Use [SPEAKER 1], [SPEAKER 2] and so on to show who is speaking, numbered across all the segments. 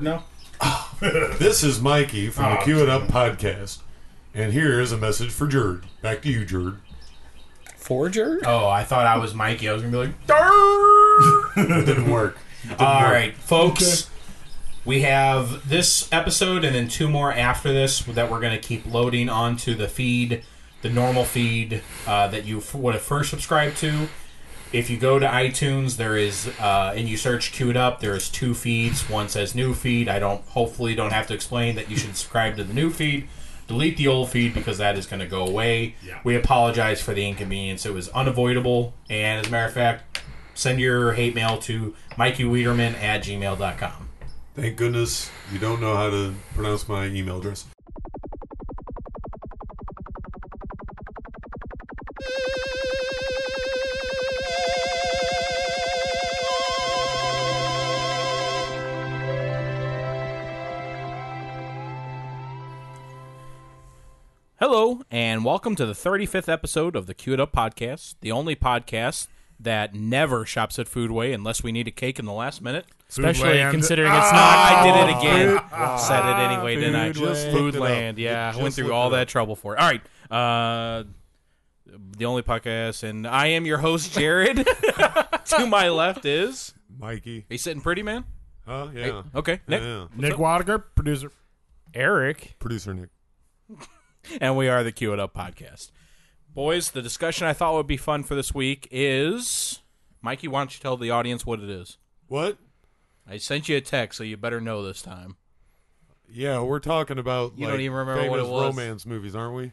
[SPEAKER 1] No.
[SPEAKER 2] This is Mikey from the
[SPEAKER 1] Oh,
[SPEAKER 2] Cue It Up podcast, and here is a message for Jerd. Back to you, Jerd.
[SPEAKER 3] Forger?
[SPEAKER 1] Oh, I thought I was Mikey. I was gonna be like, "Durr!"
[SPEAKER 2] Didn't work.
[SPEAKER 1] all right, folks. We have this episode and then two more after this that we're gonna keep loading onto the feed, the normal feed uh, that you f- would have first subscribed to. If you go to iTunes, there is uh, and you search "Cue It Up," there is two feeds. One says "New Feed." I don't hopefully don't have to explain that you should subscribe to the new feed. Delete the old feed because that is going to go away.
[SPEAKER 2] Yeah.
[SPEAKER 1] We apologize for the inconvenience; it was unavoidable. And as a matter of fact, send your hate mail to mikeywiederman at gmail.com.
[SPEAKER 2] Thank goodness you don't know how to pronounce my email address.
[SPEAKER 1] Hello, and welcome to the 35th episode of the Cue It Up podcast, the only podcast that never shops at Foodway unless we need a cake in the last minute.
[SPEAKER 3] Especially
[SPEAKER 4] Foodland.
[SPEAKER 3] considering it's
[SPEAKER 1] I
[SPEAKER 3] not.
[SPEAKER 1] did it again. Said it anyway, didn't I?
[SPEAKER 2] Foodland. Just looked it
[SPEAKER 1] Foodland.
[SPEAKER 2] up.
[SPEAKER 1] Yeah,
[SPEAKER 2] Just
[SPEAKER 1] I went through
[SPEAKER 2] looked
[SPEAKER 1] all
[SPEAKER 2] it
[SPEAKER 1] that
[SPEAKER 2] up.
[SPEAKER 1] trouble for it. All right. Uh, the only podcast, and I am your host, Jared. to my left is.
[SPEAKER 2] Mikey.
[SPEAKER 1] Are you sitting pretty, man?
[SPEAKER 2] Huh? Yeah.
[SPEAKER 1] Okay.
[SPEAKER 2] Yeah,
[SPEAKER 1] Oh, Nick.
[SPEAKER 2] yeah.
[SPEAKER 4] Nick Wadiger, producer.
[SPEAKER 3] Uh, Eric.
[SPEAKER 2] Producer Nick.
[SPEAKER 1] and we are the Cue It Up podcast. Boys, the discussion I thought would be fun for this week is Mikey, why don't you tell the audience what it is?
[SPEAKER 2] What?
[SPEAKER 1] I sent you a text, so you better know this time.
[SPEAKER 2] Yeah, we're talking about
[SPEAKER 1] You
[SPEAKER 2] like,
[SPEAKER 1] don't even remember what
[SPEAKER 2] famous
[SPEAKER 1] it was.
[SPEAKER 2] romance movies, aren't we?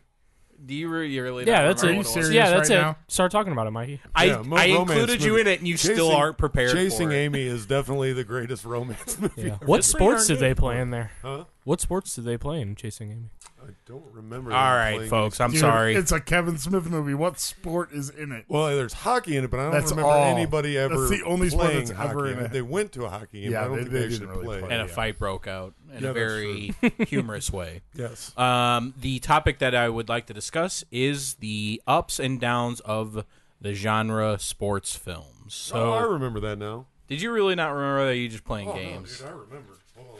[SPEAKER 1] Do you, re- you really?
[SPEAKER 3] Yeah,
[SPEAKER 1] don't
[SPEAKER 3] that's
[SPEAKER 1] remember
[SPEAKER 3] it.
[SPEAKER 1] what
[SPEAKER 4] Are you
[SPEAKER 1] was?
[SPEAKER 4] serious
[SPEAKER 3] yeah, that's
[SPEAKER 4] right
[SPEAKER 3] it.
[SPEAKER 4] now?
[SPEAKER 3] Start talking about it, Mikey.
[SPEAKER 1] I,
[SPEAKER 2] Yeah, mo-
[SPEAKER 1] I
[SPEAKER 2] romance
[SPEAKER 1] included you
[SPEAKER 2] movie.
[SPEAKER 1] in it, and you still
[SPEAKER 2] Chasing-
[SPEAKER 1] aren't prepared.
[SPEAKER 2] Chasing
[SPEAKER 1] for it.
[SPEAKER 2] Amy is definitely the greatest romance movie. ever.
[SPEAKER 3] What
[SPEAKER 2] It's pretty
[SPEAKER 3] sports
[SPEAKER 2] darn
[SPEAKER 3] did they
[SPEAKER 2] good.
[SPEAKER 3] play in there?
[SPEAKER 2] Huh?
[SPEAKER 3] What sports did they play in Chasing Amy?
[SPEAKER 2] I don't remember.
[SPEAKER 1] All right, folks. I'm
[SPEAKER 4] Dude,
[SPEAKER 1] sorry.
[SPEAKER 4] It's a Kevin Smith movie. What sport is in it?
[SPEAKER 2] Well, there's hockey in it, but I don't
[SPEAKER 4] That's
[SPEAKER 2] remember
[SPEAKER 4] all.
[SPEAKER 2] anybody
[SPEAKER 4] That's
[SPEAKER 2] ever.
[SPEAKER 4] the only sport
[SPEAKER 2] playing
[SPEAKER 4] that's
[SPEAKER 2] hockey
[SPEAKER 4] ever in
[SPEAKER 2] it.
[SPEAKER 4] it.
[SPEAKER 2] They went to a hockey game.
[SPEAKER 4] Yeah,
[SPEAKER 2] but I don't
[SPEAKER 4] they-
[SPEAKER 2] think
[SPEAKER 4] they
[SPEAKER 2] they
[SPEAKER 4] didn't
[SPEAKER 2] actually
[SPEAKER 4] really
[SPEAKER 2] played.
[SPEAKER 4] play.
[SPEAKER 1] and a
[SPEAKER 4] Yeah.
[SPEAKER 1] fight broke out in
[SPEAKER 2] Yeah, that's
[SPEAKER 1] a very humorous way.
[SPEAKER 2] Yes.
[SPEAKER 1] Um, the topic that I would like to discuss is the ups and downs of the genre sports films. So,
[SPEAKER 2] oh, I Oh, remember that now.
[SPEAKER 1] Did you really not remember that you just playing games?
[SPEAKER 2] I remember. Hold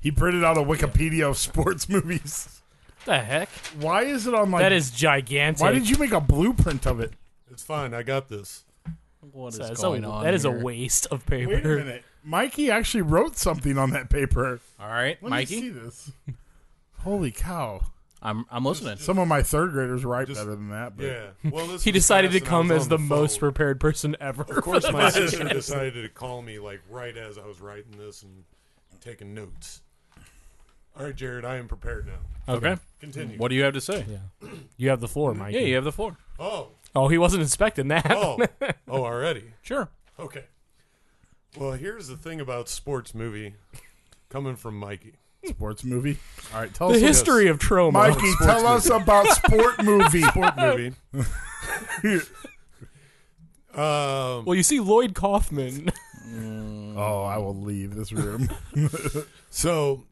[SPEAKER 4] He printed out a Wikipedia of sports movies.
[SPEAKER 3] What the heck?
[SPEAKER 4] Why is it on like?
[SPEAKER 3] That is gigantic.
[SPEAKER 4] Why did you make a blueprint of it?
[SPEAKER 2] It's fine. I got this.
[SPEAKER 1] What is
[SPEAKER 3] That's a-
[SPEAKER 1] going on?
[SPEAKER 3] that is a
[SPEAKER 1] here?
[SPEAKER 3] waste of paper.
[SPEAKER 4] Wait a minute, Mikey actually wrote something on that paper.
[SPEAKER 1] All right,
[SPEAKER 4] Let me see
[SPEAKER 1] Mikey.
[SPEAKER 4] this. Holy cow!
[SPEAKER 1] I'm I'm listening.
[SPEAKER 4] Some of my third graders write
[SPEAKER 2] Just-
[SPEAKER 4] better than that. But
[SPEAKER 2] Yeah. Well, this
[SPEAKER 3] He
[SPEAKER 2] was
[SPEAKER 3] decided to
[SPEAKER 2] fast and I was
[SPEAKER 3] come as
[SPEAKER 2] on
[SPEAKER 3] the,
[SPEAKER 2] phone.
[SPEAKER 3] most prepared person ever.
[SPEAKER 2] Of course, my sister decided to call me like right as I was writing this and taking notes. All right, Jared, I am prepared now.
[SPEAKER 1] okay.
[SPEAKER 2] Continue.
[SPEAKER 1] What do you have to say?
[SPEAKER 3] Yeah. You have the floor, Mikey.
[SPEAKER 1] Yeah, you have the floor.
[SPEAKER 2] Oh,
[SPEAKER 3] Oh, he wasn't expecting that.
[SPEAKER 2] oh, oh, already.
[SPEAKER 1] Sure.
[SPEAKER 2] Okay. Well, here's the thing about sports movie coming from Mikey.
[SPEAKER 4] sports movie. All right, tell
[SPEAKER 3] the
[SPEAKER 4] us
[SPEAKER 2] his-
[SPEAKER 3] history of trauma.
[SPEAKER 4] Mikey, tell us about sport movie.
[SPEAKER 2] Sport movie. um,
[SPEAKER 3] Well, you see Lloyd Kaufman.
[SPEAKER 4] oh, I will leave this room.
[SPEAKER 2] so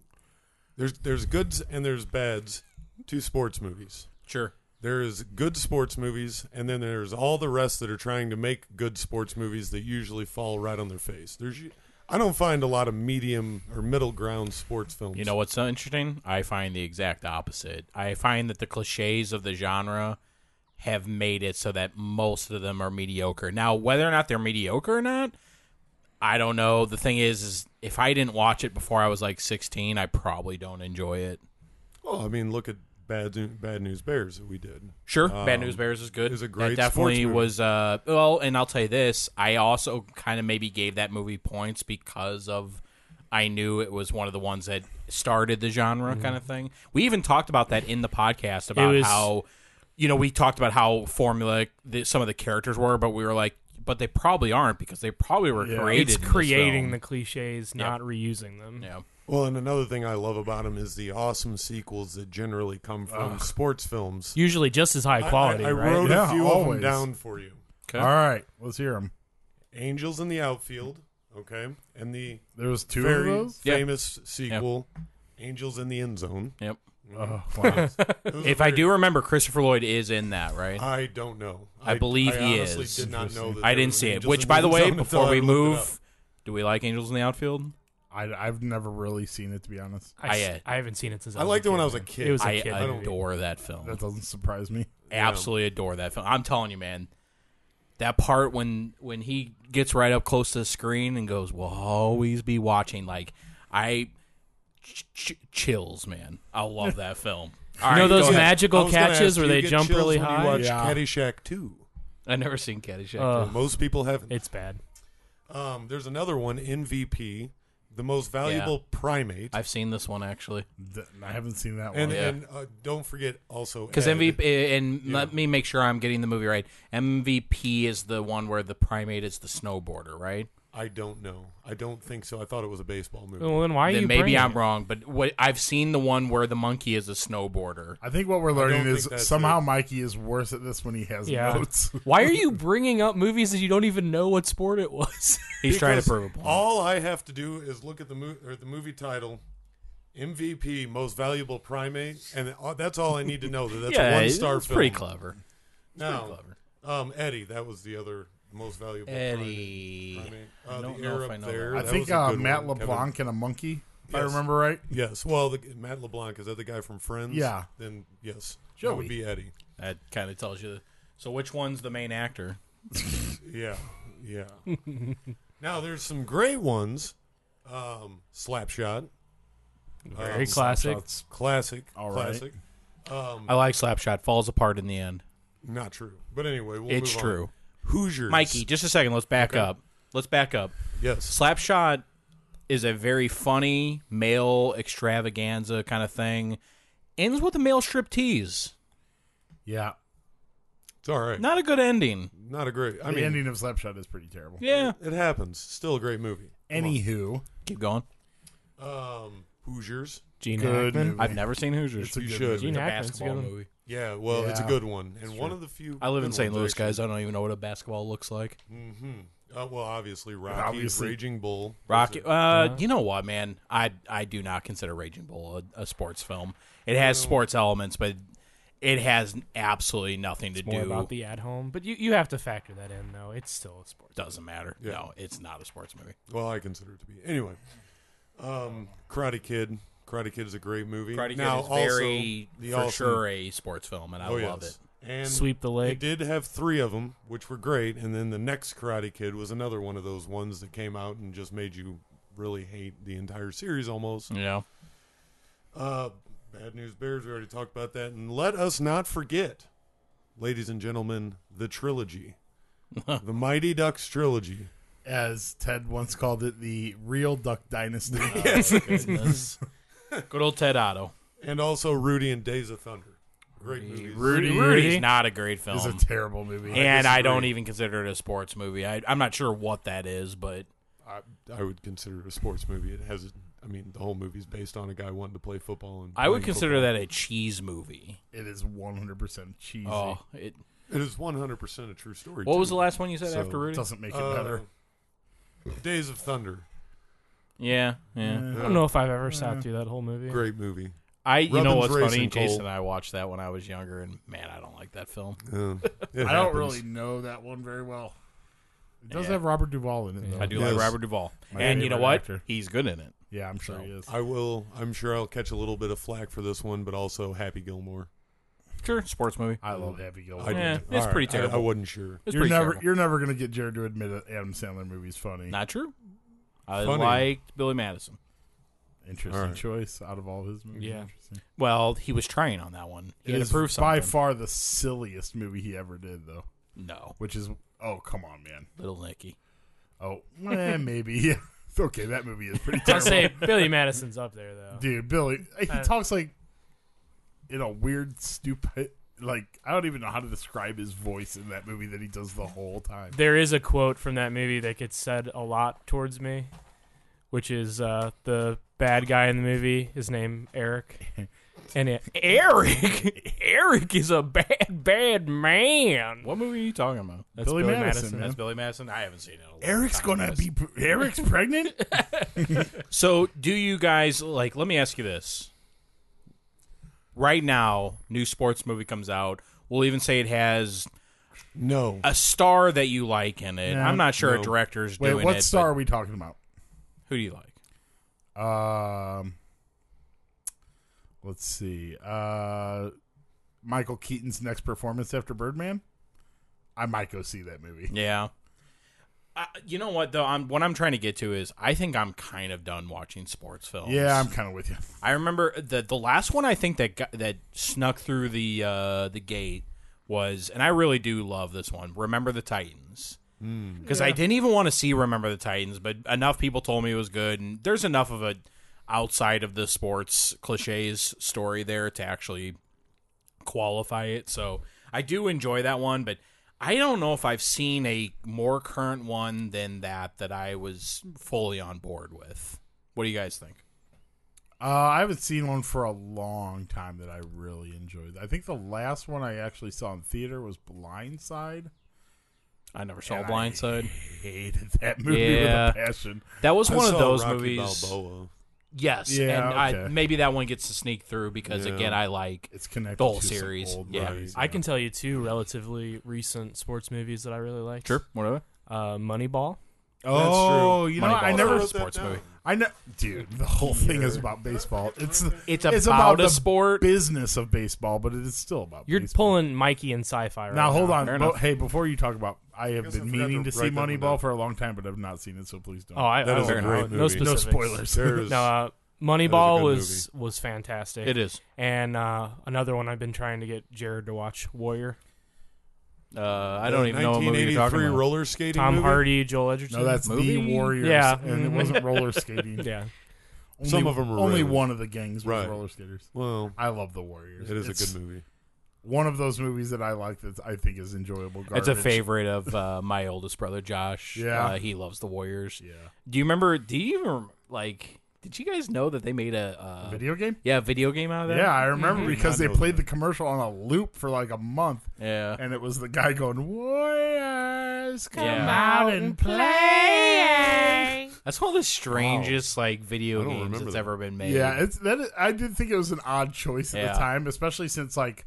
[SPEAKER 2] there's there's goods and there's bads to sports movies.
[SPEAKER 1] Sure.
[SPEAKER 2] There is good sports movies, and then there's all the rest that are trying to make good sports movies that usually fall right on their face. There's, u- I don't find a lot of medium or middle ground sports films.
[SPEAKER 1] You know what's so interesting? I find the exact opposite. I find that the cliches of the genre have made it so that most of them are mediocre. Now, whether or not they're mediocre or not, I don't know. The thing is, is if I didn't watch it before I was like 16, I probably don't enjoy it.
[SPEAKER 2] well, I mean, look at Bad New- Bad News Bears that we did.
[SPEAKER 1] Sure, Bad
[SPEAKER 2] Um,
[SPEAKER 1] News Bears is good.
[SPEAKER 2] is a great
[SPEAKER 1] That definitely
[SPEAKER 2] sports movie.
[SPEAKER 1] was. Uh, well, and I'll tell you this: I also kind of maybe gave that movie points because of I knew it was one of the ones that started the genre
[SPEAKER 2] Mm-hmm.
[SPEAKER 1] kind of thing. We even talked about that in the podcast about
[SPEAKER 3] was-
[SPEAKER 1] how you know we talked about how formulaic the, some of the characters were, but we were like, but they probably aren't because they probably were
[SPEAKER 4] Yeah.
[SPEAKER 1] created.
[SPEAKER 3] It's
[SPEAKER 1] in this
[SPEAKER 3] creating
[SPEAKER 1] film.
[SPEAKER 3] the cliches, not reusing them.
[SPEAKER 1] yeah.
[SPEAKER 2] Well, and another thing I love about them is the awesome sequels that generally come from sports films.
[SPEAKER 3] Usually just as high
[SPEAKER 2] I-
[SPEAKER 3] quality,
[SPEAKER 2] I, I,
[SPEAKER 3] right?
[SPEAKER 2] wrote
[SPEAKER 4] Yeah,
[SPEAKER 2] a few of them
[SPEAKER 4] always.
[SPEAKER 2] down for you.
[SPEAKER 1] Okay.
[SPEAKER 4] All right, let's hear him.
[SPEAKER 2] Angels in the Outfield, okay, and the
[SPEAKER 4] There was two
[SPEAKER 2] very
[SPEAKER 4] of those.
[SPEAKER 1] Yeah.
[SPEAKER 2] famous sequel, Angels in the End Zone.
[SPEAKER 1] Yep.
[SPEAKER 4] Oh, wow.
[SPEAKER 1] If I do remember, Christopher Lloyd is in that, right.
[SPEAKER 2] I don't know.
[SPEAKER 1] I believe
[SPEAKER 2] I
[SPEAKER 1] he
[SPEAKER 2] honestly
[SPEAKER 1] is.
[SPEAKER 2] Did not know. That
[SPEAKER 1] I
[SPEAKER 2] there
[SPEAKER 1] didn't
[SPEAKER 2] was
[SPEAKER 1] see it.
[SPEAKER 2] Angels in
[SPEAKER 1] Which, by the
[SPEAKER 2] End
[SPEAKER 1] way,
[SPEAKER 2] Zone until
[SPEAKER 1] before
[SPEAKER 2] I looked
[SPEAKER 1] we
[SPEAKER 2] it
[SPEAKER 1] move, do we like Angels in the Outfield?
[SPEAKER 4] I, I've never really seen it to be honest.
[SPEAKER 3] I,
[SPEAKER 1] I, uh,
[SPEAKER 3] s- I haven't seen it since I
[SPEAKER 2] I
[SPEAKER 3] was a
[SPEAKER 2] liked it when
[SPEAKER 3] kid.
[SPEAKER 2] I was a kid.
[SPEAKER 3] It was a
[SPEAKER 1] I
[SPEAKER 3] kid movie.
[SPEAKER 1] adore that film.
[SPEAKER 4] That doesn't surprise me.
[SPEAKER 1] absolutely adore that film. I'm telling you, man, that part when when he gets right up close to the screen and goes, "We'll always be watching." Like I ch- ch- chills, man. I love that film. All
[SPEAKER 3] You know
[SPEAKER 1] right,
[SPEAKER 3] those
[SPEAKER 1] go ahead.
[SPEAKER 2] I
[SPEAKER 3] magical
[SPEAKER 2] was gonna ask,
[SPEAKER 3] catches where
[SPEAKER 2] do you
[SPEAKER 3] they
[SPEAKER 2] get
[SPEAKER 3] jump
[SPEAKER 2] chills
[SPEAKER 3] really
[SPEAKER 2] when
[SPEAKER 3] high?
[SPEAKER 2] You watch
[SPEAKER 4] Yeah.
[SPEAKER 2] Caddyshack 2.
[SPEAKER 1] I never seen Caddyshack.
[SPEAKER 3] Ugh.
[SPEAKER 2] Most people haven't.
[SPEAKER 3] It's bad.
[SPEAKER 2] Um, there's another one, NVP, the most valuable primate.
[SPEAKER 1] I've seen this one actually
[SPEAKER 4] Th- I haven't seen that
[SPEAKER 2] and
[SPEAKER 4] one.
[SPEAKER 1] Yeah.
[SPEAKER 2] and uh, don't forget also
[SPEAKER 1] because
[SPEAKER 2] Ed.
[SPEAKER 1] MVP and let me make sure I'm getting the movie right. MVP is the one where the primate is the snowboarder, right?
[SPEAKER 2] I don't know. I don't think so. I thought it was a baseball movie.
[SPEAKER 3] Well, then why are
[SPEAKER 1] then
[SPEAKER 3] you
[SPEAKER 1] maybe
[SPEAKER 3] bringing
[SPEAKER 1] I'm
[SPEAKER 3] it?
[SPEAKER 1] wrong, but what I've seen the one where the monkey is a snowboarder.
[SPEAKER 4] I think what we're learning
[SPEAKER 2] don't
[SPEAKER 4] is
[SPEAKER 2] think that's
[SPEAKER 4] somehow Mikey is worse at this when he has
[SPEAKER 3] Yeah.
[SPEAKER 4] notes.
[SPEAKER 3] Why are you bringing up movies that you don't even know what sport it was?
[SPEAKER 1] He's trying to
[SPEAKER 2] Because
[SPEAKER 1] prove a point.
[SPEAKER 2] All I have to do is look at the mo- or the movie title, MVP, Most Valuable Primate, and uh, that's all I need to know. That that's a one star
[SPEAKER 1] it's
[SPEAKER 2] film.
[SPEAKER 1] pretty clever.
[SPEAKER 2] Now,
[SPEAKER 1] clever.
[SPEAKER 2] um, Eddie, that was the other most valuable
[SPEAKER 1] Eddie.
[SPEAKER 2] primate. primate. Uh,
[SPEAKER 1] I don't
[SPEAKER 2] the
[SPEAKER 1] know
[SPEAKER 2] heir up
[SPEAKER 1] if I know
[SPEAKER 2] there.
[SPEAKER 1] that.
[SPEAKER 4] I
[SPEAKER 2] that
[SPEAKER 4] think
[SPEAKER 2] was a
[SPEAKER 4] uh,
[SPEAKER 2] good
[SPEAKER 4] Matt
[SPEAKER 2] one, Kevin.
[SPEAKER 4] LeBlanc and a monkey, if I
[SPEAKER 2] Yes.
[SPEAKER 4] remember right.
[SPEAKER 2] Yes. Well, the, Matt LeBlanc is that the guy from Friends?
[SPEAKER 4] Yeah.
[SPEAKER 2] Then yes, that
[SPEAKER 4] Joey.
[SPEAKER 2] would be Eddie.
[SPEAKER 1] That kind of tells you. So which one's the main actor?
[SPEAKER 2] Yeah. Yeah. now there's some great ones. Um, Slapshot,
[SPEAKER 3] Very classic.
[SPEAKER 4] Shots.
[SPEAKER 2] classic,
[SPEAKER 4] All right.
[SPEAKER 2] classic. Um,
[SPEAKER 1] I like Slapshot. Falls apart in the end.
[SPEAKER 2] not true, but anyway, we'll
[SPEAKER 1] it's
[SPEAKER 2] move on.
[SPEAKER 1] true.
[SPEAKER 2] Hoosiers,
[SPEAKER 1] Mikey, just a second. Let's back up. Let's back up.
[SPEAKER 2] Yes.
[SPEAKER 1] Slapshot is a very funny male extravaganza kind of thing. Ends with a male striptease.
[SPEAKER 4] Yeah.
[SPEAKER 2] It's all right. Not,
[SPEAKER 1] Not a good ending.
[SPEAKER 2] a great. I
[SPEAKER 4] the
[SPEAKER 2] mean,
[SPEAKER 4] ending of Slapshot is pretty terrible.
[SPEAKER 1] Yeah.
[SPEAKER 2] it happens. Still a great movie.
[SPEAKER 4] Anywho,
[SPEAKER 1] Keep going.
[SPEAKER 2] Um, Hoosiers.
[SPEAKER 3] Gene
[SPEAKER 4] good
[SPEAKER 3] Hackman.
[SPEAKER 4] movie.
[SPEAKER 1] I've never seen Hoosiers.
[SPEAKER 4] It's a
[SPEAKER 2] You
[SPEAKER 4] good
[SPEAKER 2] should.
[SPEAKER 4] movie.
[SPEAKER 3] Gene
[SPEAKER 1] It's a
[SPEAKER 3] Hackman's a good
[SPEAKER 1] basketball
[SPEAKER 3] one.
[SPEAKER 1] movie.
[SPEAKER 2] Yeah. Well, it's a
[SPEAKER 4] Yeah.
[SPEAKER 2] good one, and one of the few.
[SPEAKER 1] I live in
[SPEAKER 2] good
[SPEAKER 1] St.
[SPEAKER 2] ones,
[SPEAKER 1] Louis,
[SPEAKER 2] actually.
[SPEAKER 1] guys. I don't even know what a basketball looks like.
[SPEAKER 2] Uh, well, obviously, Rocky,
[SPEAKER 4] Obviously.
[SPEAKER 2] Raging Bull,
[SPEAKER 1] Rocky, uh, you know what, man? I I do not consider Raging Bull a, a sports film. It has sports elements, but it has absolutely nothing to
[SPEAKER 3] More
[SPEAKER 1] do.
[SPEAKER 3] about the at home, but you, you have to factor that in though. It's still a sport.
[SPEAKER 1] Doesn't matter.
[SPEAKER 2] Yeah.
[SPEAKER 1] No, it's not a sports movie.
[SPEAKER 2] Well, I consider it to be. Anyway, um, Karate Kid. Karate Kid is a great movie.
[SPEAKER 1] now,
[SPEAKER 2] now,
[SPEAKER 1] is
[SPEAKER 2] also,
[SPEAKER 1] very
[SPEAKER 2] the
[SPEAKER 1] for
[SPEAKER 2] awesome-
[SPEAKER 1] sure a sports film, and I
[SPEAKER 2] Oh,
[SPEAKER 1] love
[SPEAKER 2] yes.
[SPEAKER 1] it.
[SPEAKER 2] And
[SPEAKER 3] Sweep the
[SPEAKER 2] they
[SPEAKER 3] leg.
[SPEAKER 2] did have three of them, which were great. And then the next Karate Kid was another one of those ones that came out and just made you really hate the entire series
[SPEAKER 3] Hmm.
[SPEAKER 2] almost.
[SPEAKER 1] You know,
[SPEAKER 2] Uh, Bad News Bears, we already talked about that. And let us not forget, ladies and gentlemen, the trilogy. the Mighty Ducks trilogy.
[SPEAKER 4] as Ted once called it, the real Duck Dynasty. Uh,
[SPEAKER 1] goodness. good old Ted Otto.
[SPEAKER 2] And also Rudy and Days of Thunder. Great movies.
[SPEAKER 4] Rudy,
[SPEAKER 1] Rudy's not a great film,
[SPEAKER 4] is a terrible movie.
[SPEAKER 1] and I don't even consider it a sports movie. I, I'm not sure what that is, but
[SPEAKER 2] I, I would consider it a sports movie. It has, I mean, the whole movie's based on a guy wanting to play football. And
[SPEAKER 1] I would
[SPEAKER 2] playing
[SPEAKER 1] consider that a cheese movie.
[SPEAKER 4] It is 100% cheesy.
[SPEAKER 1] Oh, it,
[SPEAKER 2] football. it is one hundred percent a true story.
[SPEAKER 1] what was
[SPEAKER 2] too.
[SPEAKER 1] the last one you said
[SPEAKER 2] So,
[SPEAKER 1] after Rudy?
[SPEAKER 4] doesn't make it
[SPEAKER 2] Uh,
[SPEAKER 4] better.
[SPEAKER 2] Days of Thunder,
[SPEAKER 1] Yeah, yeah.
[SPEAKER 3] I don't know if I've ever sat through that whole movie.
[SPEAKER 2] great movie.
[SPEAKER 1] I you know
[SPEAKER 2] Rubbin's
[SPEAKER 1] what's funny?
[SPEAKER 2] Racing Coal.
[SPEAKER 1] Jason and I watched that when I was younger, and man, I don't like that film.
[SPEAKER 2] Uh, it
[SPEAKER 4] I don't
[SPEAKER 2] happens.
[SPEAKER 4] really know that one very well. It does
[SPEAKER 1] Yeah.
[SPEAKER 4] have Robert Duvall in it, though.
[SPEAKER 1] I do
[SPEAKER 2] Yes.
[SPEAKER 1] like Robert Duvall,
[SPEAKER 4] My
[SPEAKER 1] and you know
[SPEAKER 4] favorite
[SPEAKER 1] what?
[SPEAKER 4] actor.
[SPEAKER 1] He's good in it.
[SPEAKER 4] Yeah, I'm sure he is.
[SPEAKER 2] I will. I'm sure I'll catch a little bit of flack for this one, but also Happy Gilmore.
[SPEAKER 1] Sure, sports movie.
[SPEAKER 4] I love Happy Gilmore.
[SPEAKER 2] I
[SPEAKER 1] Yeah,
[SPEAKER 2] didn't-
[SPEAKER 1] it's
[SPEAKER 2] all
[SPEAKER 1] pretty
[SPEAKER 2] I- I,
[SPEAKER 1] terrible.
[SPEAKER 2] wasn't sure.
[SPEAKER 1] It's
[SPEAKER 4] You're
[SPEAKER 1] pretty
[SPEAKER 4] never,
[SPEAKER 1] terrible.
[SPEAKER 4] you're never gonna get Jared to admit that Adam Sandler movie's funny.
[SPEAKER 1] Not true. I
[SPEAKER 2] Funny.
[SPEAKER 1] liked Billy Madison.
[SPEAKER 4] Interesting
[SPEAKER 2] All right.
[SPEAKER 4] choice out of all his movies.
[SPEAKER 1] Yeah.
[SPEAKER 4] Interesting.
[SPEAKER 1] Well, he was trying on that one. He
[SPEAKER 4] It
[SPEAKER 1] had
[SPEAKER 4] is
[SPEAKER 1] to prove something.
[SPEAKER 4] by far the silliest movie he ever did, though.
[SPEAKER 1] no,
[SPEAKER 4] Which is oh come on, man.
[SPEAKER 1] Little Nicky.
[SPEAKER 4] Oh, eh, maybe. okay, that movie is pretty
[SPEAKER 3] I'd
[SPEAKER 4] terrible.
[SPEAKER 3] say Billy Madison's up there though.
[SPEAKER 4] Dude, Billy, he
[SPEAKER 3] Uh,
[SPEAKER 4] talks like in a weird, stupid. Like I don't even know how to describe his voice in that movie that he does the whole time.
[SPEAKER 3] There is a quote from that movie that gets said a lot towards me, which is uh, the bad guy in the movie. His name Eric, and it, Eric, Eric is a bad, bad man.
[SPEAKER 1] What movie are you talking about?
[SPEAKER 3] That's
[SPEAKER 4] Billy Madison, man.
[SPEAKER 1] That's Billy Madison. I haven't seen it. in a long
[SPEAKER 4] Eric's
[SPEAKER 1] time.
[SPEAKER 4] gonna
[SPEAKER 1] That's-
[SPEAKER 4] be pr- Eric's pregnant.
[SPEAKER 1] So, do you guys like? Let me ask you this. Right now, new sports movie comes out. We'll even say it has
[SPEAKER 2] No,
[SPEAKER 1] a star that you like in it.
[SPEAKER 4] No.
[SPEAKER 1] I'm not sure
[SPEAKER 2] No.
[SPEAKER 1] a director's
[SPEAKER 4] Wait,
[SPEAKER 1] doing
[SPEAKER 4] what
[SPEAKER 1] it.
[SPEAKER 4] star are
[SPEAKER 1] but
[SPEAKER 4] we talking about?
[SPEAKER 1] Who do you like?
[SPEAKER 4] Um, let's see. Uh, Michael Keaton's next performance after Birdman. I might go see that movie.
[SPEAKER 1] Yeah. Uh, you know what though? I'm what I'm trying to get to is I think I'm kind of done watching sports films.
[SPEAKER 4] Yeah, I'm kind of with you.
[SPEAKER 1] I remember the the last one I think that got, that snuck through the uh, the gate was, and I really do love this one. Remember the Titans, because I didn't even want to see Remember the Titans, but enough people told me it was good, and there's enough of a outside of the sports cliches story there to actually qualify it. So I do enjoy that one, but I don't know if I've seen a more current one than that that I was fully on board with. What do you guys think?
[SPEAKER 4] Uh, I haven't seen one for a long time that I really enjoyed. I think the last one I actually saw in theater was Blindside.
[SPEAKER 1] I never saw
[SPEAKER 4] And I
[SPEAKER 1] Blindside.
[SPEAKER 4] Hated that movie
[SPEAKER 1] Yeah.
[SPEAKER 4] with a passion.
[SPEAKER 1] That was
[SPEAKER 2] I
[SPEAKER 1] one of
[SPEAKER 2] saw
[SPEAKER 1] those
[SPEAKER 2] Rocky
[SPEAKER 1] movies.
[SPEAKER 2] Balboa.
[SPEAKER 1] Yes,
[SPEAKER 4] Yeah,
[SPEAKER 1] and I,
[SPEAKER 4] okay.
[SPEAKER 1] maybe that one gets to sneak through because
[SPEAKER 2] Yeah.
[SPEAKER 1] again, I like
[SPEAKER 4] It's connected
[SPEAKER 1] The whole
[SPEAKER 4] to some
[SPEAKER 1] series,
[SPEAKER 4] old
[SPEAKER 1] yeah.
[SPEAKER 4] movies,
[SPEAKER 3] I can tell you two relatively recent sports movies that I really liked.
[SPEAKER 1] whatever.
[SPEAKER 3] Uh, Moneyball.
[SPEAKER 4] Oh, you know, I never
[SPEAKER 1] Moneyball's not a
[SPEAKER 2] wrote that
[SPEAKER 1] sports
[SPEAKER 2] down.
[SPEAKER 1] movie.
[SPEAKER 4] I know, dude. The whole thing is about baseball. It's
[SPEAKER 1] It's about,
[SPEAKER 4] It's about
[SPEAKER 1] a
[SPEAKER 4] the
[SPEAKER 1] sport.
[SPEAKER 4] business of baseball, but it is still about.
[SPEAKER 3] You're
[SPEAKER 4] baseball.
[SPEAKER 3] pulling Mikey and Sci-Fi. Right
[SPEAKER 4] now. Hold on,
[SPEAKER 1] Fair
[SPEAKER 4] Bo-
[SPEAKER 1] enough.
[SPEAKER 4] hey, before you talk about, I have
[SPEAKER 2] guess I
[SPEAKER 4] been
[SPEAKER 2] forgot
[SPEAKER 4] meaning
[SPEAKER 2] to
[SPEAKER 4] to see
[SPEAKER 2] write that one
[SPEAKER 4] Moneyball
[SPEAKER 2] down.
[SPEAKER 4] for a long time, but I've not seen it, so please don't.
[SPEAKER 3] Oh, I,
[SPEAKER 2] That
[SPEAKER 3] I
[SPEAKER 2] is
[SPEAKER 3] will-
[SPEAKER 2] a great
[SPEAKER 3] No
[SPEAKER 2] movie.
[SPEAKER 3] specifics.
[SPEAKER 4] no spoilers.
[SPEAKER 2] There is-
[SPEAKER 3] No, uh,
[SPEAKER 2] That is a
[SPEAKER 3] Moneyball
[SPEAKER 2] good
[SPEAKER 3] was was fantastic.
[SPEAKER 1] It is.
[SPEAKER 3] And uh, another one I've been trying to get Jared to watch: Warrior.
[SPEAKER 1] Uh, I don't
[SPEAKER 2] The
[SPEAKER 1] even know what movie you're
[SPEAKER 2] 1983
[SPEAKER 1] talking about.
[SPEAKER 2] roller skating
[SPEAKER 3] Tom
[SPEAKER 2] movie?
[SPEAKER 3] Hardy, Joel Edgerton.
[SPEAKER 4] no, that's
[SPEAKER 1] Movie?
[SPEAKER 4] the Warriors.
[SPEAKER 3] Yeah.
[SPEAKER 4] and it wasn't roller skating.
[SPEAKER 3] yeah.
[SPEAKER 4] Only-
[SPEAKER 2] Some of 'em are
[SPEAKER 4] Only
[SPEAKER 2] rated.
[SPEAKER 4] one of the gangs was
[SPEAKER 2] Right.
[SPEAKER 4] roller skaters.
[SPEAKER 2] Well,
[SPEAKER 4] I love the Warriors.
[SPEAKER 2] it is
[SPEAKER 4] It's
[SPEAKER 2] a good movie.
[SPEAKER 4] One of those movies that I like that I think is enjoyable. Garbage.
[SPEAKER 1] It's a favorite of uh, my oldest brother Josh.
[SPEAKER 4] Yeah.
[SPEAKER 1] uh, he loves the Warriors.
[SPEAKER 4] Yeah.
[SPEAKER 1] Do you remember? Do you even like? Did you guys know that they made a uh,
[SPEAKER 4] Video game.
[SPEAKER 1] yeah Mm-hmm. video game out of that?
[SPEAKER 4] Yeah, I remember because
[SPEAKER 2] I
[SPEAKER 4] they
[SPEAKER 2] know
[SPEAKER 4] played
[SPEAKER 2] that.
[SPEAKER 4] the commercial on a loop for like a month,
[SPEAKER 1] yeah.
[SPEAKER 4] and it was the guy going, "Warriors, come
[SPEAKER 1] Yeah.
[SPEAKER 4] out and play."
[SPEAKER 1] That's one of the strangest like video
[SPEAKER 2] I don't
[SPEAKER 1] games
[SPEAKER 2] remember
[SPEAKER 1] that's
[SPEAKER 2] that.
[SPEAKER 1] ever been made.
[SPEAKER 4] Yeah, it's that. Is, I did think it was an odd choice at
[SPEAKER 1] Yeah.
[SPEAKER 4] the time, especially since like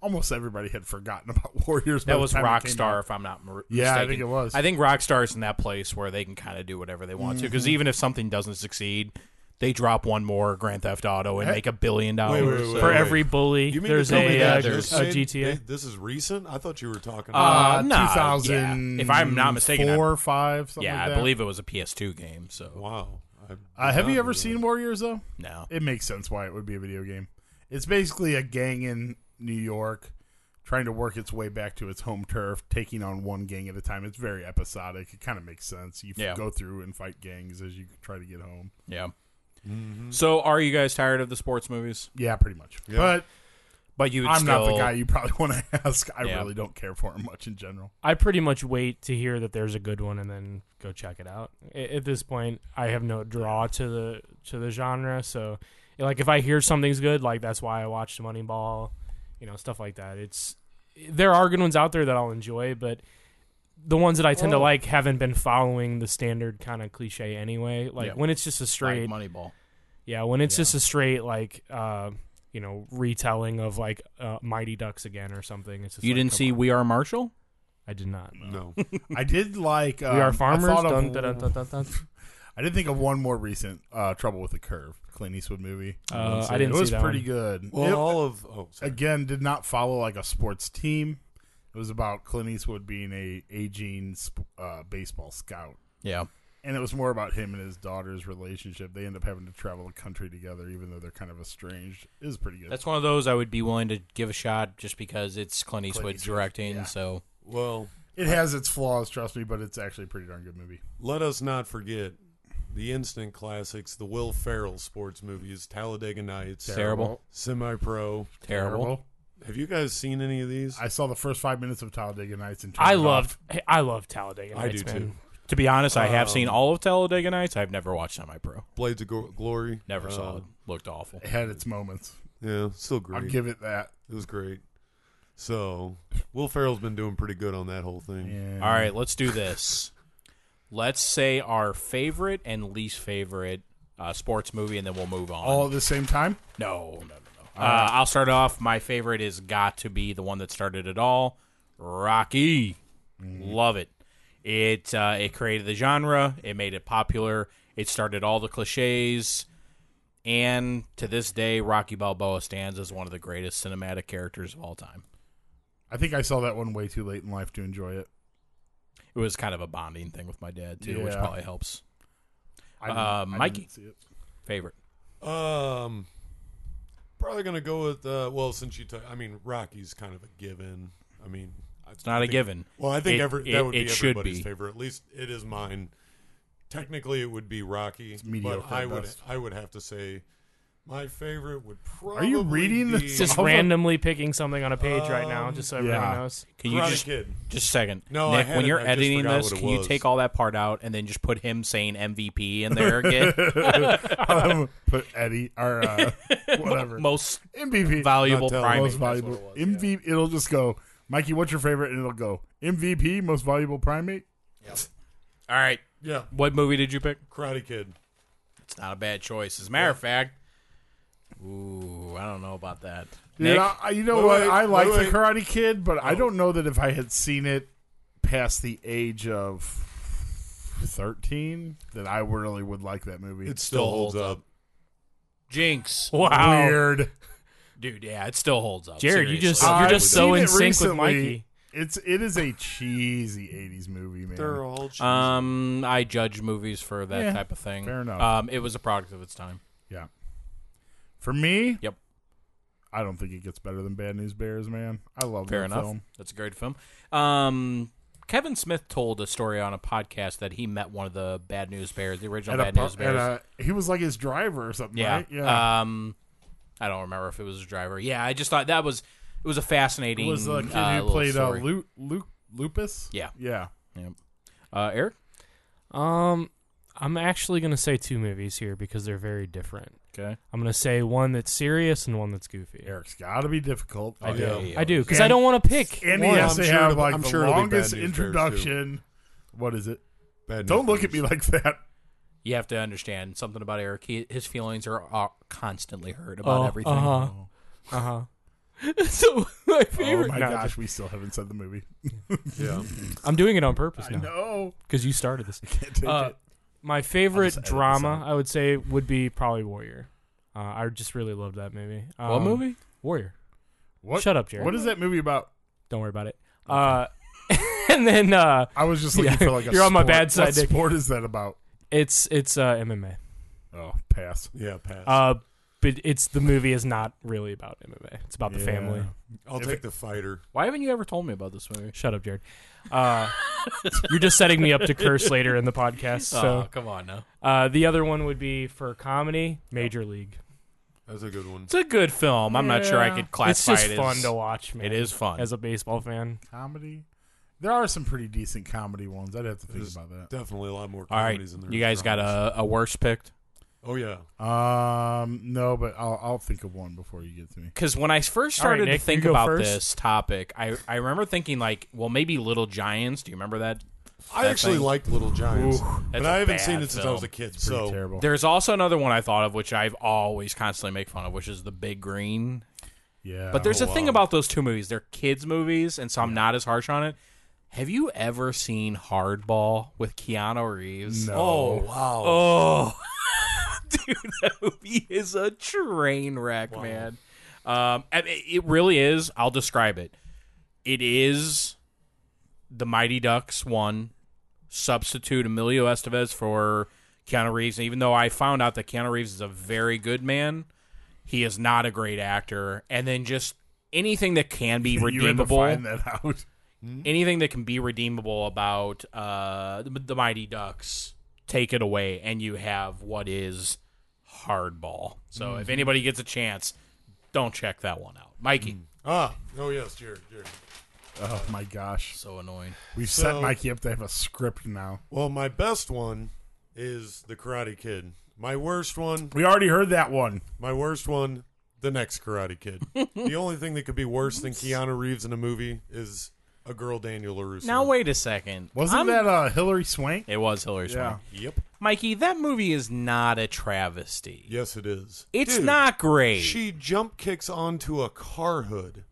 [SPEAKER 4] almost everybody had forgotten about Warriors. by
[SPEAKER 1] That
[SPEAKER 4] the
[SPEAKER 1] was
[SPEAKER 4] time it came
[SPEAKER 1] Rockstar,
[SPEAKER 4] out.
[SPEAKER 1] if I'm not mer-
[SPEAKER 4] Yeah, I
[SPEAKER 1] mistaken.
[SPEAKER 4] think it was.
[SPEAKER 1] I think Rockstar's in that place where they can kind of do whatever they want to. Because
[SPEAKER 4] Mm-hmm.
[SPEAKER 1] even if something doesn't succeed, they drop one more Grand Theft Auto and
[SPEAKER 4] Hey.
[SPEAKER 1] make a billion
[SPEAKER 2] wait,
[SPEAKER 1] dollars.
[SPEAKER 2] wait, wait,
[SPEAKER 3] For
[SPEAKER 2] wait.
[SPEAKER 3] every bully,
[SPEAKER 2] You mean
[SPEAKER 3] there's
[SPEAKER 2] to tell me
[SPEAKER 3] a,
[SPEAKER 2] that
[SPEAKER 3] uh,
[SPEAKER 2] just
[SPEAKER 3] a
[SPEAKER 2] made-
[SPEAKER 3] GTA.
[SPEAKER 2] they- this is recent? I thought you were talking
[SPEAKER 1] Uh,
[SPEAKER 2] about
[SPEAKER 1] nah,
[SPEAKER 4] two thousand.
[SPEAKER 1] yeah. If I'm not mistaken, I'm-
[SPEAKER 4] four or five. Something
[SPEAKER 1] yeah,
[SPEAKER 4] like
[SPEAKER 1] I
[SPEAKER 4] that.
[SPEAKER 1] believe it was a PS2 game. So
[SPEAKER 2] Wow. I-
[SPEAKER 4] Uh, have you
[SPEAKER 2] I
[SPEAKER 4] ever
[SPEAKER 2] don't
[SPEAKER 4] seen
[SPEAKER 2] know.
[SPEAKER 4] Warriors though?
[SPEAKER 1] no,
[SPEAKER 4] it makes sense why it would be a video game. It's basically a gang in New York trying to work its way back to its home turf, taking on one gang at a time. It's very episodic. It kind of makes sense. You
[SPEAKER 1] Yeah.
[SPEAKER 4] go through and fight gangs as you try to get home.
[SPEAKER 1] yeah.
[SPEAKER 4] Mm-hmm.
[SPEAKER 1] So are you guys tired of the sports movies?
[SPEAKER 4] Yeah, pretty much. But
[SPEAKER 1] But you, would
[SPEAKER 4] I'm not the
[SPEAKER 1] still-
[SPEAKER 4] guy you probably want to ask. I
[SPEAKER 1] Yeah.
[SPEAKER 4] really don't care for him much in general.
[SPEAKER 3] I pretty much wait to hear that there's a good one and then go check it out. A- At this point, I have no draw to the to the genre, so like if I hear something's good, like that's why I watched Moneyball, you know, stuff like that. It's there are good ones out there that I'll enjoy, but the ones that I tend to like haven't been following the standard kind of cliche anyway. Like
[SPEAKER 1] Yeah.
[SPEAKER 3] when it's just a straight
[SPEAKER 1] like Moneyball.
[SPEAKER 3] Yeah, when it's just a straight like uh, you know retelling of like uh, Mighty Ducks again or something. It's just
[SPEAKER 1] You
[SPEAKER 3] like,
[SPEAKER 1] didn't
[SPEAKER 3] come
[SPEAKER 1] see
[SPEAKER 3] on.
[SPEAKER 1] We Are Marshall?
[SPEAKER 3] I did not.
[SPEAKER 2] No.
[SPEAKER 4] I did like. Um,
[SPEAKER 3] we
[SPEAKER 4] I
[SPEAKER 3] are farmers.
[SPEAKER 4] thought of-
[SPEAKER 3] Dun, dun, dun, dun, dun, dun.
[SPEAKER 4] I did think of one more recent uh, Trouble with the Curve, Clint Eastwood movie.
[SPEAKER 3] Uh, I
[SPEAKER 4] it
[SPEAKER 3] didn't see
[SPEAKER 4] was
[SPEAKER 3] that
[SPEAKER 4] pretty
[SPEAKER 3] one.
[SPEAKER 4] good.
[SPEAKER 2] Well,
[SPEAKER 4] It-
[SPEAKER 2] all of oh, sorry.
[SPEAKER 4] again did not follow like a sports team. It was about Clint Eastwood being a aging sp- uh, baseball scout,
[SPEAKER 1] Yeah.
[SPEAKER 4] and it was more about him and his daughter's relationship. They end up having to travel the country together, even though they're kind of estranged. It was pretty good.
[SPEAKER 1] That's one of those I would be willing to give a shot just because it's Clint Eastwood,
[SPEAKER 4] Eastwood,
[SPEAKER 1] directing.
[SPEAKER 4] yeah.
[SPEAKER 1] So
[SPEAKER 2] well,
[SPEAKER 4] it has its flaws, trust me, but it's actually a pretty darn good movie.
[SPEAKER 2] let us not forget the instant classics, the Will Ferrell sports movies, Talladega Nights,
[SPEAKER 1] Terrible.
[SPEAKER 2] Semi Pro.
[SPEAKER 1] terrible.
[SPEAKER 2] Have you guys seen any of these?
[SPEAKER 4] I saw the first five minutes of Talladega Nights and turned
[SPEAKER 3] I
[SPEAKER 4] it off.
[SPEAKER 3] loved. hey, I love Talladega.
[SPEAKER 2] I
[SPEAKER 3] Nights,
[SPEAKER 2] do
[SPEAKER 3] man.
[SPEAKER 2] too.
[SPEAKER 1] To be honest, I have
[SPEAKER 2] Um,
[SPEAKER 1] seen all of Talladega Nights. I've never watched Semi Pro.
[SPEAKER 2] Blades of Glo- Glory.
[SPEAKER 1] Never saw
[SPEAKER 2] Uh,
[SPEAKER 1] it. Looked awful.
[SPEAKER 4] It had its moments.
[SPEAKER 2] Yeah, still great.
[SPEAKER 4] I'll give it that.
[SPEAKER 2] it was great. So Will Ferrell's been doing pretty good on that whole thing.
[SPEAKER 4] Yeah.
[SPEAKER 1] All right, let's do this. let's say our favorite and least favorite uh, sports movie, and then we'll move on.
[SPEAKER 4] All at the same time.
[SPEAKER 1] no, no, no, no. Uh, I'll start off. My favorite is got to be the one that started it all, Rocky. Love it. It uh, it created the genre. It made it popular. It started all the cliches, and to this day, Rocky Balboa stands as one of the greatest cinematic characters of all time.
[SPEAKER 4] I think I saw that one way too late in life to enjoy it.
[SPEAKER 1] It was kind of a bonding thing with my dad too, which
[SPEAKER 4] Yeah.
[SPEAKER 1] probably helps.
[SPEAKER 4] I didn't-
[SPEAKER 1] Uh,
[SPEAKER 4] I didn't
[SPEAKER 1] Mikey.
[SPEAKER 4] see it.
[SPEAKER 1] Favorite.
[SPEAKER 2] Um, probably gonna go with uh, well, since you, t- I mean, Rocky's kind of a given. I mean,
[SPEAKER 1] It's not a
[SPEAKER 2] think,
[SPEAKER 1] given.
[SPEAKER 2] Well, I think
[SPEAKER 1] It-
[SPEAKER 2] every
[SPEAKER 1] it-
[SPEAKER 2] that would
[SPEAKER 1] it
[SPEAKER 2] be
[SPEAKER 1] should
[SPEAKER 2] everybody's
[SPEAKER 1] be.
[SPEAKER 2] favorite. At least it is mine. Technically, it would be Rocky,
[SPEAKER 4] mediocre
[SPEAKER 2] but I
[SPEAKER 4] at
[SPEAKER 2] would
[SPEAKER 4] best.
[SPEAKER 2] I would have to say my favorite would probably.
[SPEAKER 4] Are you reading
[SPEAKER 2] be
[SPEAKER 4] this?
[SPEAKER 3] Just
[SPEAKER 4] How about-
[SPEAKER 3] randomly picking something on a page right now, just so everyone
[SPEAKER 4] yeah.
[SPEAKER 3] knows.
[SPEAKER 1] Can you
[SPEAKER 2] Karate
[SPEAKER 1] just
[SPEAKER 2] Kid.
[SPEAKER 1] just a second?
[SPEAKER 2] No, I
[SPEAKER 1] Nick,
[SPEAKER 2] had
[SPEAKER 1] when
[SPEAKER 2] it,
[SPEAKER 1] you're
[SPEAKER 2] I just
[SPEAKER 1] editing
[SPEAKER 2] forgot
[SPEAKER 1] this,
[SPEAKER 2] what it
[SPEAKER 1] can you
[SPEAKER 2] was.
[SPEAKER 1] take all that part out and then just put him saying MVP in there again?
[SPEAKER 4] Um, Put Eddie or uh, whatever
[SPEAKER 1] Most
[SPEAKER 4] MVP
[SPEAKER 1] valuable
[SPEAKER 2] Not telling
[SPEAKER 1] primate.
[SPEAKER 4] most valuable
[SPEAKER 2] what it was,
[SPEAKER 4] MVP. It'll just go Mikey. What's your favorite? And it'll go MVP most valuable primate.
[SPEAKER 1] All right.
[SPEAKER 2] Yeah,
[SPEAKER 1] What movie did you pick?
[SPEAKER 2] Karate Kid.
[SPEAKER 1] It's not a bad choice. As a matter of fact, ooh, I don't know about that.
[SPEAKER 4] Dude,
[SPEAKER 1] Nick,
[SPEAKER 4] I, you know
[SPEAKER 2] Wait,
[SPEAKER 4] what?
[SPEAKER 2] wait,
[SPEAKER 4] I like
[SPEAKER 2] wait, Oh. wait.
[SPEAKER 4] the Karate Kid, but I don't know that if I had seen it past the age of thirteen, that I really would like that movie.
[SPEAKER 2] It still holds up.
[SPEAKER 1] Jinx.
[SPEAKER 3] Wow,
[SPEAKER 4] weird.
[SPEAKER 1] Dude, yeah, it still holds up.
[SPEAKER 3] Jared, you just
[SPEAKER 1] seriously.
[SPEAKER 4] I've
[SPEAKER 3] you're just so
[SPEAKER 4] seen
[SPEAKER 3] in
[SPEAKER 4] it
[SPEAKER 3] sync
[SPEAKER 4] recently.
[SPEAKER 3] with Mikey.
[SPEAKER 4] It's it is a cheesy '80s movie, man.
[SPEAKER 2] They're all cheesy.
[SPEAKER 1] um, I judge movies for that
[SPEAKER 4] Yeah,
[SPEAKER 1] type of thing.
[SPEAKER 4] fair enough.
[SPEAKER 1] Um, it was a product of its time.
[SPEAKER 4] Yeah. For me,
[SPEAKER 1] Yep.
[SPEAKER 4] I don't think it gets better than Bad News Bears, man. I love
[SPEAKER 1] Fair
[SPEAKER 4] that
[SPEAKER 1] enough.
[SPEAKER 4] film.
[SPEAKER 1] That's a great film. Um, Kevin Smith told a story on a podcast that he met one of the Bad News Bears, the original
[SPEAKER 4] At a,
[SPEAKER 1] Bad
[SPEAKER 4] pu-
[SPEAKER 1] News
[SPEAKER 4] at
[SPEAKER 1] Bears.
[SPEAKER 4] a- he was like his driver or something,
[SPEAKER 1] yeah.
[SPEAKER 4] right?
[SPEAKER 3] Uh,
[SPEAKER 4] Yeah.
[SPEAKER 1] Um, I don't remember if it was a driver. Yeah, I just thought that was it was a fascinating.
[SPEAKER 4] it was the kid
[SPEAKER 1] uh,
[SPEAKER 4] who
[SPEAKER 1] little
[SPEAKER 4] played uh,
[SPEAKER 1] story.
[SPEAKER 4] Lu- Lu- Lupus.
[SPEAKER 1] Yeah.
[SPEAKER 4] Yeah.
[SPEAKER 1] Uh, Eric.
[SPEAKER 3] Um, I'm actually gonna say two movies here because they're very different.
[SPEAKER 1] Okay.
[SPEAKER 3] I'm gonna say one that's serious and one that's goofy.
[SPEAKER 4] Eric's got to be difficult.
[SPEAKER 1] I do.
[SPEAKER 2] yeah.
[SPEAKER 3] I do because I
[SPEAKER 4] And-
[SPEAKER 3] don't want to Oh, pick.
[SPEAKER 4] And he
[SPEAKER 2] Well,
[SPEAKER 4] has
[SPEAKER 2] I'm
[SPEAKER 4] to
[SPEAKER 2] sure
[SPEAKER 4] have
[SPEAKER 2] it'll-
[SPEAKER 4] like
[SPEAKER 2] I'm
[SPEAKER 4] the
[SPEAKER 2] sure it'll be Bad
[SPEAKER 4] longest
[SPEAKER 2] News Bears, too.
[SPEAKER 4] introduction. What is it?
[SPEAKER 2] Bad
[SPEAKER 4] Don't
[SPEAKER 2] news
[SPEAKER 4] look at me
[SPEAKER 2] bears.
[SPEAKER 4] like that.
[SPEAKER 1] You have to understand something about Eric. He, his feelings are, are constantly hurt about everything. Um,
[SPEAKER 3] Uh huh. Uh huh. so my
[SPEAKER 4] Oh
[SPEAKER 3] favorite.
[SPEAKER 4] my
[SPEAKER 3] no,
[SPEAKER 4] gosh, we still haven't said the movie.
[SPEAKER 2] Yeah,
[SPEAKER 3] I'm doing it on purpose now
[SPEAKER 4] No,
[SPEAKER 3] because you started this.
[SPEAKER 4] can't take
[SPEAKER 3] Uh,
[SPEAKER 4] it.
[SPEAKER 3] my
[SPEAKER 4] I'll just
[SPEAKER 3] favorite
[SPEAKER 4] edit this
[SPEAKER 3] drama,
[SPEAKER 4] out.
[SPEAKER 3] I would say, would be probably Warrior. Uh, I just really loved that movie. Um,
[SPEAKER 1] what movie?
[SPEAKER 3] Warrior.
[SPEAKER 4] What?
[SPEAKER 3] Shut up, Jared.
[SPEAKER 4] What is that movie about?
[SPEAKER 3] Don't worry about it. Uh, and then uh,
[SPEAKER 4] I was just looking
[SPEAKER 3] Yeah,
[SPEAKER 4] for like a
[SPEAKER 3] you're on my
[SPEAKER 4] sport.
[SPEAKER 3] bad side,
[SPEAKER 4] What
[SPEAKER 3] Nick.
[SPEAKER 4] sport is that about?
[SPEAKER 3] it's it's uh, MMA.
[SPEAKER 4] Oh, pass.
[SPEAKER 2] yeah, pass.
[SPEAKER 3] Uh, but it's the movie is not really about MMA. It's about the
[SPEAKER 4] Yeah.
[SPEAKER 3] family.
[SPEAKER 2] I'll
[SPEAKER 4] if
[SPEAKER 2] take
[SPEAKER 4] it-
[SPEAKER 2] the fighter.
[SPEAKER 1] Why haven't you ever told me about this movie?
[SPEAKER 3] Shut up, Jared. Uh, you're just setting me up to curse later in the podcast.
[SPEAKER 1] oh,
[SPEAKER 3] So
[SPEAKER 1] come on now.
[SPEAKER 3] uh, the other one would be for comedy, Major League.
[SPEAKER 2] That's a good one.
[SPEAKER 1] It's a good film. I'm not sure I
[SPEAKER 4] Yeah.
[SPEAKER 1] could classify
[SPEAKER 3] it's just
[SPEAKER 1] it
[SPEAKER 3] fun
[SPEAKER 1] as.
[SPEAKER 3] to watch. Man,
[SPEAKER 1] it is fun.
[SPEAKER 3] as a baseball fan.
[SPEAKER 4] Comedy. There are some pretty decent comedy ones. I'd have to think
[SPEAKER 2] There's
[SPEAKER 4] about that.
[SPEAKER 2] definitely a lot more
[SPEAKER 1] All right,
[SPEAKER 2] comedies in there.
[SPEAKER 1] you guys got a, a worst picked?
[SPEAKER 2] Oh yeah,
[SPEAKER 4] Um, no, but I'll I'll think of one before you get to me.
[SPEAKER 1] Because when I first
[SPEAKER 3] All right,
[SPEAKER 1] started
[SPEAKER 3] Nick,
[SPEAKER 1] to think
[SPEAKER 3] you go
[SPEAKER 1] about
[SPEAKER 3] first.
[SPEAKER 1] this topic, I, I remember thinking like, well, maybe Little Giants. Do you remember that?
[SPEAKER 2] I actually
[SPEAKER 1] thing-
[SPEAKER 2] liked Little Giants, but
[SPEAKER 1] that's
[SPEAKER 2] I
[SPEAKER 1] a
[SPEAKER 2] haven't seen
[SPEAKER 1] bad
[SPEAKER 2] it since I was
[SPEAKER 1] film.
[SPEAKER 2] a kid.
[SPEAKER 4] Pretty
[SPEAKER 2] So
[SPEAKER 4] terrible.
[SPEAKER 1] There's also another one I thought of, which I've always constantly make fun of, which is The Big Green.
[SPEAKER 4] Yeah,
[SPEAKER 1] But there's a
[SPEAKER 2] Oh,
[SPEAKER 1] thing
[SPEAKER 2] wow.
[SPEAKER 1] about those two movies. They're kids' movies, and so I'm not as harsh on it. Have you ever seen Hardball with Keanu Reeves?
[SPEAKER 4] No.
[SPEAKER 2] oh wow,
[SPEAKER 1] Oh, dude, that movie is a train wreck, man. Um, I mean, it really is. I'll describe it. It is the Mighty Ducks one. Substitute Emilio Estevez for Keanu Reeves. And even though I found out that Keanu Reeves is a very good man, he is not a great actor. And then just anything that can be
[SPEAKER 4] you had to
[SPEAKER 1] redeemable
[SPEAKER 4] find that out.
[SPEAKER 1] Mm-hmm. anything that can be redeemable about uh, the, the Mighty Ducks, take it away, and you have what is hardball. So if anybody gets a chance, don't check that one out. Mikey,
[SPEAKER 2] ah, oh yes, Jared, Jared.
[SPEAKER 4] Oh my gosh,
[SPEAKER 1] so annoying.
[SPEAKER 4] we've
[SPEAKER 2] So-
[SPEAKER 4] set Mikey up to have a script now.
[SPEAKER 2] Well, my best one is The Karate Kid. My worst one,
[SPEAKER 4] We already heard that one.
[SPEAKER 2] my worst one, The Next Karate Kid. the only thing that could be worse than Keanu Reeves in a movie is a girl Daniel LaRusso.
[SPEAKER 1] Now wait a second.
[SPEAKER 4] Wasn't
[SPEAKER 1] I'm-
[SPEAKER 4] that uh, Hillary Swank?
[SPEAKER 1] It was Hillary
[SPEAKER 4] Yeah.
[SPEAKER 1] Swank.
[SPEAKER 2] Yep.
[SPEAKER 1] Mikey, that movie is not a travesty.
[SPEAKER 2] Yes, it is.
[SPEAKER 1] It's
[SPEAKER 2] Dude,
[SPEAKER 1] not great.
[SPEAKER 2] She jump kicks onto a car hood.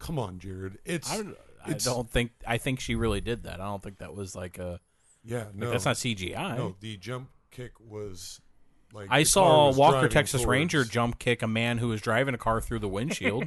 [SPEAKER 2] Come on, Jared. It's
[SPEAKER 1] I, I
[SPEAKER 2] it's-
[SPEAKER 1] don't think. I think she really did that. I don't think that was like a.
[SPEAKER 2] Yeah, no.
[SPEAKER 1] That's not CGI.
[SPEAKER 2] No, the jump kick was like
[SPEAKER 1] Oh. I
[SPEAKER 2] the car
[SPEAKER 1] saw
[SPEAKER 2] was
[SPEAKER 1] Walker
[SPEAKER 2] driving
[SPEAKER 1] Texas
[SPEAKER 2] towards.
[SPEAKER 1] Ranger jump kick a man who was driving a car through the windshield.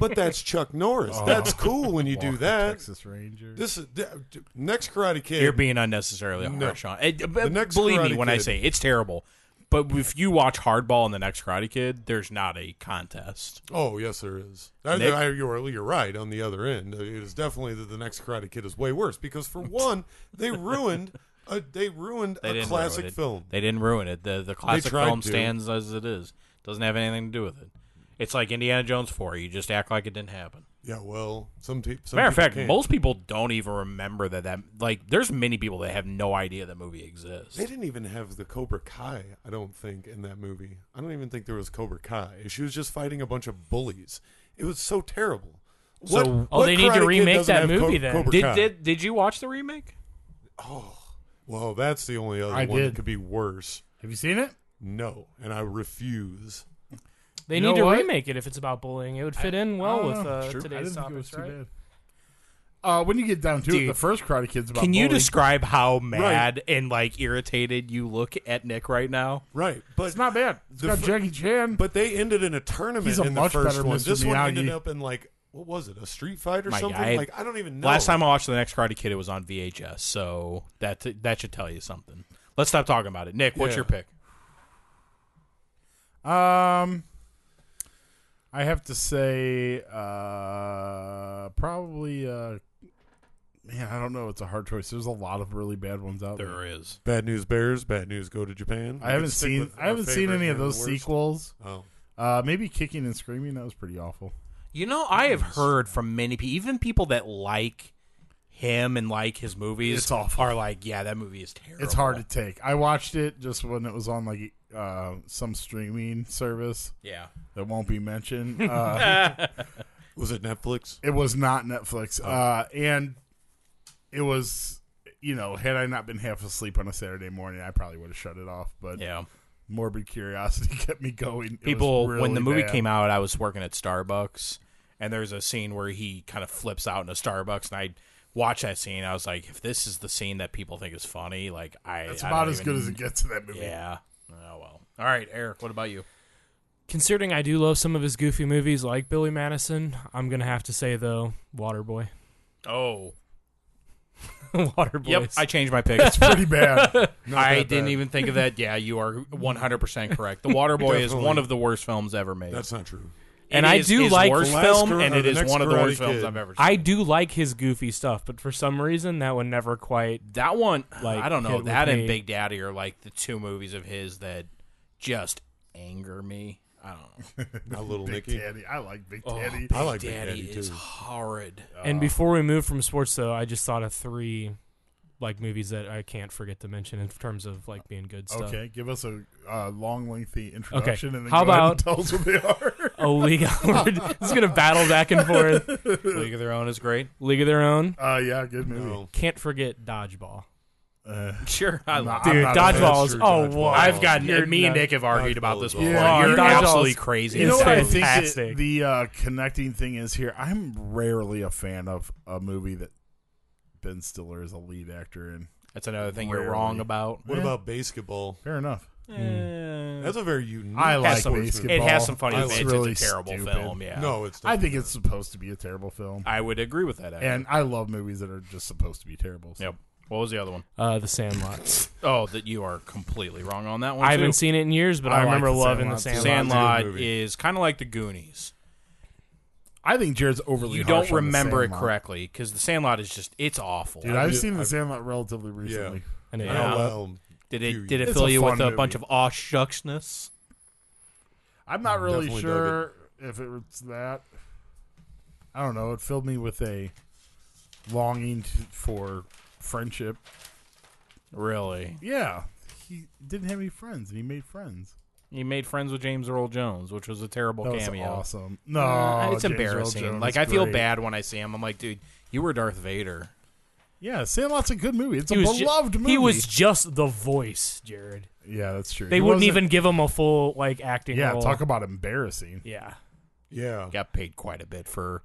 [SPEAKER 2] But that's Chuck Norris.
[SPEAKER 1] Oh.
[SPEAKER 2] That's cool when you do
[SPEAKER 4] Walker,
[SPEAKER 2] that.
[SPEAKER 4] Texas Ranger.
[SPEAKER 2] This is th- th- next Karate Kid.
[SPEAKER 1] You're being unnecessarily harsh on. It, b-
[SPEAKER 2] next
[SPEAKER 1] believe me
[SPEAKER 2] Karate
[SPEAKER 1] when I
[SPEAKER 2] Kid.
[SPEAKER 1] say it's terrible. But if you watch Hardball and the next Karate Kid, there's not a contest.
[SPEAKER 2] oh yes, there is. I,
[SPEAKER 1] Nick-
[SPEAKER 2] I- you're, you're right. On the other end, it is definitely that the next Karate Kid is way worse because for one, they ruined a they ruined
[SPEAKER 1] They
[SPEAKER 2] a
[SPEAKER 1] didn't
[SPEAKER 2] classic
[SPEAKER 1] ruin it.
[SPEAKER 2] film.
[SPEAKER 1] They didn't ruin it. The the classic
[SPEAKER 2] tried
[SPEAKER 1] film
[SPEAKER 2] to.
[SPEAKER 1] stands as it is. Doesn't have anything to do with it. It's like Indiana Jones four. You just act like it didn't happen.
[SPEAKER 2] yeah, well, some, pe- some
[SPEAKER 1] Matter of
[SPEAKER 2] people
[SPEAKER 1] fact,
[SPEAKER 2] can't.
[SPEAKER 1] most people don't even remember that that like there's many people that have no idea that movie exists.
[SPEAKER 2] They didn't even have the Cobra Kai, I don't think, in that movie. I don't even think there was Cobra Kai. She was just fighting a bunch of bullies. It was so terrible. What,
[SPEAKER 1] So-
[SPEAKER 3] Oh, they need to
[SPEAKER 2] Karate Kid
[SPEAKER 3] remake
[SPEAKER 2] doesn't
[SPEAKER 3] that
[SPEAKER 2] have
[SPEAKER 3] movie then.
[SPEAKER 2] Cobra Kai?
[SPEAKER 1] Did, did did you watch the remake?
[SPEAKER 2] Well, that's the only other
[SPEAKER 4] I
[SPEAKER 2] one that
[SPEAKER 4] did.
[SPEAKER 2] could be worse.
[SPEAKER 4] Have you seen it?
[SPEAKER 2] No, and I refuse.
[SPEAKER 3] They
[SPEAKER 4] You
[SPEAKER 3] need
[SPEAKER 4] know
[SPEAKER 3] to
[SPEAKER 4] what?
[SPEAKER 3] remake it if it's about bullying. It would fit in
[SPEAKER 1] Oh,
[SPEAKER 3] well with uh, today's
[SPEAKER 4] I didn't think it was
[SPEAKER 3] topics,
[SPEAKER 4] too
[SPEAKER 3] right?
[SPEAKER 4] bad. Uh, when you get down to it,
[SPEAKER 1] Dude,
[SPEAKER 4] the first Karate Kid's about
[SPEAKER 1] Can you
[SPEAKER 4] bullying.
[SPEAKER 1] describe how mad and like irritated you look at Nick right now?
[SPEAKER 2] Right, but
[SPEAKER 4] It's not bad. It's
[SPEAKER 2] The
[SPEAKER 4] got
[SPEAKER 2] fir-
[SPEAKER 4] Jackie Chan.
[SPEAKER 2] but they ended in a tournament
[SPEAKER 4] He's a
[SPEAKER 2] in the
[SPEAKER 4] much
[SPEAKER 2] first
[SPEAKER 4] better
[SPEAKER 2] one.
[SPEAKER 4] Mr.
[SPEAKER 2] This one ended
[SPEAKER 4] Miyagi.
[SPEAKER 2] up in like what was it? A street fight or
[SPEAKER 1] My
[SPEAKER 2] something?
[SPEAKER 1] guy.
[SPEAKER 2] like I don't even know.
[SPEAKER 1] Last time I watched the next Karate Kid, it was on VHS, so that that should tell you something. Let's stop talking about it. Nick, what's
[SPEAKER 2] Yeah.
[SPEAKER 1] your pick?
[SPEAKER 4] Um, I have to say, uh, probably, uh, man, I don't know. It's a hard choice. There's a lot of really bad ones out there.
[SPEAKER 1] There is.
[SPEAKER 2] Bad news bears. Bad news go to Japan.
[SPEAKER 4] I haven't seen, I haven't seen any of those
[SPEAKER 2] sequels.
[SPEAKER 4] sequels.
[SPEAKER 2] Oh,
[SPEAKER 4] Uh, maybe Kicking and Screaming. That was pretty awful.
[SPEAKER 1] You know, I have heard from many people, even people that like him and like his movies,
[SPEAKER 4] It's awful.
[SPEAKER 1] are like, yeah, that movie is terrible.
[SPEAKER 4] It's hard to take. I watched it just when it was on like uh some streaming service
[SPEAKER 1] Yeah.
[SPEAKER 4] that won't be mentioned. Uh,
[SPEAKER 2] was it Netflix?
[SPEAKER 4] It was not Netflix.
[SPEAKER 1] Oh.
[SPEAKER 4] Uh, and it was, you know, had I not been half asleep on a Saturday morning, I probably would have shut it off. But
[SPEAKER 1] Yeah.
[SPEAKER 4] morbid curiosity kept me going. It was
[SPEAKER 1] people when
[SPEAKER 4] really
[SPEAKER 1] the movie
[SPEAKER 4] bad.
[SPEAKER 1] came out i was working at starbucks and there's a scene where he kind of flips out in a starbucks and i watched that scene i was like if this is the scene that people think is funny like i
[SPEAKER 4] That's
[SPEAKER 1] I
[SPEAKER 4] about
[SPEAKER 1] don't
[SPEAKER 4] as good
[SPEAKER 1] even-
[SPEAKER 4] as it gets in that movie.
[SPEAKER 1] yeah oh well all right eric what about you
[SPEAKER 3] Considering I do love some of his goofy movies like Billy Madison, I'm gonna have to say though, Waterboy.
[SPEAKER 1] oh
[SPEAKER 3] Waterboy.
[SPEAKER 1] yep i changed my pick
[SPEAKER 4] Pretty bad.
[SPEAKER 1] i didn't even think of that yeah you are 100% correct the waterboy is
[SPEAKER 2] Definitely.
[SPEAKER 1] one of the worst films ever made
[SPEAKER 2] That's not true.
[SPEAKER 1] It
[SPEAKER 3] and I
[SPEAKER 1] is
[SPEAKER 3] do
[SPEAKER 1] his
[SPEAKER 3] like-
[SPEAKER 1] worst
[SPEAKER 2] Last
[SPEAKER 1] film
[SPEAKER 2] Kara-
[SPEAKER 1] and
[SPEAKER 2] or
[SPEAKER 1] it
[SPEAKER 2] the
[SPEAKER 1] is
[SPEAKER 2] next
[SPEAKER 1] one of the
[SPEAKER 2] Karate
[SPEAKER 1] worst films
[SPEAKER 2] Kid.
[SPEAKER 1] i've ever seen
[SPEAKER 3] I do like his goofy stuff, but for some reason that one never quite.
[SPEAKER 1] That one,
[SPEAKER 3] Like,
[SPEAKER 1] I don't
[SPEAKER 3] Hit
[SPEAKER 1] know.
[SPEAKER 3] With
[SPEAKER 1] That and
[SPEAKER 3] Me.
[SPEAKER 1] Big Daddy are like the two movies of his that just anger me. I don't know.
[SPEAKER 2] Not little
[SPEAKER 4] Big
[SPEAKER 2] Nicky.
[SPEAKER 4] Daddy. I like Big
[SPEAKER 1] Oh,
[SPEAKER 4] Daddy.
[SPEAKER 2] I like Big
[SPEAKER 1] Daddy,
[SPEAKER 2] Daddy
[SPEAKER 1] is
[SPEAKER 2] too.
[SPEAKER 1] horrid.
[SPEAKER 4] Uh.
[SPEAKER 3] and before we move from sports, though, I just thought of three like movies that I can't forget to mention in terms of like being good stuff.
[SPEAKER 4] Okay, give us a uh, long, lengthy introduction, and then
[SPEAKER 3] How
[SPEAKER 4] go ahead and
[SPEAKER 3] about-
[SPEAKER 4] tell us what they are?
[SPEAKER 3] Oh, League. It's gonna battle back and forth.
[SPEAKER 1] League of Their Own is great.
[SPEAKER 3] League of Their Own.
[SPEAKER 4] Uh, yeah, good movie.
[SPEAKER 2] No.
[SPEAKER 3] Can't forget Dodgeball.
[SPEAKER 4] Uh,
[SPEAKER 1] Sure, I
[SPEAKER 4] not-
[SPEAKER 1] love
[SPEAKER 4] I'm
[SPEAKER 3] Dude,
[SPEAKER 4] not a fan.
[SPEAKER 3] Dodgeball is
[SPEAKER 2] That's true,
[SPEAKER 3] oh
[SPEAKER 2] Dodgeball.
[SPEAKER 3] wow.
[SPEAKER 1] I've gotten
[SPEAKER 3] You're
[SPEAKER 1] me and
[SPEAKER 3] nuts.
[SPEAKER 1] Nick have argued about this
[SPEAKER 2] Yeah.
[SPEAKER 1] before.
[SPEAKER 4] Yeah.
[SPEAKER 1] You're
[SPEAKER 3] Dodgeball's-
[SPEAKER 1] absolutely crazy.
[SPEAKER 4] You know
[SPEAKER 1] It's
[SPEAKER 4] what I think
[SPEAKER 1] fantastic.
[SPEAKER 4] that the uh, connecting thing is here. I'm rarely a fan of a movie that Ben Stiller is a lead actor in.
[SPEAKER 1] That's another thing you're
[SPEAKER 4] Rarely.
[SPEAKER 1] wrong about.
[SPEAKER 2] What
[SPEAKER 4] Yeah.
[SPEAKER 2] about basketball?
[SPEAKER 4] Fair enough.
[SPEAKER 2] That's a very unique.
[SPEAKER 4] I
[SPEAKER 1] It
[SPEAKER 4] like
[SPEAKER 1] has some-
[SPEAKER 4] basketball.
[SPEAKER 1] Hmm. It has some funny.
[SPEAKER 4] I
[SPEAKER 1] bits.
[SPEAKER 4] like-
[SPEAKER 1] It's,
[SPEAKER 4] really
[SPEAKER 1] it's a terrible
[SPEAKER 4] stupid.
[SPEAKER 1] film. Yeah,
[SPEAKER 2] No, it's.
[SPEAKER 4] I
[SPEAKER 2] not.
[SPEAKER 4] think it's supposed to be a terrible film,
[SPEAKER 1] I would agree with that. Actually.
[SPEAKER 4] and I love movies that are just supposed to be terrible. so-
[SPEAKER 1] yep. What was the other one?
[SPEAKER 3] Uh, the Sandlot.
[SPEAKER 1] Oh, that you are completely wrong on that one.
[SPEAKER 3] I
[SPEAKER 1] too.
[SPEAKER 3] haven't seen it in years, but
[SPEAKER 4] I
[SPEAKER 3] I,
[SPEAKER 4] like
[SPEAKER 3] remember
[SPEAKER 4] The
[SPEAKER 3] loving the
[SPEAKER 4] Sandlot,
[SPEAKER 3] Sandlot.
[SPEAKER 4] too.
[SPEAKER 1] Sandlot
[SPEAKER 2] Sandlot's a good movie.
[SPEAKER 1] is kind of like the Goonies.
[SPEAKER 4] I think Jared's overly.
[SPEAKER 1] you
[SPEAKER 4] harsh
[SPEAKER 1] don't
[SPEAKER 4] on The
[SPEAKER 1] remember it
[SPEAKER 4] Sandlot.
[SPEAKER 1] correctly because the Sandlot is just it's awful.
[SPEAKER 4] dude. I've
[SPEAKER 2] ju-
[SPEAKER 4] seen The
[SPEAKER 2] I've-
[SPEAKER 4] Sandlot relatively recently.
[SPEAKER 3] And it-
[SPEAKER 1] Yeah.
[SPEAKER 2] Oh, well,
[SPEAKER 1] did
[SPEAKER 2] Dude,
[SPEAKER 1] it did it
[SPEAKER 4] it's
[SPEAKER 1] fill
[SPEAKER 4] a
[SPEAKER 1] you
[SPEAKER 4] fun
[SPEAKER 1] with a
[SPEAKER 4] movie.
[SPEAKER 1] bunch of aw shucksness?
[SPEAKER 4] I'm not really
[SPEAKER 2] Definitely dug
[SPEAKER 4] sure if it was that. I don't know. It filled me with a longing to, for friendship
[SPEAKER 1] Really,
[SPEAKER 4] Yeah. He didn't have any friends and he made friends.
[SPEAKER 1] you made friends with James Earl Jones, which was a terrible
[SPEAKER 4] That was
[SPEAKER 1] cameo.
[SPEAKER 4] awesome. No,
[SPEAKER 1] Uh, it's
[SPEAKER 4] James Earl
[SPEAKER 1] embarrassing.
[SPEAKER 4] Jones
[SPEAKER 1] Like
[SPEAKER 4] is
[SPEAKER 1] I feel
[SPEAKER 4] great.
[SPEAKER 1] bad when I see him. I'm like, dude, you were Darth Vader.
[SPEAKER 4] Yeah, Sandlot's a good movie. It's
[SPEAKER 3] He
[SPEAKER 4] a
[SPEAKER 3] was ju-
[SPEAKER 4] beloved movie.
[SPEAKER 3] He was just the voice, Jared.
[SPEAKER 4] Yeah, that's true.
[SPEAKER 3] They
[SPEAKER 4] He
[SPEAKER 3] wouldn't
[SPEAKER 4] wasn't-
[SPEAKER 3] even give him a full like acting
[SPEAKER 4] Yeah,
[SPEAKER 3] role.
[SPEAKER 4] talk about embarrassing.
[SPEAKER 3] yeah.
[SPEAKER 2] yeah.
[SPEAKER 1] Got paid quite a bit for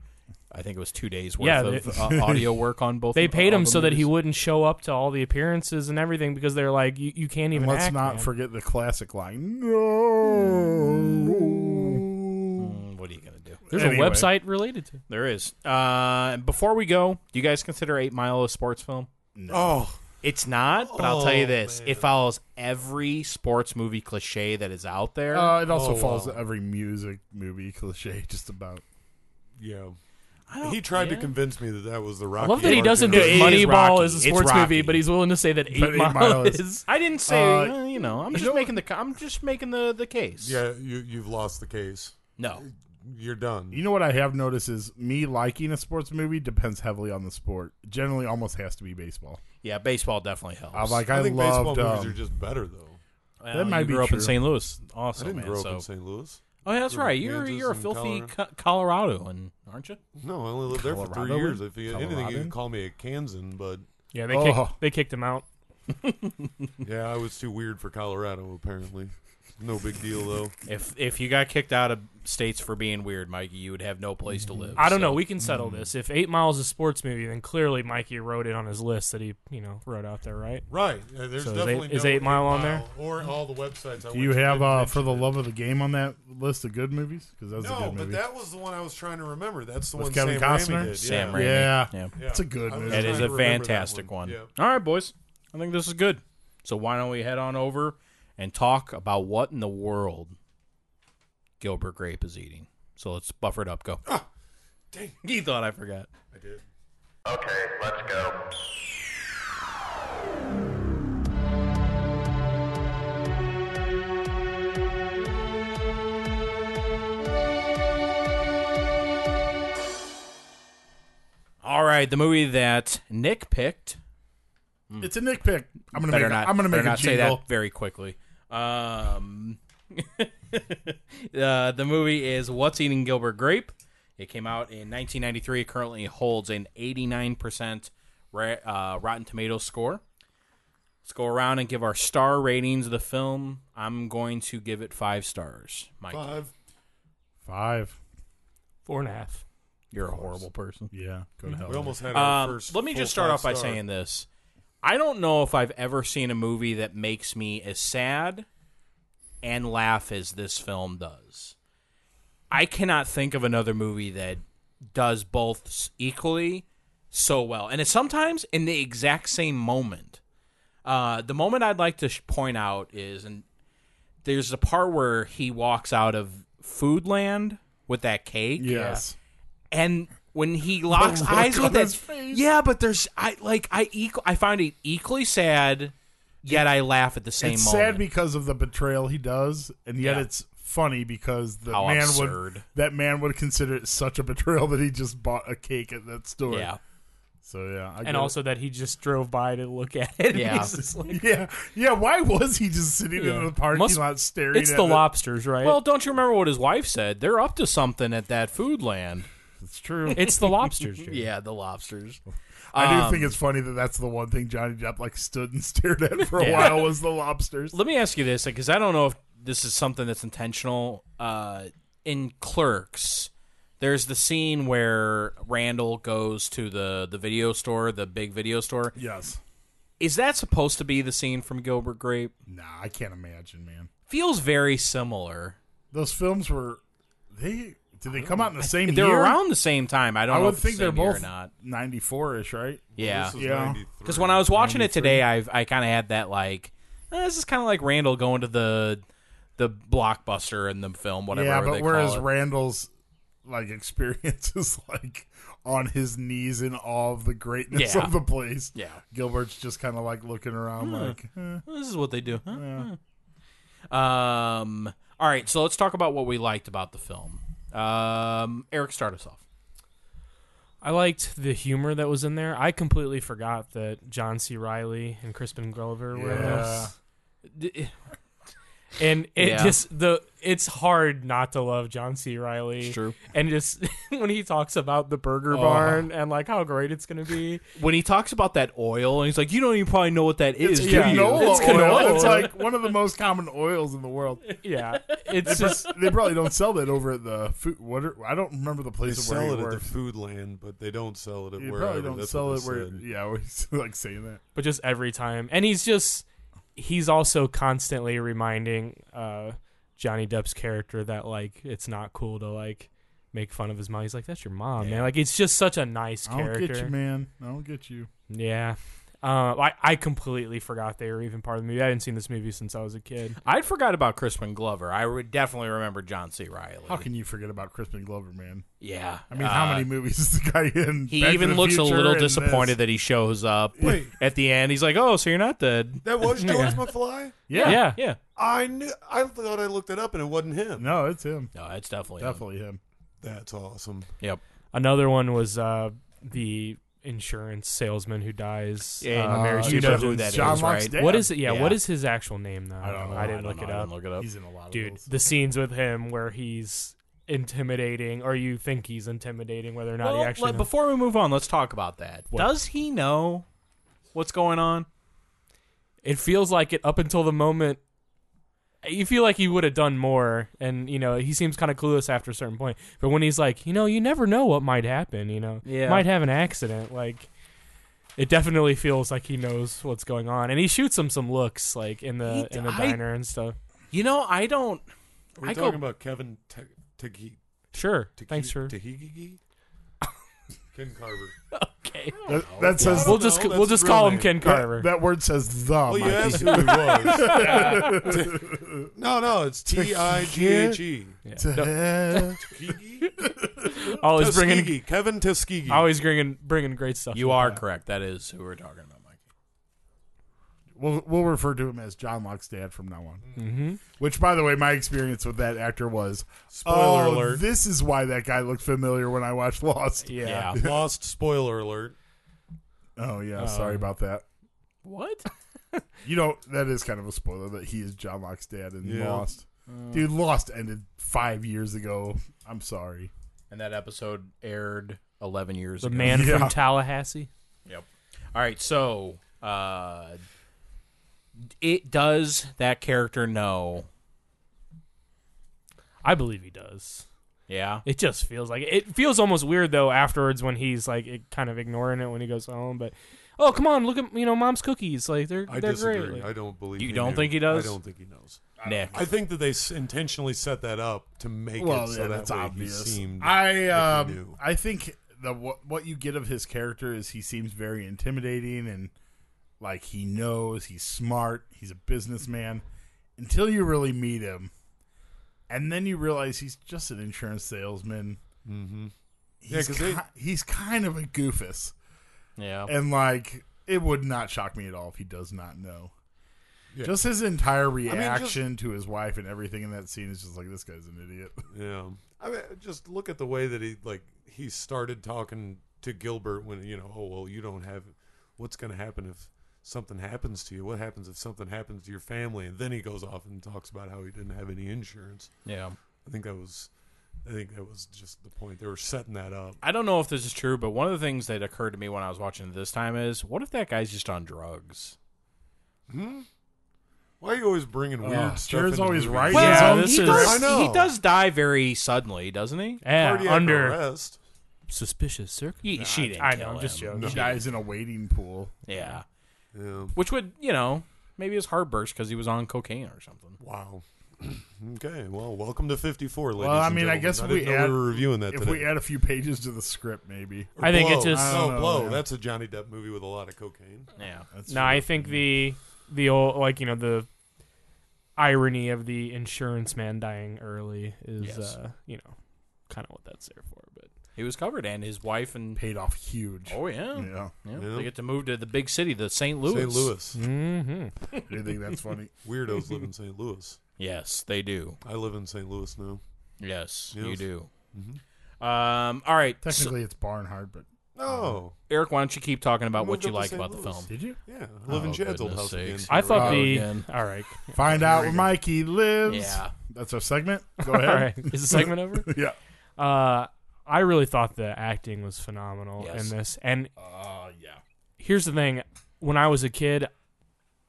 [SPEAKER 1] I think it was two days worth
[SPEAKER 3] Yeah,
[SPEAKER 1] of
[SPEAKER 3] they-
[SPEAKER 1] uh, audio work on both.
[SPEAKER 3] They
[SPEAKER 1] of-
[SPEAKER 3] paid
[SPEAKER 1] all
[SPEAKER 3] him
[SPEAKER 1] the
[SPEAKER 3] so that he
[SPEAKER 1] movies.
[SPEAKER 3] wouldn't show up to all the appearances and everything because they're like, you, you can't even.
[SPEAKER 4] And let's
[SPEAKER 3] act,
[SPEAKER 4] not
[SPEAKER 3] man."
[SPEAKER 4] forget the classic line. No.
[SPEAKER 1] Mm, What are you gonna do?
[SPEAKER 3] There's
[SPEAKER 4] Anyway.
[SPEAKER 3] a website related to.
[SPEAKER 1] There is. Uh, before we go, do you guys consider Eight Mile a sports film?
[SPEAKER 2] Oh,
[SPEAKER 1] It's not, but I'll tell you
[SPEAKER 2] Oh,
[SPEAKER 1] this:
[SPEAKER 2] man.
[SPEAKER 1] it follows every sports movie cliche that is out there.
[SPEAKER 4] Uh, it also
[SPEAKER 2] Oh,
[SPEAKER 4] follows
[SPEAKER 2] wow.
[SPEAKER 4] every music movie cliche, just about.
[SPEAKER 2] yeah.
[SPEAKER 1] I don't-
[SPEAKER 2] He tried to
[SPEAKER 1] yeah.
[SPEAKER 2] convince me that that was the rock.
[SPEAKER 3] I love that he doesn't do
[SPEAKER 1] It is
[SPEAKER 3] Moneyball
[SPEAKER 1] Rocky.
[SPEAKER 3] as a
[SPEAKER 1] It's
[SPEAKER 3] sports movie,
[SPEAKER 1] Rocky.
[SPEAKER 3] but he's willing to say that Eight,
[SPEAKER 4] But Eight
[SPEAKER 3] Mile,
[SPEAKER 4] Mile
[SPEAKER 3] is.
[SPEAKER 4] is-
[SPEAKER 1] I didn't say.
[SPEAKER 4] Uh,
[SPEAKER 1] uh, you know, I'm just making the. co- I'm just making the the case.
[SPEAKER 2] Yeah, you you've lost the case.
[SPEAKER 1] No.
[SPEAKER 2] You're done.
[SPEAKER 4] You know what I have noticed is me liking a sports movie depends heavily on the sport. Generally, almost has to be baseball.
[SPEAKER 1] Yeah, baseball definitely helps.
[SPEAKER 4] I like. I,
[SPEAKER 2] I think
[SPEAKER 4] loved.
[SPEAKER 2] baseball movies
[SPEAKER 4] um,
[SPEAKER 2] are just better though.
[SPEAKER 1] Well,
[SPEAKER 4] That might
[SPEAKER 1] you
[SPEAKER 4] be
[SPEAKER 1] grew up in
[SPEAKER 4] true.
[SPEAKER 1] St. Louis, also.
[SPEAKER 2] I didn't
[SPEAKER 1] Oh, man,
[SPEAKER 2] grow up
[SPEAKER 1] so-
[SPEAKER 2] in St. Louis.
[SPEAKER 1] Oh, yeah, that's
[SPEAKER 2] Grew up
[SPEAKER 1] right.
[SPEAKER 2] in
[SPEAKER 1] You're
[SPEAKER 2] Kansas
[SPEAKER 1] you're a
[SPEAKER 2] and
[SPEAKER 1] filthy
[SPEAKER 2] Colorado.
[SPEAKER 1] Co- Colorado, and aren't you?
[SPEAKER 2] No, I only lived there for three
[SPEAKER 4] Colorado?
[SPEAKER 2] years. If you, anything, you
[SPEAKER 4] Colorado?
[SPEAKER 2] can call me a Kansan, but
[SPEAKER 3] Yeah, they
[SPEAKER 4] Oh.
[SPEAKER 3] kicked, they kicked him out.
[SPEAKER 2] yeah, I was too weird for Colorado. Apparently, no big deal though.
[SPEAKER 1] If if you got kicked out of states for being weird, Mikey, you would have no place
[SPEAKER 2] Mm-hmm.
[SPEAKER 1] to live.
[SPEAKER 3] I don't
[SPEAKER 1] so-
[SPEAKER 3] know. We can settle this. If Eight Mile is a sports movie, then clearly Mikey wrote it on his list that he you know wrote out there, right?
[SPEAKER 2] Right? Yeah, there's
[SPEAKER 3] So is
[SPEAKER 2] definitely
[SPEAKER 3] eight- is
[SPEAKER 2] no
[SPEAKER 3] Eight Mile on there?
[SPEAKER 2] or all the websites. I
[SPEAKER 4] do you have uh, for the love of the game on that list of good movies? Because that was a
[SPEAKER 2] No,
[SPEAKER 4] good
[SPEAKER 2] but
[SPEAKER 4] movie.
[SPEAKER 2] that was the one I was trying to remember. That's the
[SPEAKER 4] With
[SPEAKER 2] one
[SPEAKER 4] Kevin
[SPEAKER 2] Sam Raimi
[SPEAKER 4] Costner?
[SPEAKER 2] did,
[SPEAKER 1] Sam
[SPEAKER 2] yeah.
[SPEAKER 1] Raimi.
[SPEAKER 4] Yeah.
[SPEAKER 1] Yeah.
[SPEAKER 2] Yeah.
[SPEAKER 4] It's a good
[SPEAKER 2] I was
[SPEAKER 4] movie.
[SPEAKER 1] It
[SPEAKER 2] trying
[SPEAKER 1] is
[SPEAKER 2] to
[SPEAKER 1] a
[SPEAKER 2] remember that
[SPEAKER 1] fantastic one.
[SPEAKER 2] Yeah.
[SPEAKER 1] All right, boys. I think this is good. So why don't we head on over and talk about what in the world Gilbert Grape is eating? So let's buffer it up. Go.
[SPEAKER 2] Ah, dang.
[SPEAKER 1] He thought I forgot.
[SPEAKER 2] I did.
[SPEAKER 5] Okay, let's go.
[SPEAKER 1] All right, the movie that Nick picked.
[SPEAKER 4] It's a Nick pick. I'm gonna
[SPEAKER 1] better
[SPEAKER 4] make.
[SPEAKER 1] not.
[SPEAKER 4] I'm gonna
[SPEAKER 1] better
[SPEAKER 4] make a
[SPEAKER 1] not say
[SPEAKER 4] jingle.
[SPEAKER 1] that very quickly. Um, uh, the movie is "What's Eating Gilbert Grape." It came out in 1993. It currently holds an 89 percent ra- uh, Rotten Tomato score. Let's go around and give our star ratings of the film. I'm going to give it five stars. Mike,
[SPEAKER 2] Five.
[SPEAKER 4] Five.
[SPEAKER 3] Four and a half.
[SPEAKER 1] you're a horrible person.
[SPEAKER 4] Yeah. Go to hell.
[SPEAKER 2] We almost had our
[SPEAKER 1] Um,
[SPEAKER 2] first.
[SPEAKER 1] let me
[SPEAKER 2] full
[SPEAKER 1] just start
[SPEAKER 2] five
[SPEAKER 1] off by
[SPEAKER 2] star.
[SPEAKER 1] saying this. I don't know if I've ever seen a movie that makes me as sad and laugh as this film does. I cannot think of another movie that does both s- equally so well. And it's sometimes in the exact same moment. Uh, the moment I'd like to sh- point out is, and there's the part where he walks out of Foodland with that cake.
[SPEAKER 4] Yes.
[SPEAKER 1] And when he locks
[SPEAKER 4] look
[SPEAKER 1] eyes
[SPEAKER 4] on
[SPEAKER 1] with that,
[SPEAKER 4] his face.
[SPEAKER 1] yeah, but there's I like I equal I find it equally sad, yet I laugh at the same
[SPEAKER 4] it's
[SPEAKER 1] moment.
[SPEAKER 4] sad because of the betrayal he does, and yet
[SPEAKER 1] Yeah.
[SPEAKER 4] it's funny because the
[SPEAKER 1] How
[SPEAKER 4] man
[SPEAKER 1] absurd.
[SPEAKER 4] would that man would consider it such a betrayal that he just bought a cake at that store.
[SPEAKER 1] yeah,
[SPEAKER 4] So yeah, I get
[SPEAKER 3] And also that he just drove by to look at it.
[SPEAKER 1] Yeah.
[SPEAKER 3] He's just like-
[SPEAKER 4] it. yeah, yeah. Why was he just sitting
[SPEAKER 3] Yeah.
[SPEAKER 4] in the parking
[SPEAKER 3] Must-
[SPEAKER 4] lot staring?
[SPEAKER 3] it's
[SPEAKER 4] at
[SPEAKER 3] the
[SPEAKER 4] it?
[SPEAKER 3] lobsters, right?
[SPEAKER 1] Well, don't you remember what his wife said? They're up to something at that food land.
[SPEAKER 4] It's true.
[SPEAKER 3] it's the lobsters, dude.
[SPEAKER 1] Yeah, the lobsters.
[SPEAKER 4] I do
[SPEAKER 1] Um,
[SPEAKER 4] think it's funny that that's the one thing Johnny Depp like stood and stared at for a
[SPEAKER 1] Yeah.
[SPEAKER 4] while was the lobsters.
[SPEAKER 1] Let me ask you this, because I don't know if this is something that's intentional. Uh, in Clerks, there's the scene where Randall goes to the the video store, the big video store.
[SPEAKER 4] Yes.
[SPEAKER 1] Is that supposed to be the scene from Gilbert Grape?
[SPEAKER 4] Nah, I can't imagine, man.
[SPEAKER 1] feels very similar.
[SPEAKER 4] Those films were they did they come out in the same
[SPEAKER 1] They're
[SPEAKER 4] year?
[SPEAKER 1] around the same time. I don't
[SPEAKER 4] I
[SPEAKER 1] know
[SPEAKER 4] would
[SPEAKER 1] if
[SPEAKER 4] think
[SPEAKER 1] it's the
[SPEAKER 4] they're
[SPEAKER 1] same year
[SPEAKER 4] both
[SPEAKER 1] or not.
[SPEAKER 4] 94 ish, right?
[SPEAKER 1] Yeah,
[SPEAKER 2] This was
[SPEAKER 4] Yeah.
[SPEAKER 2] 93.
[SPEAKER 1] because when I was watching it today, I've I kind of had that like eh, this is kind of like Randall going to the the blockbuster in the film, whatever.
[SPEAKER 4] yeah, but
[SPEAKER 1] they
[SPEAKER 4] whereas
[SPEAKER 1] call it.
[SPEAKER 4] Randall's like experience is like on his knees in awe of the greatness
[SPEAKER 1] Yeah. Hmm.
[SPEAKER 4] of the place.
[SPEAKER 1] Yeah.
[SPEAKER 4] Gilbert's just kind of like looking around, like eh.
[SPEAKER 1] this is what they do. huh? Huh. Um. All right, so let's talk about what we liked about the film. Um, Eric, start us off.
[SPEAKER 3] I liked the humor that was in there. I completely forgot that John C. Riley and Crispin Glover were in
[SPEAKER 4] Yeah.
[SPEAKER 3] this. eh. And it
[SPEAKER 1] Yeah.
[SPEAKER 3] just the it's hard not to love John C. Riley.
[SPEAKER 1] It's true.
[SPEAKER 3] And just when he talks about the burger barn and like how great it's gonna be.
[SPEAKER 1] When he talks about that oil, and he's like, "You don't even probably know what that is, do
[SPEAKER 3] yeah.
[SPEAKER 1] you?"
[SPEAKER 4] Canola
[SPEAKER 3] It's
[SPEAKER 4] oil.
[SPEAKER 3] canola.
[SPEAKER 4] It's like one of the most common oils in the world.
[SPEAKER 3] Yeah. It's just
[SPEAKER 4] They probably don't sell that over at the food. What are, I don't remember the
[SPEAKER 2] They
[SPEAKER 4] place of where
[SPEAKER 2] sell
[SPEAKER 4] he
[SPEAKER 2] it at the
[SPEAKER 4] works.
[SPEAKER 2] food land, but they don't sell it at
[SPEAKER 4] You
[SPEAKER 2] wherever.
[SPEAKER 4] probably don't
[SPEAKER 2] That's
[SPEAKER 4] sell
[SPEAKER 2] what
[SPEAKER 4] it
[SPEAKER 2] they
[SPEAKER 4] where.
[SPEAKER 2] said.
[SPEAKER 4] Yeah, we like saying that.
[SPEAKER 3] but just every time. And he's just he's also constantly reminding uh Johnny Depp's character that like it's not cool to like make fun of his mom. He's like, That's your mom, man. Like it's just such a nice
[SPEAKER 4] I don't
[SPEAKER 3] character.
[SPEAKER 4] get you, man. I don't get you.
[SPEAKER 3] Yeah. Uh, I, I completely forgot they were even part of the movie. I hadn't seen this movie since I was a kid.
[SPEAKER 1] I'd forgot about Crispin Glover. I would definitely remember John C. Riley.
[SPEAKER 4] How can you forget about Crispin Glover, man?
[SPEAKER 1] Yeah,
[SPEAKER 4] I mean, how
[SPEAKER 1] Uh,
[SPEAKER 4] many movies is the guy in?
[SPEAKER 1] He
[SPEAKER 4] Back to
[SPEAKER 1] even
[SPEAKER 4] the
[SPEAKER 1] looks a
[SPEAKER 4] Future
[SPEAKER 1] little
[SPEAKER 4] and this?
[SPEAKER 1] disappointed that he shows up
[SPEAKER 2] Wait.
[SPEAKER 1] at the end. He's like, "Oh, so you're not dead?"
[SPEAKER 2] That was George McFly.
[SPEAKER 4] Yeah.
[SPEAKER 3] yeah, yeah.
[SPEAKER 2] I knew. I thought I looked it up, and it wasn't him.
[SPEAKER 4] No, it's him.
[SPEAKER 1] No, it's definitely him.
[SPEAKER 4] Definitely him.
[SPEAKER 2] That's awesome.
[SPEAKER 1] Yep.
[SPEAKER 3] Another one was uh, the insurance salesman who dies.
[SPEAKER 1] Yeah,
[SPEAKER 3] uh, Mary
[SPEAKER 1] you
[SPEAKER 3] Sue
[SPEAKER 1] know
[SPEAKER 3] Jones.
[SPEAKER 1] who that is,
[SPEAKER 4] John Locke's
[SPEAKER 1] right?
[SPEAKER 4] dad.
[SPEAKER 3] What is it? Yeah,
[SPEAKER 1] Yeah.
[SPEAKER 3] what is his actual name though? I
[SPEAKER 4] don't know.
[SPEAKER 3] I didn't
[SPEAKER 1] I
[SPEAKER 3] look
[SPEAKER 1] don't
[SPEAKER 3] it
[SPEAKER 1] know. I
[SPEAKER 3] up.
[SPEAKER 1] didn't look it up.
[SPEAKER 4] He's in a lot of
[SPEAKER 3] Dude,
[SPEAKER 4] those.
[SPEAKER 3] the scenes with him where he's intimidating, or you think he's intimidating, whether or not he
[SPEAKER 1] Well,
[SPEAKER 3] actually.
[SPEAKER 1] let- before we move on, let's talk about that. Does he know what's going on?
[SPEAKER 3] it feels like it up until the moment you feel like he would have done more and you know he seems kind of clueless after a certain point but when he's like you know you never know what might happen you know
[SPEAKER 1] Yeah.
[SPEAKER 3] might have an accident like it definitely feels like he knows what's going on and he shoots him some looks like in
[SPEAKER 1] He-
[SPEAKER 3] the in the
[SPEAKER 1] I-
[SPEAKER 3] diner and stuff
[SPEAKER 1] You know, I don't.
[SPEAKER 2] Are we
[SPEAKER 1] I go-
[SPEAKER 2] talking about Kevin Te- Tegi-
[SPEAKER 3] sure
[SPEAKER 2] Tegi-
[SPEAKER 3] thanks for
[SPEAKER 2] Tehigigi? Ken Carver.
[SPEAKER 4] That, that says
[SPEAKER 3] we'll just
[SPEAKER 2] No,
[SPEAKER 3] we'll
[SPEAKER 2] that's
[SPEAKER 3] just
[SPEAKER 2] his real
[SPEAKER 3] call him
[SPEAKER 2] name.
[SPEAKER 3] ken carver
[SPEAKER 4] That, that word says the.
[SPEAKER 2] Well, you
[SPEAKER 4] Mikey.
[SPEAKER 2] asked who he was. Te- no, no, it's T I G H E.
[SPEAKER 4] To hell.
[SPEAKER 3] always bringing
[SPEAKER 2] Tuskegee. Kevin Tuskegee.
[SPEAKER 3] always Oh, bringing bringing great stuff
[SPEAKER 1] You
[SPEAKER 3] like
[SPEAKER 1] are
[SPEAKER 3] that.
[SPEAKER 1] correct. That is who we're talking about, Mike.
[SPEAKER 4] We'll we'll refer to him as John Locke's dad from now on. Mm-hmm. Which, by the way, my experience with that actor was
[SPEAKER 2] Spoiler
[SPEAKER 4] oh,
[SPEAKER 2] alert.
[SPEAKER 4] This is why that guy looked familiar when I watched Lost.
[SPEAKER 3] yeah,
[SPEAKER 2] Lost spoiler alert.
[SPEAKER 4] Oh yeah, sorry about that.
[SPEAKER 3] what
[SPEAKER 4] You know that is kind of a spoiler that he is John Locke's dad in
[SPEAKER 2] Yeah.
[SPEAKER 4] Lost. Dude, Lost ended five years ago. I'm sorry.
[SPEAKER 1] And that episode aired 11 years
[SPEAKER 3] the
[SPEAKER 1] ago.
[SPEAKER 3] man
[SPEAKER 4] Yeah.
[SPEAKER 3] from tallahassee
[SPEAKER 1] Yep. All right, so uh it does that character know?
[SPEAKER 3] i believe he does
[SPEAKER 1] Yeah.
[SPEAKER 3] It just feels like it feels almost weird though afterwards when he's like it, kind of ignoring it when he goes home. But oh come on, look at you know mom's cookies like they're
[SPEAKER 2] I
[SPEAKER 3] they're
[SPEAKER 2] disagree.
[SPEAKER 3] great.
[SPEAKER 2] I don't believe
[SPEAKER 1] You
[SPEAKER 2] he
[SPEAKER 1] don't
[SPEAKER 2] knew.
[SPEAKER 1] think he does?
[SPEAKER 2] I don't think he knows.
[SPEAKER 1] Nick.
[SPEAKER 2] I think that they s- intentionally set that up to make
[SPEAKER 4] Well,
[SPEAKER 2] it so
[SPEAKER 4] yeah,
[SPEAKER 2] that
[SPEAKER 4] that's
[SPEAKER 2] way
[SPEAKER 4] obvious.
[SPEAKER 2] he seemed.
[SPEAKER 4] I
[SPEAKER 2] like he
[SPEAKER 4] um,
[SPEAKER 2] knew.
[SPEAKER 4] I think the what, what you get of his character is he seems very intimidating and like he knows he's smart, he's a businessman until you really meet him. And then you realize he's just an insurance salesman. Mm-hmm.
[SPEAKER 2] Yeah,
[SPEAKER 4] He's,
[SPEAKER 2] 'cause they-
[SPEAKER 4] ki- he's kind of a goofus.
[SPEAKER 1] Yeah.
[SPEAKER 4] And like, it would not shock me at all if he does not know.
[SPEAKER 2] Yeah.
[SPEAKER 4] Just his entire
[SPEAKER 2] just-
[SPEAKER 4] reaction to his wife and everything in that scene is just like this guy's an idiot.
[SPEAKER 2] Yeah, I mean, just look at the way that he like he started talking to Gilbert when you know, oh well, you don't have what's going to happen if something happens to you. What happens if something happens to your family? And then he goes off and talks about how he didn't have any insurance.
[SPEAKER 1] Yeah.
[SPEAKER 2] I think that was, I think that was just the point they were setting that up.
[SPEAKER 1] I don't know if this is true, but one of the things that occurred to me when I was watching it this time is what if that guy's just on drugs?
[SPEAKER 2] Why are you always bringing weird
[SPEAKER 4] Ugh,
[SPEAKER 2] stuff?
[SPEAKER 4] Jared's
[SPEAKER 2] into
[SPEAKER 4] always
[SPEAKER 2] movies?
[SPEAKER 4] right.
[SPEAKER 3] Well, Yeah,
[SPEAKER 1] he
[SPEAKER 3] this is-
[SPEAKER 1] does,
[SPEAKER 2] I know.
[SPEAKER 1] he does die very suddenly, doesn't he?
[SPEAKER 3] yeah,
[SPEAKER 2] Cardiac
[SPEAKER 3] Eh, under
[SPEAKER 2] arrest.
[SPEAKER 3] suspicious circumstances.
[SPEAKER 1] He- she didn't.
[SPEAKER 3] I
[SPEAKER 1] kill
[SPEAKER 3] know, I'm
[SPEAKER 1] him.
[SPEAKER 3] just joking.
[SPEAKER 4] He dies in a wading pool.
[SPEAKER 1] Yeah.
[SPEAKER 2] Yeah.
[SPEAKER 1] Which would, you know, maybe his heart burst because he was on cocaine or something.
[SPEAKER 2] Wow. Okay, well, welcome to 54, ladies
[SPEAKER 4] I
[SPEAKER 2] and
[SPEAKER 4] mean, I
[SPEAKER 2] gentlemen.
[SPEAKER 4] guess if
[SPEAKER 2] didn't
[SPEAKER 4] we
[SPEAKER 2] know
[SPEAKER 4] add-
[SPEAKER 2] we were reviewing that
[SPEAKER 4] If
[SPEAKER 2] today.
[SPEAKER 4] we add a few pages to the script, maybe.
[SPEAKER 2] Or
[SPEAKER 3] I think it
[SPEAKER 2] Blow.
[SPEAKER 3] just-
[SPEAKER 2] oh
[SPEAKER 4] I don't
[SPEAKER 2] blow.
[SPEAKER 4] know.
[SPEAKER 2] That's a Johnny Depp movie with a lot of cocaine.
[SPEAKER 1] Yeah.
[SPEAKER 3] No, I think the the old like you know the irony of the insurance man dying early is
[SPEAKER 1] Yes.
[SPEAKER 3] uh you know kind of what that's there for. But
[SPEAKER 1] He was covered, and his wife and.
[SPEAKER 4] Paid off huge.
[SPEAKER 1] Oh, yeah.
[SPEAKER 4] Yeah.
[SPEAKER 1] Yeah,
[SPEAKER 2] Yeah.
[SPEAKER 1] They get to move to the big city, the St. Louis.
[SPEAKER 2] St. Louis
[SPEAKER 3] mm-hmm.
[SPEAKER 4] Do you think that's funny?
[SPEAKER 2] weirdos live in St. Louis.
[SPEAKER 1] Yes, they do.
[SPEAKER 2] I live in St. Louis now.
[SPEAKER 1] Yes,
[SPEAKER 2] Yes.
[SPEAKER 1] you do.
[SPEAKER 2] Mm-hmm.
[SPEAKER 1] Um, all right, so,
[SPEAKER 4] Technically, it's Barnhart, but
[SPEAKER 2] Oh,
[SPEAKER 1] Eric, why don't you keep talking about
[SPEAKER 2] Moved
[SPEAKER 1] what you
[SPEAKER 2] up to
[SPEAKER 1] like
[SPEAKER 2] St.
[SPEAKER 1] about the
[SPEAKER 2] Louis.
[SPEAKER 1] film?
[SPEAKER 4] did you
[SPEAKER 2] yeah. I live in
[SPEAKER 1] Oh,
[SPEAKER 2] Chad's old
[SPEAKER 1] goodness
[SPEAKER 2] house again.
[SPEAKER 1] sakes.
[SPEAKER 3] I
[SPEAKER 1] Oh,
[SPEAKER 3] thought the
[SPEAKER 1] again.
[SPEAKER 3] all right
[SPEAKER 4] find out where Mikey lives?
[SPEAKER 1] Yeah,
[SPEAKER 4] That's our segment. Go ahead.
[SPEAKER 3] All right, is the segment over?
[SPEAKER 4] Yeah.
[SPEAKER 3] Uh, I really thought the acting was phenomenal
[SPEAKER 1] Yes.
[SPEAKER 3] in this, and
[SPEAKER 4] Uh, yeah.
[SPEAKER 3] here's the thing when i was a kid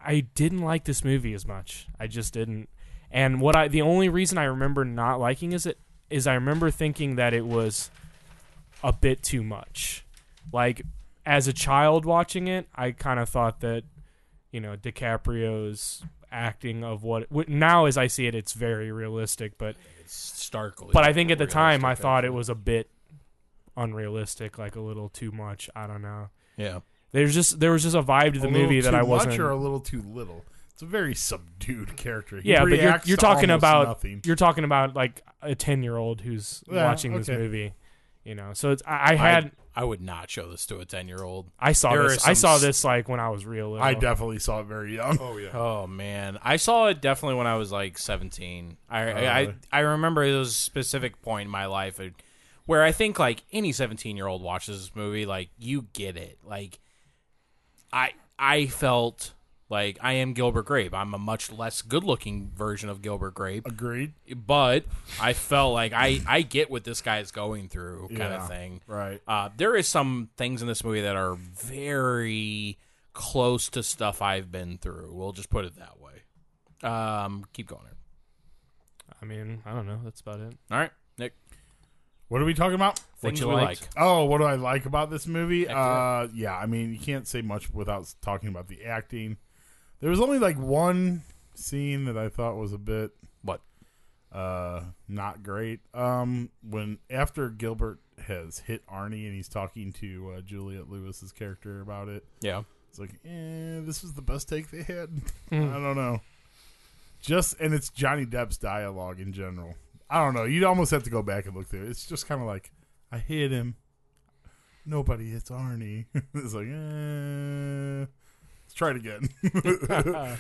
[SPEAKER 3] i didn't like this movie as much i just didn't and what i the only reason i remember not liking is it is i remember thinking that it was a bit too much like as a child watching it i kind of thought that you know DiCaprio's acting of what wh- now as I see it it's very realistic but
[SPEAKER 1] Starkly.
[SPEAKER 3] but I think at the time I thought it was a bit unrealistic like a little too much I don't know
[SPEAKER 1] Yeah.
[SPEAKER 3] there's just there was just a vibe to the
[SPEAKER 4] a
[SPEAKER 3] movie
[SPEAKER 4] little
[SPEAKER 3] that
[SPEAKER 4] too
[SPEAKER 3] I
[SPEAKER 4] much
[SPEAKER 3] wasn't.
[SPEAKER 4] or a little too little. It's a very subdued character. He
[SPEAKER 3] yeah, but you're,
[SPEAKER 4] reacts
[SPEAKER 3] you're
[SPEAKER 4] to
[SPEAKER 3] talking
[SPEAKER 4] almost
[SPEAKER 3] about
[SPEAKER 4] nothing.
[SPEAKER 3] you're talking about like a ten year old who's
[SPEAKER 4] Yeah,
[SPEAKER 3] watching this
[SPEAKER 4] okay.
[SPEAKER 3] movie. You know, so it's I, I had
[SPEAKER 1] I would not show this to a ten year old.
[SPEAKER 3] I, saw
[SPEAKER 1] there are
[SPEAKER 3] this I
[SPEAKER 1] some
[SPEAKER 3] saw
[SPEAKER 1] s-
[SPEAKER 3] this like when I was real little.
[SPEAKER 4] I definitely saw it very young.
[SPEAKER 2] Oh yeah.
[SPEAKER 1] Oh man, I saw it definitely when I was like seventeen. I I, I I remember it was a specific point in my life where I think like any seventeen year old watches this movie, like you get it. Like I I felt like I am Gilbert Grape. I'm a much less good looking version of Gilbert Grape,
[SPEAKER 4] Agreed.
[SPEAKER 1] but I felt like I I get what this guy's going through, kind
[SPEAKER 4] Yeah.
[SPEAKER 1] of thing.
[SPEAKER 4] Right.
[SPEAKER 1] Uh, there is some things in this movie that are very close to stuff I've been through. We'll just put it that way. Um, keep going. Aaron.
[SPEAKER 3] I mean, I don't know. That's about it.
[SPEAKER 1] All right, Nick.
[SPEAKER 4] What are we talking about?
[SPEAKER 1] What
[SPEAKER 3] Things
[SPEAKER 1] you
[SPEAKER 3] we
[SPEAKER 1] like?
[SPEAKER 3] liked.
[SPEAKER 4] Oh, what do I like about this movie?
[SPEAKER 1] to
[SPEAKER 4] Uh, yeah, I mean, you can't say much without talking about the acting. There was only like one scene that I thought was a bit
[SPEAKER 1] What?
[SPEAKER 4] uh not great. Um, when after Gilbert has hit Arnie and he's talking to uh, Juliet Lewis's character about it,
[SPEAKER 1] Yeah.
[SPEAKER 4] it's like, eh, this was the best take they had. I don't know. Just and it's Johnny Depp's dialogue in general. I don't know. You'd almost have to go back and look through. it. It's just kind of like I hit him. Nobody hits Arnie. it's like, eh, let's try it again.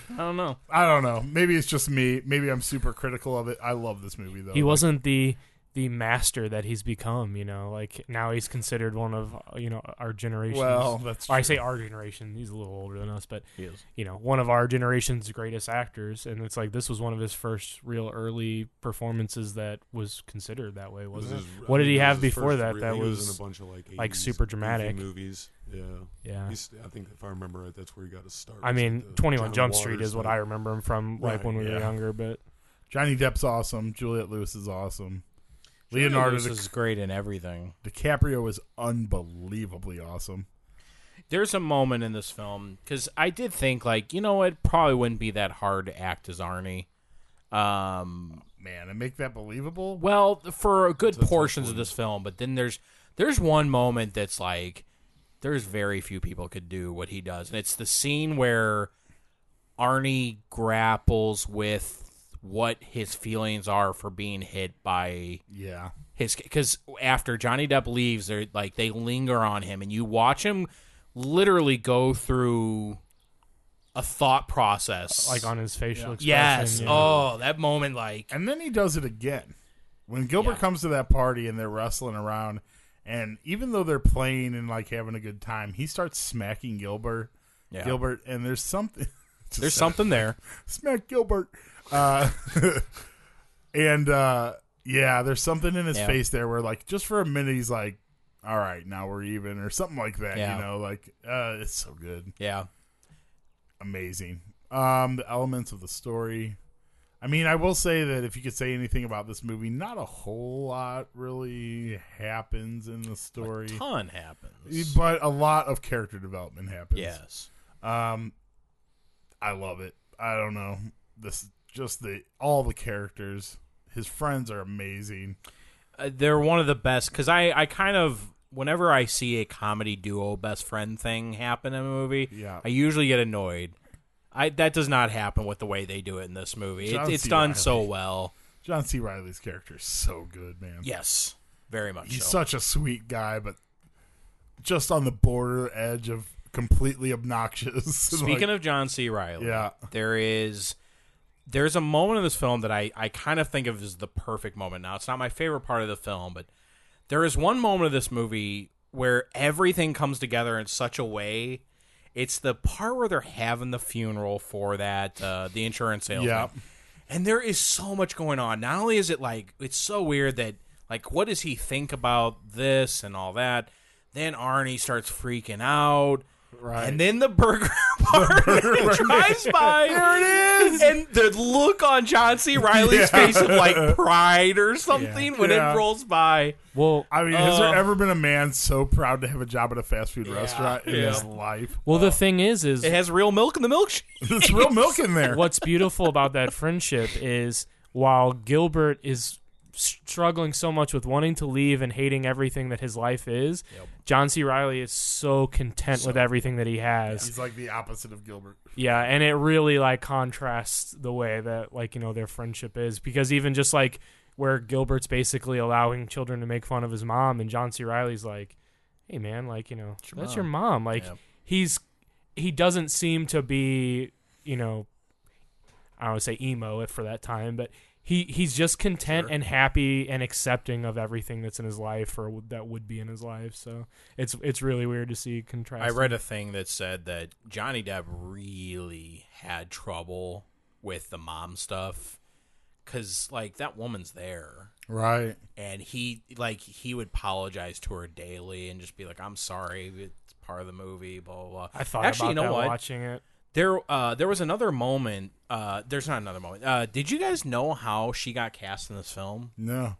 [SPEAKER 1] I don't know.
[SPEAKER 4] I don't know. Maybe it's just me. Maybe I'm super critical of it. I love this movie though.
[SPEAKER 3] He
[SPEAKER 4] Like,
[SPEAKER 3] wasn't the the master that he's become. You know, like now he's considered one of uh, you know our generation's.
[SPEAKER 4] Well, that's
[SPEAKER 3] or I
[SPEAKER 4] true.
[SPEAKER 3] say our generation. He's a little older than us, but
[SPEAKER 1] He is.
[SPEAKER 3] you know one of our generation's greatest actors and it's like this was one of his first real early performances that was considered that way wasn't it
[SPEAKER 2] This is-
[SPEAKER 3] what
[SPEAKER 2] I
[SPEAKER 3] did
[SPEAKER 2] mean,
[SPEAKER 3] he
[SPEAKER 2] this
[SPEAKER 3] have
[SPEAKER 2] is his
[SPEAKER 3] before
[SPEAKER 2] first
[SPEAKER 3] that
[SPEAKER 2] re-
[SPEAKER 3] that
[SPEAKER 2] he was,
[SPEAKER 3] was
[SPEAKER 2] in a bunch of like 80s
[SPEAKER 3] like, super dramatic.
[SPEAKER 2] goofy movies. Yeah.
[SPEAKER 3] yeah
[SPEAKER 2] He's, I think if I remember right, that's where he got his start.
[SPEAKER 3] i
[SPEAKER 2] was
[SPEAKER 3] mean
[SPEAKER 2] the
[SPEAKER 3] 21
[SPEAKER 2] John
[SPEAKER 3] jump
[SPEAKER 2] Waters
[SPEAKER 3] street is what
[SPEAKER 2] thing.
[SPEAKER 3] i remember him from like
[SPEAKER 4] Right,
[SPEAKER 3] when we were
[SPEAKER 4] yeah.
[SPEAKER 3] younger but
[SPEAKER 4] Johnny Depp's awesome. Juliet Lewis is awesome. Leonardo
[SPEAKER 1] Leonardo
[SPEAKER 4] Di-
[SPEAKER 1] is great in everything.
[SPEAKER 4] DiCaprio is unbelievably awesome.
[SPEAKER 1] There's a moment in this film because I did think like you know it probably wouldn't be that hard to act as Arnie. Um,
[SPEAKER 4] Man, and make that believable.
[SPEAKER 1] Well, for good portions of this film, but then there's there's one moment that's like there's very few people could do what he does, and it's the scene where Arnie grapples with what his feelings are for being hit by
[SPEAKER 4] Yeah.
[SPEAKER 1] his because after Johnny Depp leaves, they're like they linger on him, and you watch him literally go through a thought process
[SPEAKER 3] like on his facial expression
[SPEAKER 1] yes
[SPEAKER 3] yeah.
[SPEAKER 1] oh that moment like
[SPEAKER 4] And then he does it again. When Gilbert
[SPEAKER 1] Yeah.
[SPEAKER 4] comes to that party and they're wrestling around, and even though they're playing and like having a good time, he starts smacking Gilbert.
[SPEAKER 1] Yeah.
[SPEAKER 4] Gilbert, and there's something.
[SPEAKER 1] there's something there
[SPEAKER 4] smack Gilbert. Uh, and uh, yeah, there's something in his
[SPEAKER 1] Yeah.
[SPEAKER 4] face there where, like, just for a minute, he's like, "All right, now we're even," or something like that.
[SPEAKER 1] Yeah.
[SPEAKER 4] You know, like uh, it's so good,
[SPEAKER 1] yeah
[SPEAKER 4] amazing. Um, the elements of the story. I mean, I will say that if you could say anything about this movie, not a whole lot really happens in the story,
[SPEAKER 1] ton happens
[SPEAKER 4] but a lot of character development happens.
[SPEAKER 1] Yes.
[SPEAKER 4] Um, I love it. I don't know. This just the all the characters. His friends are amazing.
[SPEAKER 1] Uh, they're one of the best because I, I kind of, whenever I see a comedy duo best friend thing happen in a movie,
[SPEAKER 4] Yeah.
[SPEAKER 1] I usually get annoyed. I That does not happen with the way they do it in this movie. It,
[SPEAKER 4] John
[SPEAKER 1] it's
[SPEAKER 4] C.
[SPEAKER 1] done
[SPEAKER 4] Reilly.
[SPEAKER 1] so well.
[SPEAKER 4] John C. Riley's character is so good, man.
[SPEAKER 1] Yes. Very much
[SPEAKER 4] he's
[SPEAKER 1] so.
[SPEAKER 4] such a sweet guy, but just on the border edge of completely obnoxious.
[SPEAKER 1] Speaking of John C. Riley,
[SPEAKER 4] yeah,
[SPEAKER 1] there is. There's a moment in this film that I, I kind of think of as the perfect moment. Now, it's not my favorite part of the film, but there is one moment of this movie where everything comes together in such a way. It's the part where they're having the funeral for that uh, the insurance salesman.
[SPEAKER 4] Yeah.
[SPEAKER 1] and there is so much going on. Not only is it like it's so weird that like what does he think about this and all that? Then Arnie starts freaking out. Right. And then the burger part drives by. Here it is. And the look on John C. Riley's face of like pride or something when
[SPEAKER 4] Yeah.
[SPEAKER 1] it rolls by.
[SPEAKER 3] Well,
[SPEAKER 4] I mean, has there
[SPEAKER 1] Uh,
[SPEAKER 4] ever been a man so proud to have a job at a fast food restaurant in
[SPEAKER 1] yeah.
[SPEAKER 4] his life?
[SPEAKER 3] well, the thing is, is
[SPEAKER 1] It has real milk in the milkshake.
[SPEAKER 4] There's real milk in there.
[SPEAKER 3] what's beautiful about that friendship is while Gilbert is struggling so much with wanting to leave and hating everything that his life is, John C. Riley is so content with everything that he has.
[SPEAKER 4] He's like the opposite of Gilbert.
[SPEAKER 3] Yeah, and it really like contrasts the way that like you know their friendship is because even just like where Gilbert's basically allowing children to make fun of his mom and John C. Riley's like, "Hey man, like you know that's your mom." Like
[SPEAKER 1] Yeah.
[SPEAKER 3] he's he doesn't seem to be you know I don't want to say emo if for that time, but he he's just content and happy and accepting of everything that's in his life or w- that would be in his life. So it's it's really weird to see contrast.
[SPEAKER 1] I read a thing that said that Johnny Depp really had trouble with the mom stuff because, like, that woman's there,
[SPEAKER 4] Right.
[SPEAKER 1] and he like he would apologize to her daily and just be like, "I'm sorry, it's part of the movie." Blah blah. blah.
[SPEAKER 3] I thought
[SPEAKER 1] actually,
[SPEAKER 3] about
[SPEAKER 1] you know
[SPEAKER 3] that
[SPEAKER 1] what?
[SPEAKER 3] watching it.
[SPEAKER 1] There, uh, there was another moment. Uh, there's not another moment. Uh, did you guys know how she got cast in this film?
[SPEAKER 4] No.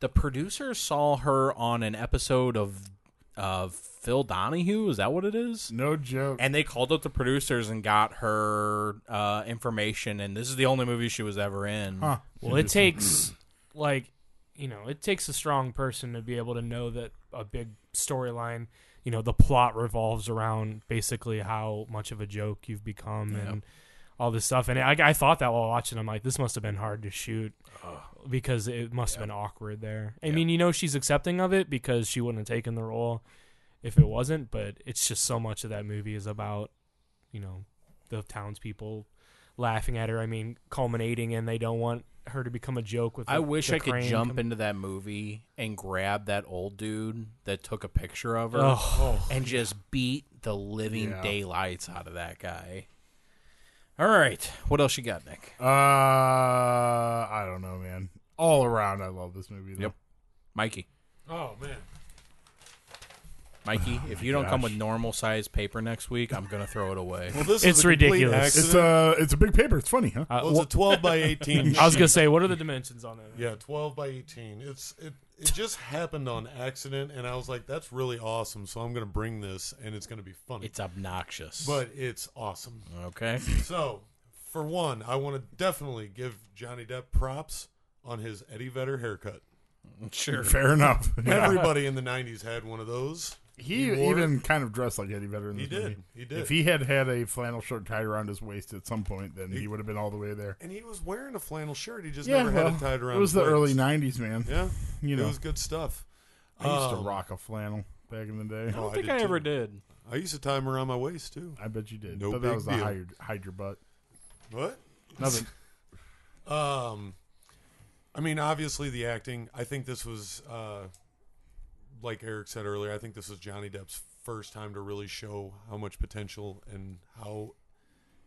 [SPEAKER 1] The producer saw her on an episode of of Phil Donahue. Is that what it is?
[SPEAKER 4] No joke.
[SPEAKER 1] and they called up the producers and got her uh, information and this is the only movie she was ever in
[SPEAKER 4] Huh.
[SPEAKER 3] Well, it takes like you know, it takes a strong person to be able to know that a big storyline, you know, the plot revolves around basically how much of a joke you've become and all this stuff. And I, I thought that while watching, I'm like, this must have been hard to shoot because it must have been awkward there. I mean, you know, she's accepting of it because she wouldn't have taken the role if it wasn't. But it's just so much of that movie is about, you know, the townspeople laughing at her. I mean, culminating in they don't want her to become a joke with.
[SPEAKER 1] i
[SPEAKER 3] the-
[SPEAKER 1] wish
[SPEAKER 3] the
[SPEAKER 1] i could
[SPEAKER 3] crane
[SPEAKER 1] jump
[SPEAKER 3] com-
[SPEAKER 1] into that movie and grab that old dude that took a picture of her
[SPEAKER 3] Oh.
[SPEAKER 1] and just beat the living
[SPEAKER 4] Yeah.
[SPEAKER 1] daylights out of that guy all right what else you got nick
[SPEAKER 4] Uh, I don't know, man. All around, I love this movie. Though.
[SPEAKER 1] Yep. mikey
[SPEAKER 2] Oh man,
[SPEAKER 1] mikey if you don't come
[SPEAKER 4] gosh.
[SPEAKER 1] with normal sized paper next week i'm gonna throw it away
[SPEAKER 2] well this
[SPEAKER 3] It's
[SPEAKER 2] is a complete
[SPEAKER 3] ridiculous.
[SPEAKER 2] accident.
[SPEAKER 4] It's a it's a big paper. It's funny, huh?
[SPEAKER 3] Uh,
[SPEAKER 2] well, it's a twelve by eighteen.
[SPEAKER 3] wh- I was gonna say, what are the dimensions on it?
[SPEAKER 2] Yeah, twelve by eighteen. It's it it just happened on accident, and I was like, "That's really awesome." So I'm gonna bring this, and it's gonna be funny.
[SPEAKER 1] it's obnoxious
[SPEAKER 2] but it's awesome.
[SPEAKER 1] okay
[SPEAKER 2] So for one, I want to definitely give Johnny Depp props on his Eddie Vedder haircut.
[SPEAKER 1] sure
[SPEAKER 4] Fair enough.
[SPEAKER 2] Everybody in the '90s had one of those.
[SPEAKER 4] He
[SPEAKER 2] wore
[SPEAKER 4] even kind of dressed like Eddie Vedder in
[SPEAKER 2] He
[SPEAKER 4] this
[SPEAKER 2] did.
[SPEAKER 4] movie.
[SPEAKER 2] He did.
[SPEAKER 4] If he had had a flannel shirt tied around his waist at some point, then he,
[SPEAKER 2] He-
[SPEAKER 4] would have been all the way there.
[SPEAKER 2] and he was wearing a flannel shirt. He just
[SPEAKER 4] Yeah,
[SPEAKER 2] never had
[SPEAKER 4] well,
[SPEAKER 2] it tied around.
[SPEAKER 4] it was
[SPEAKER 2] his
[SPEAKER 4] the
[SPEAKER 2] waist.
[SPEAKER 4] early '90s, man.
[SPEAKER 2] Yeah,
[SPEAKER 4] You
[SPEAKER 2] it
[SPEAKER 4] know,
[SPEAKER 2] was good stuff.
[SPEAKER 4] I used
[SPEAKER 2] Um,
[SPEAKER 4] to rock a flannel back in the day.
[SPEAKER 1] i
[SPEAKER 2] Oh,
[SPEAKER 1] don't think
[SPEAKER 2] did
[SPEAKER 1] i
[SPEAKER 2] too.
[SPEAKER 1] ever did
[SPEAKER 2] I used to tie him around my waist too.
[SPEAKER 4] I bet you did.
[SPEAKER 2] No
[SPEAKER 4] but that
[SPEAKER 2] big
[SPEAKER 4] was the
[SPEAKER 2] deal.
[SPEAKER 4] hide, hide your butt.
[SPEAKER 2] What?
[SPEAKER 4] Nothing.
[SPEAKER 2] Um, I mean, obviously the acting. I think this was, uh, like Eric said earlier, I think this was Johnny Depp's first time to really show how much potential and how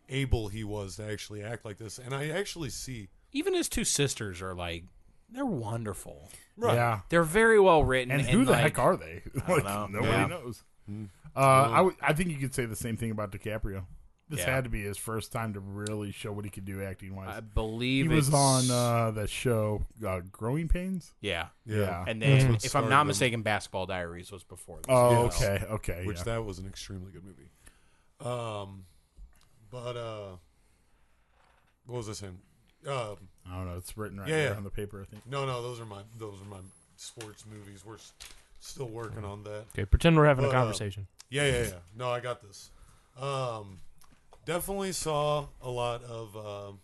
[SPEAKER 2] able he was to actually act like this. And I actually see,
[SPEAKER 1] even his two sisters are like they're wonderful.
[SPEAKER 2] right?
[SPEAKER 4] Yeah.
[SPEAKER 1] They're very well written.
[SPEAKER 4] And, who the
[SPEAKER 1] like,
[SPEAKER 4] heck are they?
[SPEAKER 1] don't
[SPEAKER 4] like
[SPEAKER 1] know.
[SPEAKER 4] nobody
[SPEAKER 1] Yeah.
[SPEAKER 4] knows.
[SPEAKER 2] Hmm.
[SPEAKER 4] Uh, I would- I think you could say the same thing about DiCaprio. This
[SPEAKER 1] Yeah.
[SPEAKER 4] had to be his first time to really show what he could do acting wise.
[SPEAKER 1] I believe
[SPEAKER 4] he was
[SPEAKER 1] it's-
[SPEAKER 4] on uh, the show uh, Growing Pains.
[SPEAKER 1] yeah,
[SPEAKER 4] Yeah.
[SPEAKER 1] and then
[SPEAKER 2] what
[SPEAKER 1] if I'm
[SPEAKER 2] started
[SPEAKER 1] not
[SPEAKER 2] him.
[SPEAKER 1] mistaken, Basketball Diaries was before. This
[SPEAKER 4] Oh,
[SPEAKER 2] Yes.
[SPEAKER 4] okay, okay.
[SPEAKER 2] which
[SPEAKER 4] yeah.
[SPEAKER 2] that was an extremely good movie. Um, but uh, what was I saying? Um,
[SPEAKER 4] I don't know. It's written right
[SPEAKER 2] Yeah,
[SPEAKER 4] there
[SPEAKER 2] yeah.
[SPEAKER 4] on the paper. I think.
[SPEAKER 2] no, no, those are my those are my sports movies. We're s- still working
[SPEAKER 4] Mm-hmm.
[SPEAKER 2] on that.
[SPEAKER 3] Okay, pretend we're having a
[SPEAKER 2] But, uh,
[SPEAKER 3] conversation.
[SPEAKER 2] Yeah, yeah, yeah. No, I got this. Um, definitely saw a lot of um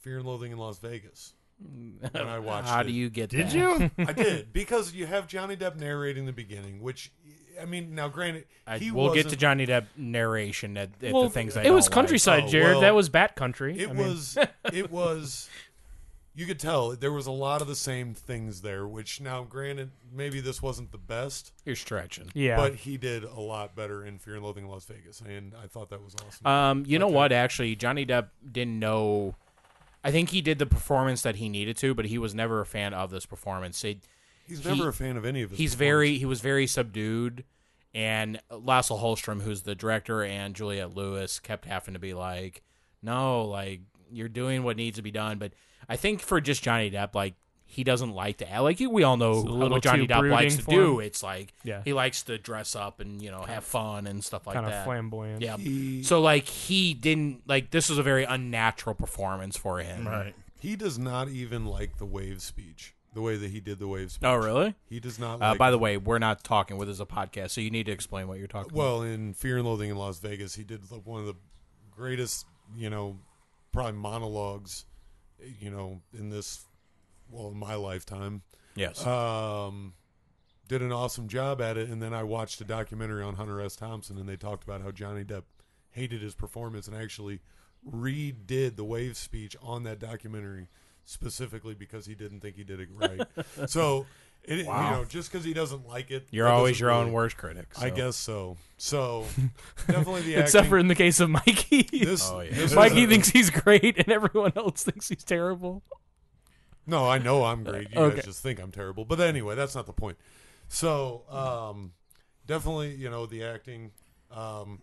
[SPEAKER 2] Fear and Loathing in Las Vegas when I watched.
[SPEAKER 1] How
[SPEAKER 2] it.
[SPEAKER 1] do you get?
[SPEAKER 4] Did
[SPEAKER 1] that?
[SPEAKER 4] you?
[SPEAKER 2] I did because you have Johnny Depp narrating the beginning, which I mean, now granted,
[SPEAKER 1] I,
[SPEAKER 2] he
[SPEAKER 1] we'll get
[SPEAKER 2] wasn't-
[SPEAKER 1] to Johnny Depp narration at, at the things I
[SPEAKER 3] it was
[SPEAKER 1] don't like.
[SPEAKER 3] countryside,
[SPEAKER 2] Oh,
[SPEAKER 3] Jared.
[SPEAKER 2] well,
[SPEAKER 3] that was Bat Country.
[SPEAKER 2] It
[SPEAKER 3] I mean,
[SPEAKER 2] was. It was. You could tell there was a lot of the same things there. Which now, granted, maybe this wasn't the best,
[SPEAKER 1] You're stretching.
[SPEAKER 3] yeah.
[SPEAKER 2] but he did a lot better in Fear and Loathing in Las
[SPEAKER 1] Uh,
[SPEAKER 2] Vegas, and I thought that was awesome.
[SPEAKER 1] Um, you know what? Actually, Johnny Depp didn't know I think he did the performance that he needed to, but he was never a fan of this performance. It,
[SPEAKER 2] He's
[SPEAKER 1] He-
[SPEAKER 2] never a fan of any of his.
[SPEAKER 1] he's very he was very subdued and Lasse Holstrom who's the director and Juliette Lewis kept having to be like no like you're doing what needs to be done but I think for just Johnny Depp like he doesn't like to act like we all know
[SPEAKER 3] It's a little
[SPEAKER 1] what Johnny
[SPEAKER 3] too
[SPEAKER 1] Depp likes to
[SPEAKER 3] brooding for
[SPEAKER 1] do
[SPEAKER 3] him.
[SPEAKER 1] it's like
[SPEAKER 3] Yeah.
[SPEAKER 1] he likes to dress up and you know have fun and stuff like
[SPEAKER 3] kind
[SPEAKER 1] that
[SPEAKER 3] of flamboyant.
[SPEAKER 1] yeah
[SPEAKER 2] He-
[SPEAKER 1] so like he didn't like this was a very unnatural performance for him
[SPEAKER 4] Right.
[SPEAKER 2] He does not even like the wave speech. The way that he did the wave speech.
[SPEAKER 1] oh really
[SPEAKER 2] He does not.
[SPEAKER 1] uh,
[SPEAKER 2] Like,
[SPEAKER 1] by the way we're not talking with this is a podcast so you need to explain what you're talking about
[SPEAKER 2] well, in Fear and Loathing in Las Vegas, he did like one of the greatest, you know, probably monologues, you know, in this, well, in my lifetime.
[SPEAKER 1] yes
[SPEAKER 2] um, did an awesome job at it. And then I watched a documentary on Hunter S. Thompson, and they talked about how Johnny Depp hated his performance and actually redid the wave speech on that documentary specifically because he didn't think he did it right. so, it, you know, just because he doesn't like it,
[SPEAKER 1] You're
[SPEAKER 2] that
[SPEAKER 1] always
[SPEAKER 2] doesn't
[SPEAKER 1] your own
[SPEAKER 2] really-
[SPEAKER 1] worst critic.
[SPEAKER 2] I
[SPEAKER 1] so.
[SPEAKER 2] guess so. So, definitely the acting.
[SPEAKER 3] Except for in the case of Mikey.
[SPEAKER 2] this,
[SPEAKER 1] Oh, yeah.
[SPEAKER 2] this is
[SPEAKER 3] Mikey
[SPEAKER 2] a-
[SPEAKER 3] thinks he's great, and everyone else thinks he's terrible.
[SPEAKER 2] No, I know
[SPEAKER 1] Uh,
[SPEAKER 2] I'm great. You
[SPEAKER 3] Okay.
[SPEAKER 2] guys just think I'm terrible. But anyway, that's not the point. So, um, definitely, you know, the acting, um,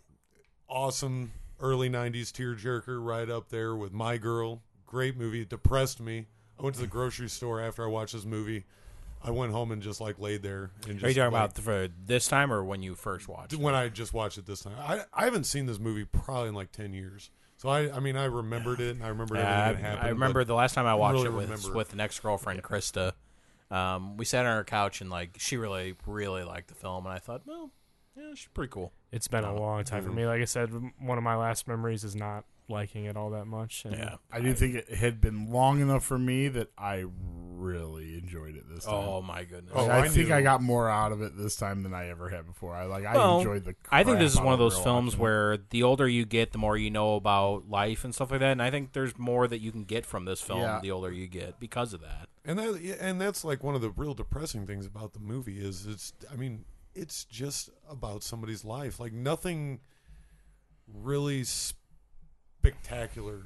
[SPEAKER 2] awesome early 90s tearjerker right up there with My Girl. Great movie. It depressed me. I went to the grocery store after I watched this movie. I went home and just like laid there. And just,
[SPEAKER 1] Are you talking
[SPEAKER 2] like,
[SPEAKER 1] about for this time or when you first watched? it?
[SPEAKER 2] when I just watched it this time? I, I haven't seen this movie probably in like 10 years. So I, I mean, I remembered it and I remembered
[SPEAKER 1] Uh,
[SPEAKER 2] everything that happened.
[SPEAKER 1] I
[SPEAKER 2] but-
[SPEAKER 1] remember the last time I watched
[SPEAKER 2] really
[SPEAKER 1] it was
[SPEAKER 2] remember.
[SPEAKER 1] with an ex girlfriend, Krista. Um, we sat on her couch and like she really, really liked the film, and I thought, well, yeah, she's pretty cool.
[SPEAKER 3] It's been a long time for me. Like I said, m- one of my last memories is not liking it all that much. And
[SPEAKER 4] I do think it had been long enough for me that I really enjoyed it this time.
[SPEAKER 1] Oh my goodness.
[SPEAKER 2] Oh,
[SPEAKER 4] I,
[SPEAKER 2] I
[SPEAKER 4] think
[SPEAKER 2] knew.
[SPEAKER 4] I got more out of it this time than I ever had before. I like I
[SPEAKER 1] Well,
[SPEAKER 4] enjoyed the.
[SPEAKER 1] I think this is
[SPEAKER 4] crap
[SPEAKER 1] one of
[SPEAKER 4] out
[SPEAKER 1] those films
[SPEAKER 4] rewatching it.
[SPEAKER 1] where the older you get, the more you know about life and stuff like that. And I think there's more that you can get from this film
[SPEAKER 4] Yeah.
[SPEAKER 1] the older you get because of that.
[SPEAKER 2] And that yeah, and that's like one of the real depressing things about the movie is it's I mean it's just about somebody's life like nothing really spectacular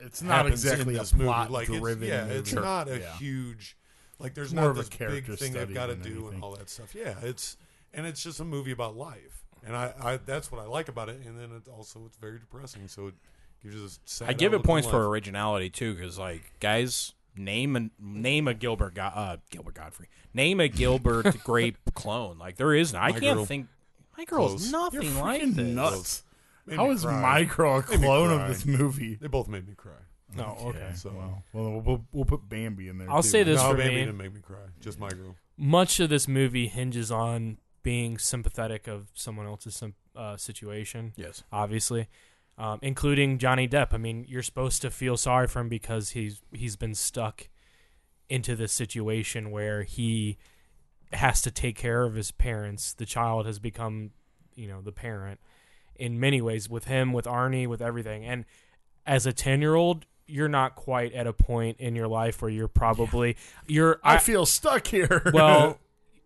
[SPEAKER 4] it's not
[SPEAKER 2] happens
[SPEAKER 4] exactly
[SPEAKER 2] in
[SPEAKER 4] a
[SPEAKER 2] this movie
[SPEAKER 4] plot
[SPEAKER 2] like it's,
[SPEAKER 4] driven
[SPEAKER 2] yeah
[SPEAKER 4] movie.
[SPEAKER 2] it's not a
[SPEAKER 4] Yeah.
[SPEAKER 2] huge like there's
[SPEAKER 4] More
[SPEAKER 2] not
[SPEAKER 4] of a
[SPEAKER 2] this big
[SPEAKER 4] character
[SPEAKER 2] thing they've
[SPEAKER 4] study
[SPEAKER 2] got to
[SPEAKER 4] than
[SPEAKER 2] do
[SPEAKER 4] anything.
[SPEAKER 2] and all that stuff yeah it's and it's just a movie about life and I, I that's what I like about it and then it also it's very depressing so it gives you this sad
[SPEAKER 1] I
[SPEAKER 2] outlook
[SPEAKER 1] give it
[SPEAKER 2] on
[SPEAKER 1] points for
[SPEAKER 2] life.
[SPEAKER 1] originality too, because like guys, name a name a Gilbert Go- uh, Gilbert Godfrey, name a Gilbert Grape clone. Like there isn't. I
[SPEAKER 2] My
[SPEAKER 1] can't
[SPEAKER 2] Girl.
[SPEAKER 1] think. My girl's
[SPEAKER 2] Close.
[SPEAKER 1] nothing like
[SPEAKER 4] Freaking
[SPEAKER 1] this.
[SPEAKER 4] nuts.
[SPEAKER 2] Made
[SPEAKER 4] How
[SPEAKER 2] me
[SPEAKER 4] is
[SPEAKER 2] cry.
[SPEAKER 4] Micro a
[SPEAKER 2] Made me
[SPEAKER 4] clone
[SPEAKER 2] cry.
[SPEAKER 4] of this movie?
[SPEAKER 2] They both made me cry.
[SPEAKER 3] No,
[SPEAKER 4] Oh,
[SPEAKER 3] okay.
[SPEAKER 2] so-
[SPEAKER 4] well, well, we'll we'll put Bambi in there.
[SPEAKER 3] I'll
[SPEAKER 4] too.
[SPEAKER 3] say this
[SPEAKER 2] no,
[SPEAKER 3] for
[SPEAKER 2] Bambi
[SPEAKER 3] me.
[SPEAKER 2] didn't make me cry. Just my girl.
[SPEAKER 3] Much of this movie hinges on being sympathetic of someone else's sim- uh, situation,
[SPEAKER 1] Yes.
[SPEAKER 3] obviously, um, including Johnny Depp. I mean, you're supposed to feel sorry for him because he's he's been stuck into this situation where he has to take care of his parents. The child has become, you know, the parent in many ways with him, with Arnie, with everything. And as a 10 year old, you're not quite at a point in your life where you're probably, you're,
[SPEAKER 4] I, feel stuck here.
[SPEAKER 3] well,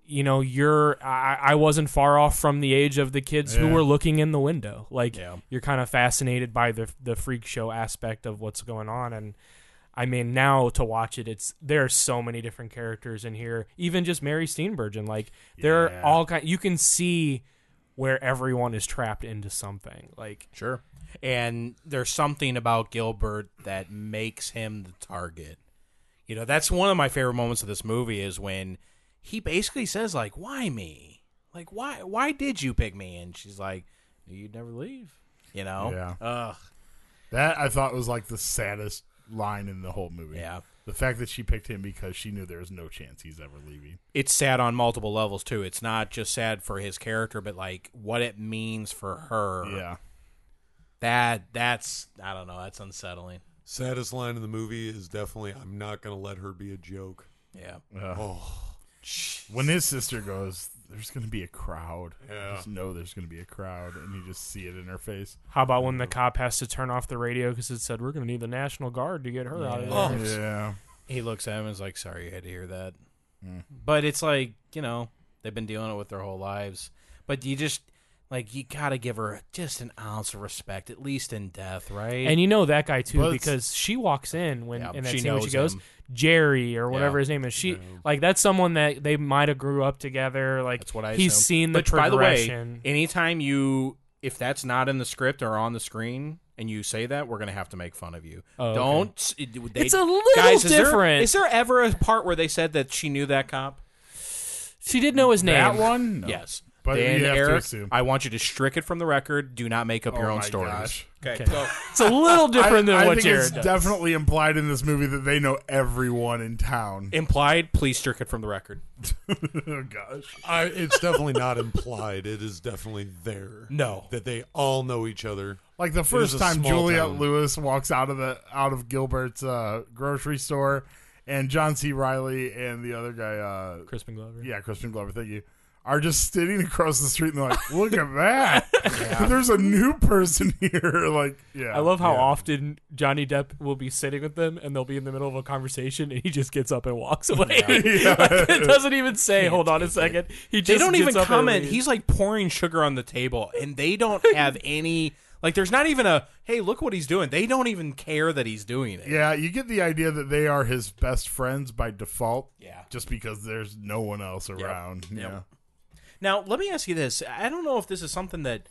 [SPEAKER 3] you know, you're. I, I wasn't far off from the age of the kids who
[SPEAKER 4] Yeah.
[SPEAKER 3] were looking in the window. Like
[SPEAKER 1] Yeah.
[SPEAKER 3] you're kind of fascinated by the the freak show aspect of what's going on, and I mean, now to watch it, it's there are so many different characters in here. Even just Mary Steenburgen, like there
[SPEAKER 4] Yeah.
[SPEAKER 3] are all kind. You can see where everyone is trapped into something. Like
[SPEAKER 1] Sure. And there's something about Gilbert that makes him the target. You know, that's one of my favorite moments of this movie is when he basically says like, "Why me? Like why why did you pick me?" And she's like, "You'd never leave." You know?
[SPEAKER 4] Yeah.
[SPEAKER 1] Ugh.
[SPEAKER 4] that I thought was like the saddest line in the whole movie.
[SPEAKER 1] Yeah.
[SPEAKER 4] the fact that she picked him because she knew there was no chance he's ever leaving.
[SPEAKER 1] it's sad on multiple levels too. It's not just sad for his character, but like what it means for her.
[SPEAKER 4] Yeah,
[SPEAKER 1] That that's I don't know, that's unsettling.
[SPEAKER 2] Saddest line in the movie is definitely "I'm not gonna let her be a joke."
[SPEAKER 1] Yeah.
[SPEAKER 4] when his sister goes, there's going to be a crowd.
[SPEAKER 2] Yeah.
[SPEAKER 4] Just know there's going to be a crowd, and you just see it in her face.
[SPEAKER 3] how about when
[SPEAKER 4] Mm-hmm.
[SPEAKER 3] the cop has to turn off the radio because it said we're going to need the National Guard to get her out of there.
[SPEAKER 4] Yeah,
[SPEAKER 1] He looks at him and is like, sorry you had to hear that. But it's like, you know, they've been dealing it with their whole lives. But you just Like you gotta give her just an ounce of respect, at least in death, right?
[SPEAKER 3] And you know that guy too
[SPEAKER 4] Well, it's-
[SPEAKER 3] because she walks in when
[SPEAKER 1] Yeah,
[SPEAKER 3] in that
[SPEAKER 1] she
[SPEAKER 3] scene when she
[SPEAKER 1] knows
[SPEAKER 3] goes
[SPEAKER 1] him.
[SPEAKER 3] Jerry or whatever
[SPEAKER 1] Yeah.
[SPEAKER 3] his name is. She like that's someone that they might have grew up together. Like
[SPEAKER 1] That's what I
[SPEAKER 3] he's
[SPEAKER 1] assume.
[SPEAKER 3] seen the
[SPEAKER 1] Which, by the way,
[SPEAKER 3] progression.
[SPEAKER 1] anytime you if that's not in the script or on the screen and you say that, we're gonna have to make fun of you.
[SPEAKER 3] Oh, okay.
[SPEAKER 1] Don't. s- it- They,
[SPEAKER 3] It's a little
[SPEAKER 1] guys, is there-
[SPEAKER 3] different.
[SPEAKER 1] Is there ever a part where they said that she knew that cop?
[SPEAKER 3] she did know his name.
[SPEAKER 4] That one? No.
[SPEAKER 1] Yes.
[SPEAKER 4] But
[SPEAKER 1] Dan,
[SPEAKER 4] you have to
[SPEAKER 1] Eric,
[SPEAKER 4] assume.
[SPEAKER 1] I want you to strike it from the record. Do not make up your
[SPEAKER 4] Oh
[SPEAKER 1] own
[SPEAKER 4] my
[SPEAKER 1] stories.
[SPEAKER 4] gosh.
[SPEAKER 6] Okay.
[SPEAKER 3] Okay.
[SPEAKER 6] So
[SPEAKER 3] It's a little different
[SPEAKER 4] I,
[SPEAKER 3] than
[SPEAKER 4] I
[SPEAKER 3] what
[SPEAKER 4] think
[SPEAKER 3] Jared
[SPEAKER 4] it's
[SPEAKER 3] does.
[SPEAKER 4] definitely implied in this movie that they know everyone in town.
[SPEAKER 1] Implied, please strike it from the record.
[SPEAKER 4] oh gosh.
[SPEAKER 2] I, it's definitely not implied. It is definitely there.
[SPEAKER 1] No.
[SPEAKER 2] that they all know each other.
[SPEAKER 4] Like the
[SPEAKER 2] is
[SPEAKER 4] first
[SPEAKER 2] a
[SPEAKER 4] time
[SPEAKER 2] small
[SPEAKER 4] Juliet
[SPEAKER 2] town.
[SPEAKER 4] Lewis walks out of the out of Gilbert's uh, grocery store and John C. Riley and the other guy uh,
[SPEAKER 3] Crispin Glover.
[SPEAKER 4] yeah, Crispin Glover, thank you. Are just sitting across the street and they're like, look at that. There's a new person here. Like, yeah.
[SPEAKER 3] I love how often Johnny Depp will be sitting with them and they'll be in the middle of a conversation and he just gets up and walks away. Like, it doesn't even say, hold on a second. He
[SPEAKER 1] They
[SPEAKER 3] just
[SPEAKER 1] don't
[SPEAKER 3] gets
[SPEAKER 1] even
[SPEAKER 3] up and
[SPEAKER 1] comment.
[SPEAKER 3] leaves.
[SPEAKER 1] He's like pouring sugar on the table, and they don't have any. Like, there's not even a hey, look what he's doing. They don't even care that he's doing it.
[SPEAKER 4] Yeah, you get the idea that they are his best friends by default.
[SPEAKER 1] Yeah.
[SPEAKER 4] Just because there's no one else around. Yeah.
[SPEAKER 1] Now, let me ask you this. I don't know if this is something that,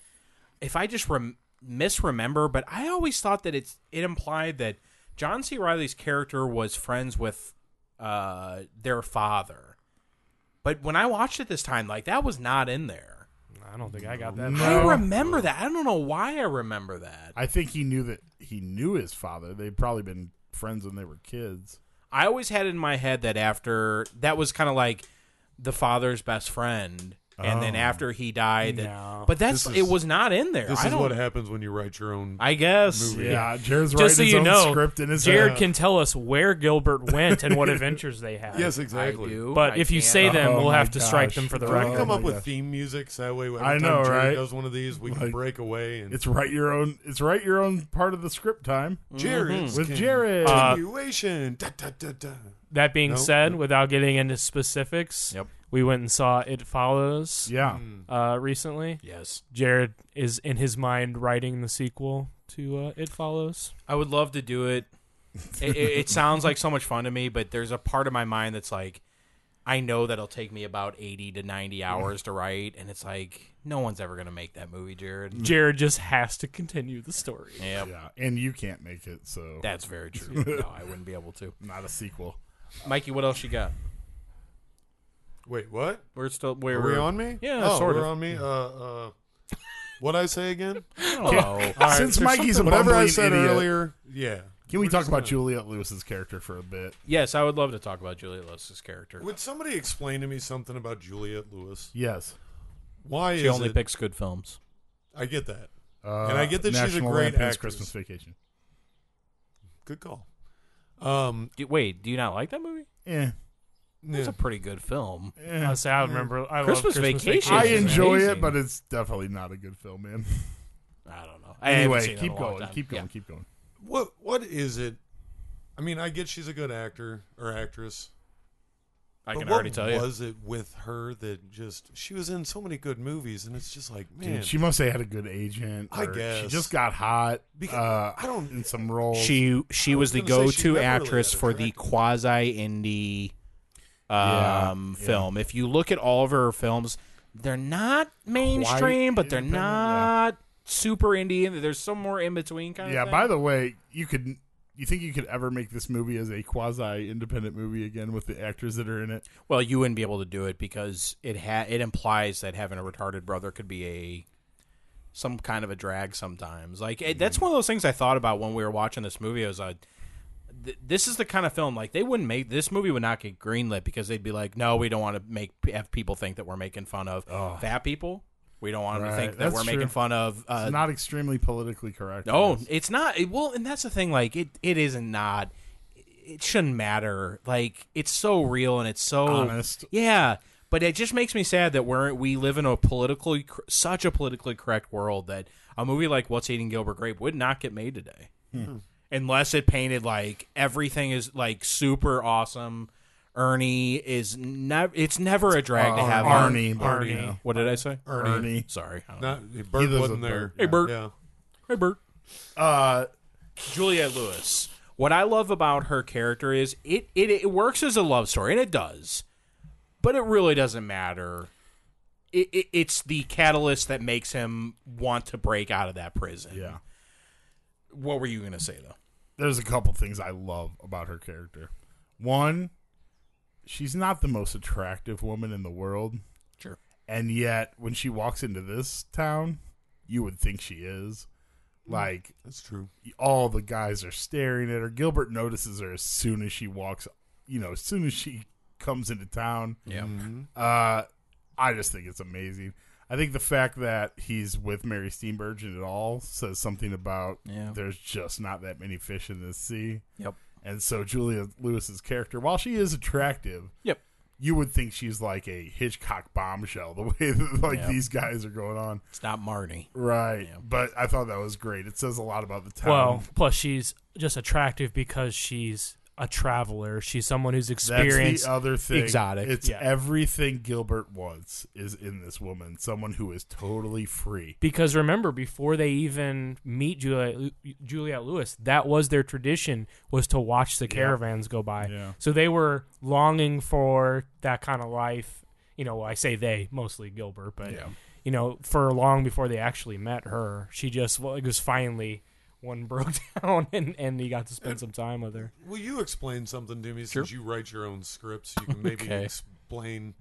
[SPEAKER 1] if I just rem- misremember, but I always thought that it's it implied that John C. Riley's character was friends with uh, their father. But when I watched it this time, like that was not in there.
[SPEAKER 3] I don't think I got that.
[SPEAKER 1] I remember that. I don't know why I remember that.
[SPEAKER 4] I think he knew that he knew his father. They'd probably been friends when they were kids.
[SPEAKER 1] I always had in my head that after that was kind of like the father's best friend, and then after he died, that-
[SPEAKER 3] No.
[SPEAKER 1] but that's
[SPEAKER 2] Oh. This
[SPEAKER 1] it
[SPEAKER 2] is-
[SPEAKER 1] was not in there.
[SPEAKER 2] This
[SPEAKER 1] I
[SPEAKER 2] is
[SPEAKER 1] don't,
[SPEAKER 2] what happens when you write your own.
[SPEAKER 1] I guess.
[SPEAKER 2] Movie.
[SPEAKER 4] Yeah, Jared's writing
[SPEAKER 3] Just so
[SPEAKER 4] his
[SPEAKER 3] you
[SPEAKER 4] own
[SPEAKER 3] know,
[SPEAKER 4] script in his uh,
[SPEAKER 3] Jared
[SPEAKER 4] head.
[SPEAKER 3] can tell us where Gilbert went and what adventures they had.
[SPEAKER 2] yes,
[SPEAKER 1] I
[SPEAKER 2] exactly.
[SPEAKER 1] do.
[SPEAKER 3] But
[SPEAKER 1] I
[SPEAKER 3] if you
[SPEAKER 1] can't-
[SPEAKER 3] say them,
[SPEAKER 4] Oh
[SPEAKER 3] we'll
[SPEAKER 4] my
[SPEAKER 3] have to strike
[SPEAKER 4] gosh.
[SPEAKER 3] them for the
[SPEAKER 4] Oh
[SPEAKER 2] Can we
[SPEAKER 3] record.
[SPEAKER 2] come
[SPEAKER 4] my
[SPEAKER 2] up with
[SPEAKER 4] gosh.
[SPEAKER 2] theme music so that way every
[SPEAKER 4] I know,
[SPEAKER 2] time Jerry
[SPEAKER 4] right?
[SPEAKER 2] does one of these, we can
[SPEAKER 4] Like,
[SPEAKER 2] break away and
[SPEAKER 4] It's write your own. It's write your own part of the script time
[SPEAKER 1] Mm. Mm-hmm.
[SPEAKER 2] Jared's
[SPEAKER 4] with Jared.
[SPEAKER 1] Uh,
[SPEAKER 2] continuation. Da, da, da, da.
[SPEAKER 3] That being
[SPEAKER 2] No.
[SPEAKER 3] said, without getting into specifics,
[SPEAKER 1] Yep.
[SPEAKER 3] we went and saw It Follows
[SPEAKER 4] yeah,
[SPEAKER 1] hmm.
[SPEAKER 3] uh, recently.
[SPEAKER 1] Yes.
[SPEAKER 3] Jared is in his mind writing the sequel to uh, It Follows.
[SPEAKER 1] I would love to do it. it, it, it sounds like so much fun to me, but there's a part of my mind that's like, I know that'll take me about 80 to 90 hours to write, and it's like, no one's ever going to make that movie,
[SPEAKER 4] Hmm.
[SPEAKER 1] Jared.
[SPEAKER 3] Jared just has to continue the story.
[SPEAKER 1] Yeah,
[SPEAKER 4] yeah, and you can't make it, so
[SPEAKER 1] that's very true. No, I wouldn't be able to.
[SPEAKER 4] not a sequel.
[SPEAKER 1] Mikey, what else you got?
[SPEAKER 2] Wait, what?
[SPEAKER 1] We're still, we're,
[SPEAKER 2] Are we on me?
[SPEAKER 3] Yeah,
[SPEAKER 2] oh,
[SPEAKER 3] sort
[SPEAKER 2] we're
[SPEAKER 3] of.
[SPEAKER 2] on me. Uh, uh, what I say again?
[SPEAKER 1] Hello.
[SPEAKER 4] Since Mikey's a
[SPEAKER 2] Whatever I
[SPEAKER 4] bumbling
[SPEAKER 2] said
[SPEAKER 4] idiot,
[SPEAKER 2] earlier. Yeah.
[SPEAKER 4] can we talk about Juliet Lewis's character for a bit?
[SPEAKER 1] yes, I would love to talk about Julia Lewis's character.
[SPEAKER 2] Would somebody explain to me something about Juliet Lewis?
[SPEAKER 4] Yes,
[SPEAKER 2] Why
[SPEAKER 1] She
[SPEAKER 2] is
[SPEAKER 1] only
[SPEAKER 2] it?
[SPEAKER 1] picks good films.
[SPEAKER 2] I get that.
[SPEAKER 4] uh,
[SPEAKER 2] I get that she's a
[SPEAKER 4] National
[SPEAKER 2] great
[SPEAKER 4] Lampoon's
[SPEAKER 2] actress.
[SPEAKER 4] Christmas Vacation.
[SPEAKER 2] Good call. Um,
[SPEAKER 1] Do, wait, do you not like that movie?
[SPEAKER 4] Eh,
[SPEAKER 1] It's
[SPEAKER 2] yeah.
[SPEAKER 1] a pretty good film.
[SPEAKER 4] eh.
[SPEAKER 3] Honestly, I remember. I love
[SPEAKER 1] Christmas Vacation.
[SPEAKER 4] I
[SPEAKER 1] is
[SPEAKER 4] enjoy
[SPEAKER 1] amazing.
[SPEAKER 4] it, but it's definitely not a good film, man.
[SPEAKER 1] I don't know. I
[SPEAKER 4] Anyway,
[SPEAKER 1] haven't seen it in a
[SPEAKER 4] keep
[SPEAKER 1] long
[SPEAKER 4] going,
[SPEAKER 1] time.
[SPEAKER 4] keep going,
[SPEAKER 1] Yeah.
[SPEAKER 4] keep going.
[SPEAKER 2] What What is it? I mean, I get she's a good actor or actress.
[SPEAKER 1] I
[SPEAKER 2] but
[SPEAKER 1] can
[SPEAKER 2] what
[SPEAKER 1] already tell you.
[SPEAKER 2] Was it with her that just she was in so many good movies, and it's just like
[SPEAKER 4] Dude,
[SPEAKER 2] man,
[SPEAKER 4] she must have had a good agent.
[SPEAKER 2] I
[SPEAKER 4] or she
[SPEAKER 2] guess.
[SPEAKER 4] just got hot.
[SPEAKER 2] Because-
[SPEAKER 4] uh,
[SPEAKER 2] I don't-
[SPEAKER 4] in some roles.
[SPEAKER 1] she she
[SPEAKER 2] was
[SPEAKER 1] was the
[SPEAKER 2] gonna say she
[SPEAKER 1] go-to
[SPEAKER 2] never really had
[SPEAKER 1] actress
[SPEAKER 2] a
[SPEAKER 1] for the
[SPEAKER 2] director.
[SPEAKER 1] quasi indie
[SPEAKER 4] Yeah,
[SPEAKER 1] um,
[SPEAKER 4] yeah.
[SPEAKER 1] film. If you look at all of her films, they're not mainstream, but they're
[SPEAKER 4] independent, yeah.
[SPEAKER 1] not super indie. and There's somewhere in between kind
[SPEAKER 4] yeah.
[SPEAKER 1] of.
[SPEAKER 4] By the way, you could. You think you could ever make this movie as a quasi independent movie again with the actors that are in it?
[SPEAKER 1] well, you wouldn't be able to do it because it ha- it implies that having a retarded brother could be a some kind of a drag sometimes. Like it, that's
[SPEAKER 4] Mm-hmm.
[SPEAKER 1] one of those things I thought about when we were watching this movie. I was like. th- this is the kind of film like they wouldn't make this movie would not get greenlit because they'd be like, no, we don't want to make have people think that we're making fun of fat people. We don't want them to
[SPEAKER 4] Right,
[SPEAKER 1] think that
[SPEAKER 4] that's
[SPEAKER 1] we're
[SPEAKER 4] true.
[SPEAKER 1] making fun of. Uh,
[SPEAKER 4] It's not extremely politically correct.
[SPEAKER 1] no,
[SPEAKER 4] I guess.
[SPEAKER 1] Oh, it's not. It, well, and that's the thing. Like it, it isn't not. It shouldn't matter. Like it's so real and it's so
[SPEAKER 4] Honest.
[SPEAKER 1] Yeah, but it just makes me sad that we're we live in a politically cor- such a politically correct world that a movie like What's Eating Gilbert Grape would not get made today, unless it painted like everything is like super awesome Ernie is never. It's never a drag to have
[SPEAKER 4] Uh, Arnie,
[SPEAKER 2] Arnie.
[SPEAKER 4] Arnie,
[SPEAKER 1] What did I say?
[SPEAKER 2] Ernie.
[SPEAKER 4] Ernie.
[SPEAKER 1] Sorry. I don't know.
[SPEAKER 2] Not Bert
[SPEAKER 4] lives
[SPEAKER 2] wasn't
[SPEAKER 4] with
[SPEAKER 2] there.
[SPEAKER 4] Bert.
[SPEAKER 1] Hey, Bert.
[SPEAKER 2] Yeah.
[SPEAKER 1] Hey, Bert.
[SPEAKER 4] Uh,
[SPEAKER 1] Julia Lewis. What I love about her character is it, it it works as a love story, and it does, but it really doesn't matter. It, it, it's the catalyst that makes him want to break out of that prison.
[SPEAKER 4] yeah.
[SPEAKER 1] What were you gonna say though?
[SPEAKER 4] There's a couple things I love about her character. One, she's not the most attractive woman in the world,
[SPEAKER 1] Sure.
[SPEAKER 4] and yet when she walks into this town, you would think she is. Like
[SPEAKER 2] That's true.
[SPEAKER 4] all the guys are staring at her. Gilbert notices her as soon as she walks, you know, as soon as she comes into town.
[SPEAKER 1] Yeah.
[SPEAKER 4] Uh, I just think it's amazing. I think the fact that he's with Mary Steenburgen at all says something about
[SPEAKER 1] Yeah.
[SPEAKER 4] there's just not that many fish in this sea.
[SPEAKER 1] Yep.
[SPEAKER 4] And so Julia Lewis's character, while she is attractive,
[SPEAKER 1] Yep.
[SPEAKER 4] you would think she's like a Hitchcock bombshell the way that like
[SPEAKER 1] Yeah.
[SPEAKER 4] these guys are going on.
[SPEAKER 1] It's not Marty.
[SPEAKER 4] Right. But I thought that was great. It says a lot about the town.
[SPEAKER 3] Well, plus she's just attractive because she's a traveler. She's someone who's
[SPEAKER 4] That's
[SPEAKER 3] experienced.
[SPEAKER 4] the other thing.
[SPEAKER 1] exotic,
[SPEAKER 4] It's
[SPEAKER 3] yeah.
[SPEAKER 4] everything Gilbert wants is in this woman. Someone who is totally free.
[SPEAKER 3] because remember, before they even meet Juliet, Juliet Lewis, that was their tradition was to watch the caravans go by.
[SPEAKER 4] Yeah.
[SPEAKER 3] So they were longing for that kind of life. You know, I say they mostly Gilbert, but
[SPEAKER 4] Yeah.
[SPEAKER 3] you know, for long before they actually met her, she just well, it was finally one broke down and and he got to spend some time with her.
[SPEAKER 2] Will you explain something to me since you write your own scripts? You can maybe
[SPEAKER 1] Okay.
[SPEAKER 2] explain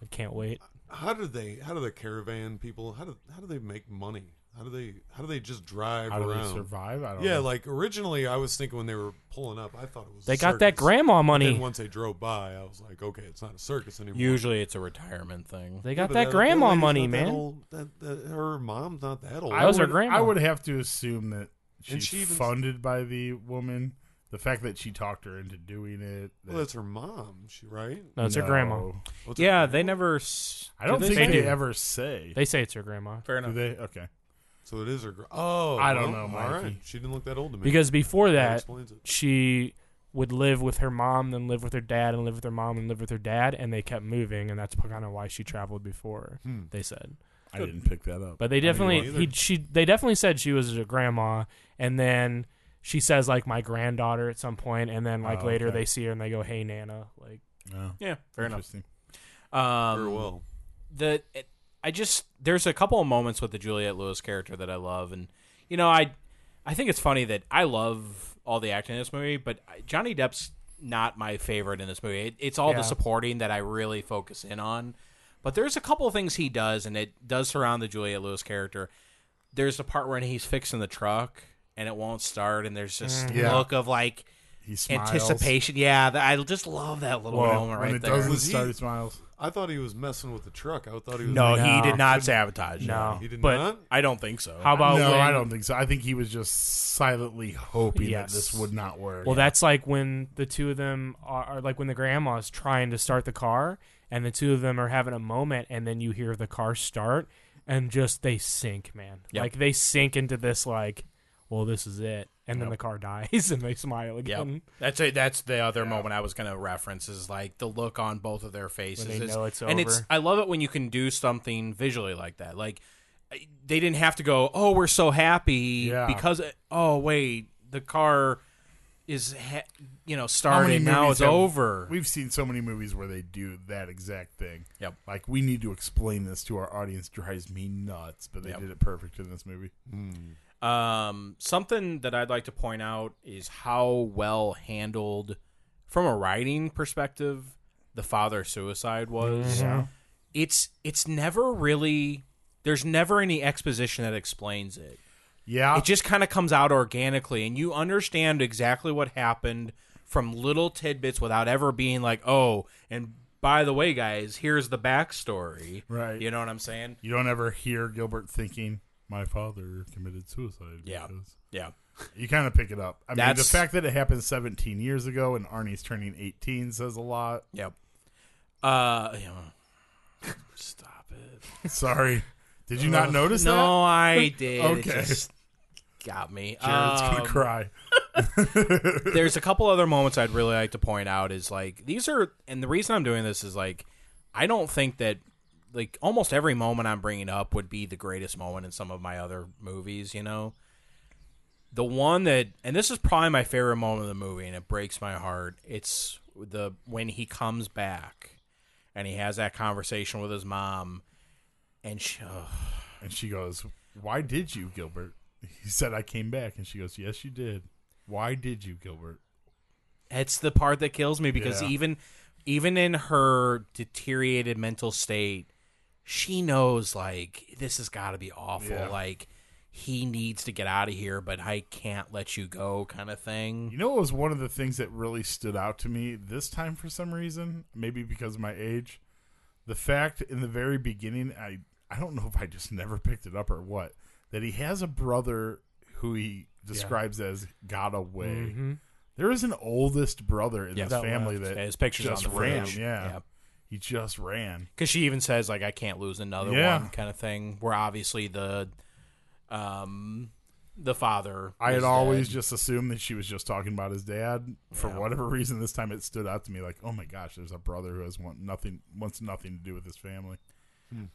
[SPEAKER 3] I can't wait.
[SPEAKER 2] how do they how do the caravan people how do how do they make money? How do they how do they just drive
[SPEAKER 4] How do
[SPEAKER 2] around?
[SPEAKER 4] they survive? I don't
[SPEAKER 2] Yeah,
[SPEAKER 4] know.
[SPEAKER 2] like originally I was thinking when they were pulling up, I thought it was
[SPEAKER 3] They
[SPEAKER 2] a
[SPEAKER 3] got that
[SPEAKER 2] circus.
[SPEAKER 3] grandma
[SPEAKER 2] Then
[SPEAKER 3] money.
[SPEAKER 2] once they drove by, I was like, okay, it's not a circus anymore.
[SPEAKER 1] Usually, it's a retirement thing.
[SPEAKER 3] They
[SPEAKER 2] Yeah,
[SPEAKER 3] got
[SPEAKER 2] but
[SPEAKER 3] that
[SPEAKER 2] old
[SPEAKER 3] grandma
[SPEAKER 2] lady's
[SPEAKER 3] money,
[SPEAKER 2] not that
[SPEAKER 3] man.
[SPEAKER 2] old- that- that- her mom's not that old.
[SPEAKER 3] I was- Those are
[SPEAKER 4] would,
[SPEAKER 3] grandma.
[SPEAKER 4] I would have to assume that she's
[SPEAKER 2] she even-
[SPEAKER 4] funded by the woman. The fact that she talked her into doing it.
[SPEAKER 2] well, that's her mom, she right?
[SPEAKER 3] No, it's her grandma.
[SPEAKER 4] No.
[SPEAKER 2] What's her
[SPEAKER 1] Yeah,
[SPEAKER 2] name?
[SPEAKER 1] they never.
[SPEAKER 4] I don't think they,
[SPEAKER 3] say- They do.
[SPEAKER 4] ever say.
[SPEAKER 3] They say it's her grandma.
[SPEAKER 1] Fair
[SPEAKER 4] do they? Okay.
[SPEAKER 2] So it is her. Gr- oh,
[SPEAKER 4] I don't
[SPEAKER 2] well,
[SPEAKER 4] know,
[SPEAKER 2] All right,
[SPEAKER 4] Mikey.
[SPEAKER 2] she didn't look that old to me.
[SPEAKER 3] Because before
[SPEAKER 2] That
[SPEAKER 3] that,
[SPEAKER 2] explains it.
[SPEAKER 3] she would live with her mom, then live with her dad, and live with her mom, and live with her dad, and they kept moving, and that's kind of why she traveled before. They said,
[SPEAKER 4] Hmm. I didn't pick that up.
[SPEAKER 3] but they definitely
[SPEAKER 2] either.
[SPEAKER 3] he she they definitely said she was a grandma, and then she says like my granddaughter at some point, and then like
[SPEAKER 4] Oh,
[SPEAKER 3] later
[SPEAKER 4] okay.
[SPEAKER 3] they see her and they go, hey Nana, like
[SPEAKER 4] No.
[SPEAKER 1] Yeah, fair enough.
[SPEAKER 4] Interesting.
[SPEAKER 1] Um,
[SPEAKER 2] Very well.
[SPEAKER 1] the it, I just there's a couple of moments with the Juliet Lewis character that I love, and you know I I think it's funny that I love all the acting in this movie, but I- Johnny Depp's not my favorite in this movie. It, it's all
[SPEAKER 3] Yeah.
[SPEAKER 1] the supporting that I really focus in on, but there's a couple of things he does, and it does surround the Juliet Lewis character. There's the part when he's fixing the truck and it won't start, and there's this
[SPEAKER 4] Yeah.
[SPEAKER 1] look of like
[SPEAKER 4] He Mm-hmm. smiles.
[SPEAKER 1] anticipation. Yeah, that, I just love that little
[SPEAKER 4] Well,
[SPEAKER 1] moment
[SPEAKER 4] when
[SPEAKER 1] right
[SPEAKER 4] it
[SPEAKER 1] there.
[SPEAKER 4] doesn't
[SPEAKER 2] Was he-
[SPEAKER 4] start, he smiles.
[SPEAKER 2] I thought he was messing with the truck. I thought he was.
[SPEAKER 1] no,
[SPEAKER 2] like-
[SPEAKER 1] he
[SPEAKER 3] No.
[SPEAKER 1] did not sabotage. it.
[SPEAKER 3] no,
[SPEAKER 2] he did
[SPEAKER 3] but
[SPEAKER 2] not.
[SPEAKER 1] I don't think so.
[SPEAKER 3] how about
[SPEAKER 4] no,
[SPEAKER 3] when-
[SPEAKER 4] I don't think so. I think he was just silently hoping
[SPEAKER 3] Yes.
[SPEAKER 4] that this would not work.
[SPEAKER 3] Well, that's like when the two of them are, are like when the grandma's trying to start the car, and the two of them are having a moment, and then you hear the car start, and just they sink, man.
[SPEAKER 1] Yep.
[SPEAKER 3] Like they sink into this, like, well, this is it, and then the car dies, and they smile
[SPEAKER 1] Yeah,
[SPEAKER 3] again.
[SPEAKER 1] that's it. That's the other moment I was going to reference is like the look on both of their faces.
[SPEAKER 3] they
[SPEAKER 1] is-
[SPEAKER 3] know it's
[SPEAKER 1] and it's
[SPEAKER 3] over.
[SPEAKER 1] I love it when you can do something visually like that. Like I- they didn't have to go, oh, we're so happy
[SPEAKER 4] Yeah.
[SPEAKER 1] because oh wait, the car is ha- you know
[SPEAKER 4] How many
[SPEAKER 1] started now
[SPEAKER 4] movies
[SPEAKER 1] it's
[SPEAKER 4] have-
[SPEAKER 1] over.
[SPEAKER 4] We've seen so many movies where they do that exact thing.
[SPEAKER 1] Yep.
[SPEAKER 4] Like we need to explain this to our audience drives me nuts, but they
[SPEAKER 1] Yep.
[SPEAKER 4] did it perfect in this movie.
[SPEAKER 1] Um, something that I'd like to point out is how well handled, from a writing perspective, the father suicide was. It's it's never really there's never any exposition that explains it.
[SPEAKER 4] Yeah.
[SPEAKER 1] It just kind of comes out organically, and you understand exactly what happened from little tidbits without ever being like, oh, and by the way, guys, here's the backstory.
[SPEAKER 4] Right.
[SPEAKER 1] You know what I'm saying?
[SPEAKER 4] you don't ever hear Gilbert thinking my father committed suicide.
[SPEAKER 1] Yeah.
[SPEAKER 4] because-"
[SPEAKER 1] Yeah.
[SPEAKER 4] You kind of pick it up. I mean,
[SPEAKER 1] That's-
[SPEAKER 4] the fact that it happened 17 years ago and Arnie's turning 18 says a lot.
[SPEAKER 1] Yep. Uh, yeah. stop it.
[SPEAKER 4] Sorry. Did you not notice
[SPEAKER 1] Oh, Uh, No, I did.
[SPEAKER 4] Okay.
[SPEAKER 1] It just got me.
[SPEAKER 4] that? Jared's
[SPEAKER 1] Um,
[SPEAKER 4] gonna cry.
[SPEAKER 1] there's a couple other moments I'd really like to point out is like these are and the reason I'm doing this is like I don't think that like almost every moment I'm bringing up would be the greatest moment in some of my other movies, you know. The one that and this is probably my favorite moment of the movie and it breaks my heart. It's the when he comes back and he has that conversation with his mom and she, oh,
[SPEAKER 4] And she goes, Why did you, Gilbert? He said, I came back. And she goes, Yes, you did. Why did you, Gilbert?
[SPEAKER 1] It's the part that kills me because
[SPEAKER 4] Yeah.
[SPEAKER 1] even even in her deteriorated mental state, she knows like this has got to be awful.
[SPEAKER 4] Yeah.
[SPEAKER 1] Like he needs to get out of here, but I can't let you go, kind of thing.
[SPEAKER 4] You know what was one of the things that really stood out to me this time for some reason? Maybe because of my age. The fact in the very beginning, I, I don't know if I just never picked it up or what, that he has a brother who he describes as got away. There is an oldest brother in this
[SPEAKER 1] that
[SPEAKER 4] family
[SPEAKER 1] left.
[SPEAKER 4] that
[SPEAKER 1] Mm-hmm. Yeah, his picture's
[SPEAKER 4] just
[SPEAKER 1] on the
[SPEAKER 4] ran.
[SPEAKER 1] fridge.
[SPEAKER 4] Yeah.
[SPEAKER 1] Yeah.
[SPEAKER 4] He just ran.
[SPEAKER 1] Because she even says like I can't lose another
[SPEAKER 4] Yeah.
[SPEAKER 1] one, kind of thing. Where obviously the um the father.
[SPEAKER 4] I had
[SPEAKER 1] is
[SPEAKER 4] always
[SPEAKER 1] dead.
[SPEAKER 4] just assumed that she was just talking about his dad. For whatever reason, this time it stood out to me like, oh my gosh, there's a brother who has want nothing, wants nothing to do with his family.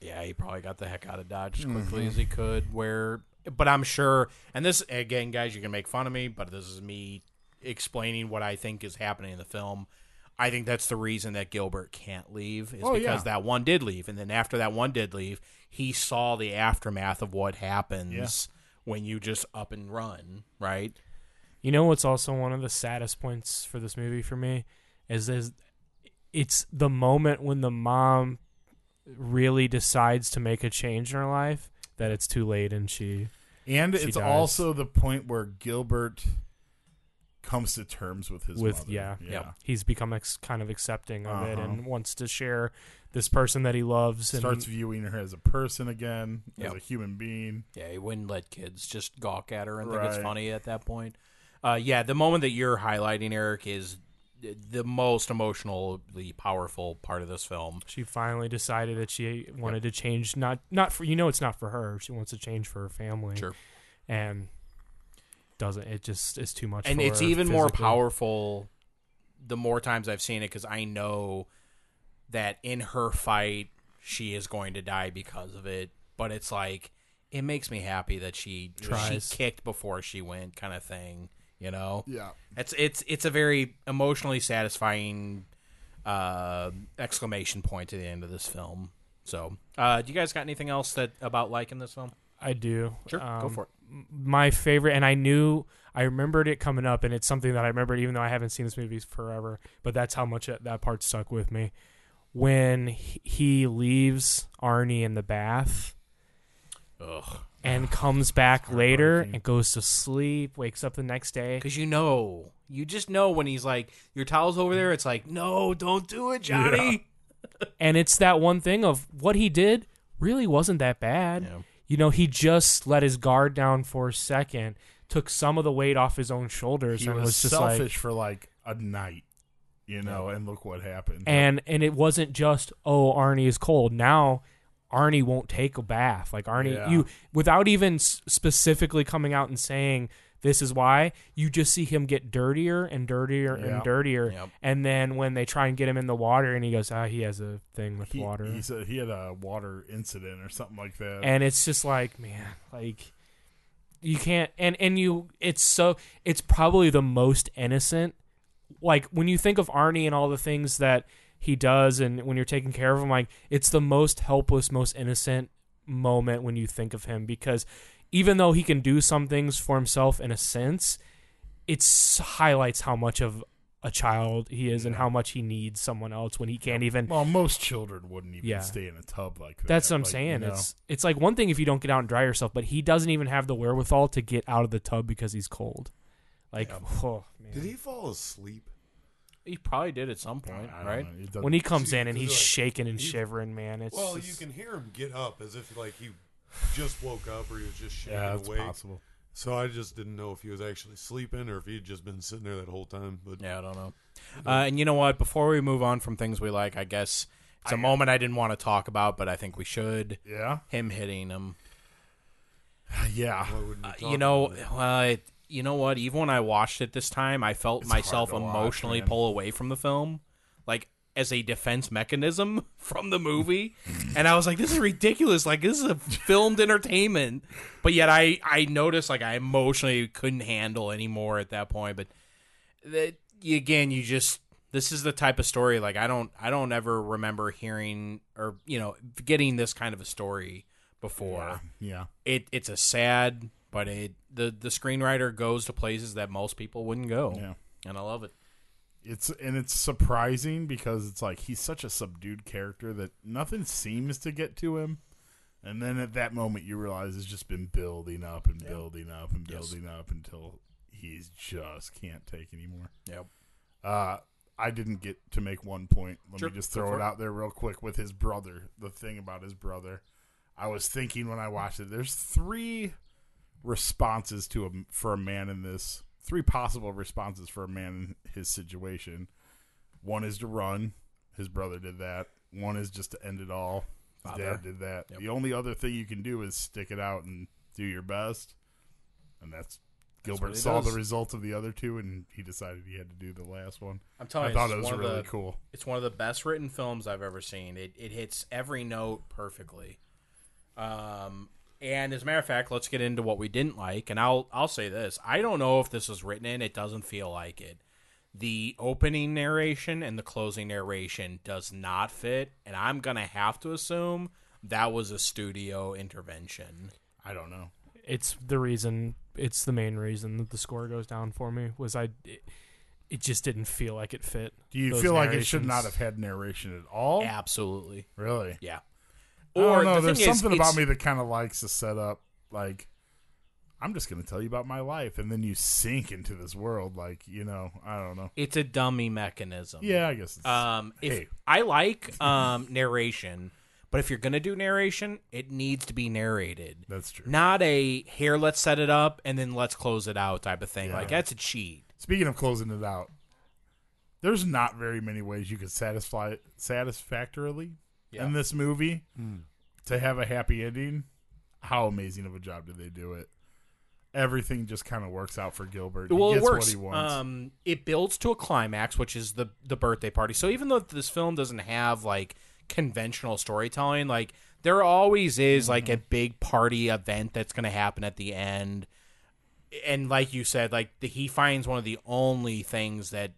[SPEAKER 1] yeah, he probably got the heck out of Dodge as quickly
[SPEAKER 4] Mm-hmm.
[SPEAKER 1] as he could. Where, but I'm sure, and this again, guys, you can make fun of me, but this is me explaining what I think is happening in the film. I think that's the reason that Gilbert can't leave is
[SPEAKER 4] Oh,
[SPEAKER 1] because
[SPEAKER 4] yeah.
[SPEAKER 1] that one did leave, and then after that one did leave, he saw the aftermath of what happens when you just up and run, right?
[SPEAKER 3] You know what's also one of the saddest points for this movie for me is is it's the moment when the mom really decides to make a change in her life that it's too late and she
[SPEAKER 4] And
[SPEAKER 3] She
[SPEAKER 4] it's
[SPEAKER 3] dies.
[SPEAKER 4] also the point where Gilbert comes to terms with his
[SPEAKER 3] with
[SPEAKER 4] mother.
[SPEAKER 3] yeah
[SPEAKER 1] Yep.
[SPEAKER 3] he's become ex- kind of accepting of it
[SPEAKER 4] Uh-huh.
[SPEAKER 3] and wants to share this person that he loves and
[SPEAKER 4] Starts viewing her as a person again,
[SPEAKER 1] Yep.
[SPEAKER 4] as a human being.
[SPEAKER 1] Yeah, he wouldn't let kids just gawk at her and think it's
[SPEAKER 4] Right.
[SPEAKER 1] funny at that point. Uh, yeah, the moment that you're highlighting, Eric, is th- the most emotionally powerful part of this film.
[SPEAKER 3] she finally decided that she wanted to change not not for you know it's not for her she wants to change for her family
[SPEAKER 1] Sure.
[SPEAKER 3] and doesn't it just is too much
[SPEAKER 1] And
[SPEAKER 3] for
[SPEAKER 1] it's
[SPEAKER 3] her
[SPEAKER 1] even more
[SPEAKER 3] physically.
[SPEAKER 1] powerful the more times I've seen it because I know that in her fight, she is going to die because of it. But it's like, it makes me happy that she
[SPEAKER 3] Tries.
[SPEAKER 1] she kicked before she went, kind of thing. You know,
[SPEAKER 4] Yeah.
[SPEAKER 1] It's it's it's a very emotionally satisfying uh, exclamation point at the end of this film. So, uh, do you guys got anything else that about liking this film?
[SPEAKER 3] I do.
[SPEAKER 1] go
[SPEAKER 3] Um,
[SPEAKER 1] for it.
[SPEAKER 3] my favorite and I knew I remembered it coming up and it's something that I remembered even though I haven't seen this movie forever but that's how much that, that part stuck with me when he- he leaves Arnie in the bath
[SPEAKER 1] Ugh,
[SPEAKER 3] and comes back later
[SPEAKER 4] heartbreaking.
[SPEAKER 3] and goes to sleep wakes up the next day
[SPEAKER 1] because you know, you just know when he's like, "Your towel's over there." It's like, "No, don't do it, Johnny."
[SPEAKER 3] and it's that one thing of what he did really wasn't that bad
[SPEAKER 1] Yeah.
[SPEAKER 3] you know he just let his guard down for a second took some of the weight off his own shoulders
[SPEAKER 4] He
[SPEAKER 3] and
[SPEAKER 4] was,
[SPEAKER 3] was just
[SPEAKER 4] selfish
[SPEAKER 3] like
[SPEAKER 4] for like a night, you know, and look what happened.
[SPEAKER 3] and and it wasn't just oh Arnie is cold now Arnie won't take a bath like Arnie
[SPEAKER 4] Yeah.
[SPEAKER 3] you without even s- specifically coming out and saying this is why you just see him get dirtier and dirtier
[SPEAKER 4] Yeah.
[SPEAKER 3] and dirtier
[SPEAKER 1] Yep.
[SPEAKER 3] and then when they try and get him in the water and he goes ah he has a thing with
[SPEAKER 4] he,
[SPEAKER 3] water
[SPEAKER 4] He said he had a water incident or something like that.
[SPEAKER 3] and it's just like man like you can't and and you it's so it's probably the most innocent like when you think of arnie and all the things that he does and when you're taking care of him like it's the most helpless most innocent moment when you think of him because even though he can do some things for himself in a sense it s- highlights how much of a child he is and how much he needs someone else when he can't even
[SPEAKER 4] well, most children wouldn't even
[SPEAKER 3] Yeah.
[SPEAKER 4] stay in a tub like that.
[SPEAKER 3] that's what I'm
[SPEAKER 4] Like, you
[SPEAKER 3] saying.
[SPEAKER 4] know.
[SPEAKER 3] It's it's like one thing if you don't get out and dry yourself, but he doesn't even have the wherewithal to get out of the tub because he's cold. Like, oh man.
[SPEAKER 2] Did he fall asleep?
[SPEAKER 1] He probably did at some point,
[SPEAKER 4] I don't
[SPEAKER 1] right?
[SPEAKER 4] know. It doesn't-
[SPEAKER 3] when he comes
[SPEAKER 2] See,
[SPEAKER 3] in and
[SPEAKER 2] it's
[SPEAKER 3] he's
[SPEAKER 2] like-
[SPEAKER 3] shaking and
[SPEAKER 2] you-
[SPEAKER 3] shivering, man, it's
[SPEAKER 2] Well, you
[SPEAKER 3] just-
[SPEAKER 2] can hear him get up as if like he just woke up or he was just shaking
[SPEAKER 4] yeah, that's
[SPEAKER 2] awake.
[SPEAKER 4] possible.
[SPEAKER 2] So I just didn't know if he was actually sleeping or if he had just been sitting there that whole time. But
[SPEAKER 1] Yeah, I don't know. Uh, and you know what? Before we move on from things we like, I guess it's a moment I didn't want to talk about, but I think we should.
[SPEAKER 4] Yeah,
[SPEAKER 1] Him hitting him.
[SPEAKER 4] yeah.
[SPEAKER 2] why wouldn't we
[SPEAKER 1] Uh,
[SPEAKER 2] talk
[SPEAKER 1] you know,
[SPEAKER 2] about it?
[SPEAKER 1] well, it, you know what? Even when I watched it this time, I felt myself
[SPEAKER 4] hard to watch,
[SPEAKER 1] emotionally
[SPEAKER 4] man.
[SPEAKER 1] pull away from the film, like as a defense mechanism from the movie. and I was like, this is ridiculous. Like this is a filmed entertainment, but yet I I noticed like I emotionally couldn't handle anymore at that point. But that you- again, you just this is the type of story like I don't I don't ever remember hearing or you know getting this kind of a story before
[SPEAKER 4] Yeah.
[SPEAKER 1] it it's a sad, but it the the screenwriter goes to places that most people wouldn't go.
[SPEAKER 4] Yeah.
[SPEAKER 1] And I love it.
[SPEAKER 4] It's and it's surprising because it's like he's such a subdued character that nothing seems to get to him. And then at that moment you realize it's just been building up and building up and building up until he's just can't take anymore.
[SPEAKER 1] Yep.
[SPEAKER 4] Uh, I didn't get to make one point. Let
[SPEAKER 1] Sure,
[SPEAKER 4] me just
[SPEAKER 1] go
[SPEAKER 4] throw
[SPEAKER 1] for
[SPEAKER 4] it
[SPEAKER 1] it.
[SPEAKER 4] out there real quick with his brother. The thing about his brother, I was thinking when I watched it. There's three responses to a for a man in this. Three possible responses for a man in his situation. One is to run. His brother did that. One is just to end it all. His
[SPEAKER 1] Father.
[SPEAKER 4] dad did that. The only other thing you can do is stick it out and do your best. And that's Gilbert
[SPEAKER 1] what he
[SPEAKER 4] saw
[SPEAKER 1] does.
[SPEAKER 4] the results of the other two, and he decided he had to do the last one.
[SPEAKER 1] I'm telling
[SPEAKER 4] I
[SPEAKER 1] you,
[SPEAKER 4] thought
[SPEAKER 1] it's
[SPEAKER 4] it was
[SPEAKER 1] one of
[SPEAKER 4] really
[SPEAKER 1] the-
[SPEAKER 4] cool.
[SPEAKER 1] It's one of the best written films I've ever seen. It it hits every note perfectly. Um and as a matter of fact, let's get into what we didn't like. And I'll I'll say this. I don't know if this was written in, it doesn't feel like it. The opening narration and the closing narration does not fit, and I'm gonna have to assume that was a studio intervention.
[SPEAKER 4] I don't know.
[SPEAKER 3] it's the reason it's the main reason that the score goes down for me was i it, it just didn't feel like it fit
[SPEAKER 4] Do you
[SPEAKER 3] those
[SPEAKER 4] feel like it should not
[SPEAKER 3] narrations.
[SPEAKER 4] have had narration at all?
[SPEAKER 1] Absolutely.
[SPEAKER 4] Really?
[SPEAKER 1] Yeah.
[SPEAKER 4] Or Oh. no,
[SPEAKER 1] the
[SPEAKER 4] there's
[SPEAKER 1] thing is,
[SPEAKER 4] something about
[SPEAKER 1] it's-
[SPEAKER 4] me that kind of likes to set up like I'm just going to tell you about my life, and then you sink into this world. Like you know, I don't know.
[SPEAKER 1] It's a dummy mechanism.
[SPEAKER 4] Yeah, I guess. It's,
[SPEAKER 1] Um, if
[SPEAKER 4] Hey.
[SPEAKER 1] I like um narration, but if you're gonna do narration, it needs to be narrated.
[SPEAKER 4] That's true.
[SPEAKER 1] Not a here, let's set it up and then let's close it out type of thing. Like that's a cheat.
[SPEAKER 4] Speaking of closing it out, there's not very many ways you could satisfy satisfactorily
[SPEAKER 1] Yeah. Hmm.
[SPEAKER 4] in this movie to have a happy ending. How amazing of a job did they do it? Everything just kind of works out for Gilbert.
[SPEAKER 1] well,
[SPEAKER 4] he
[SPEAKER 1] it
[SPEAKER 4] gets
[SPEAKER 1] works.
[SPEAKER 4] what he wants.
[SPEAKER 1] Um, it builds to a climax, which is the the birthday party. So even though this film doesn't have like conventional storytelling, like there always is like
[SPEAKER 4] Mm-hmm.
[SPEAKER 1] a big party event that's going to happen at the end, and like you said, like the, he finds one of the only things that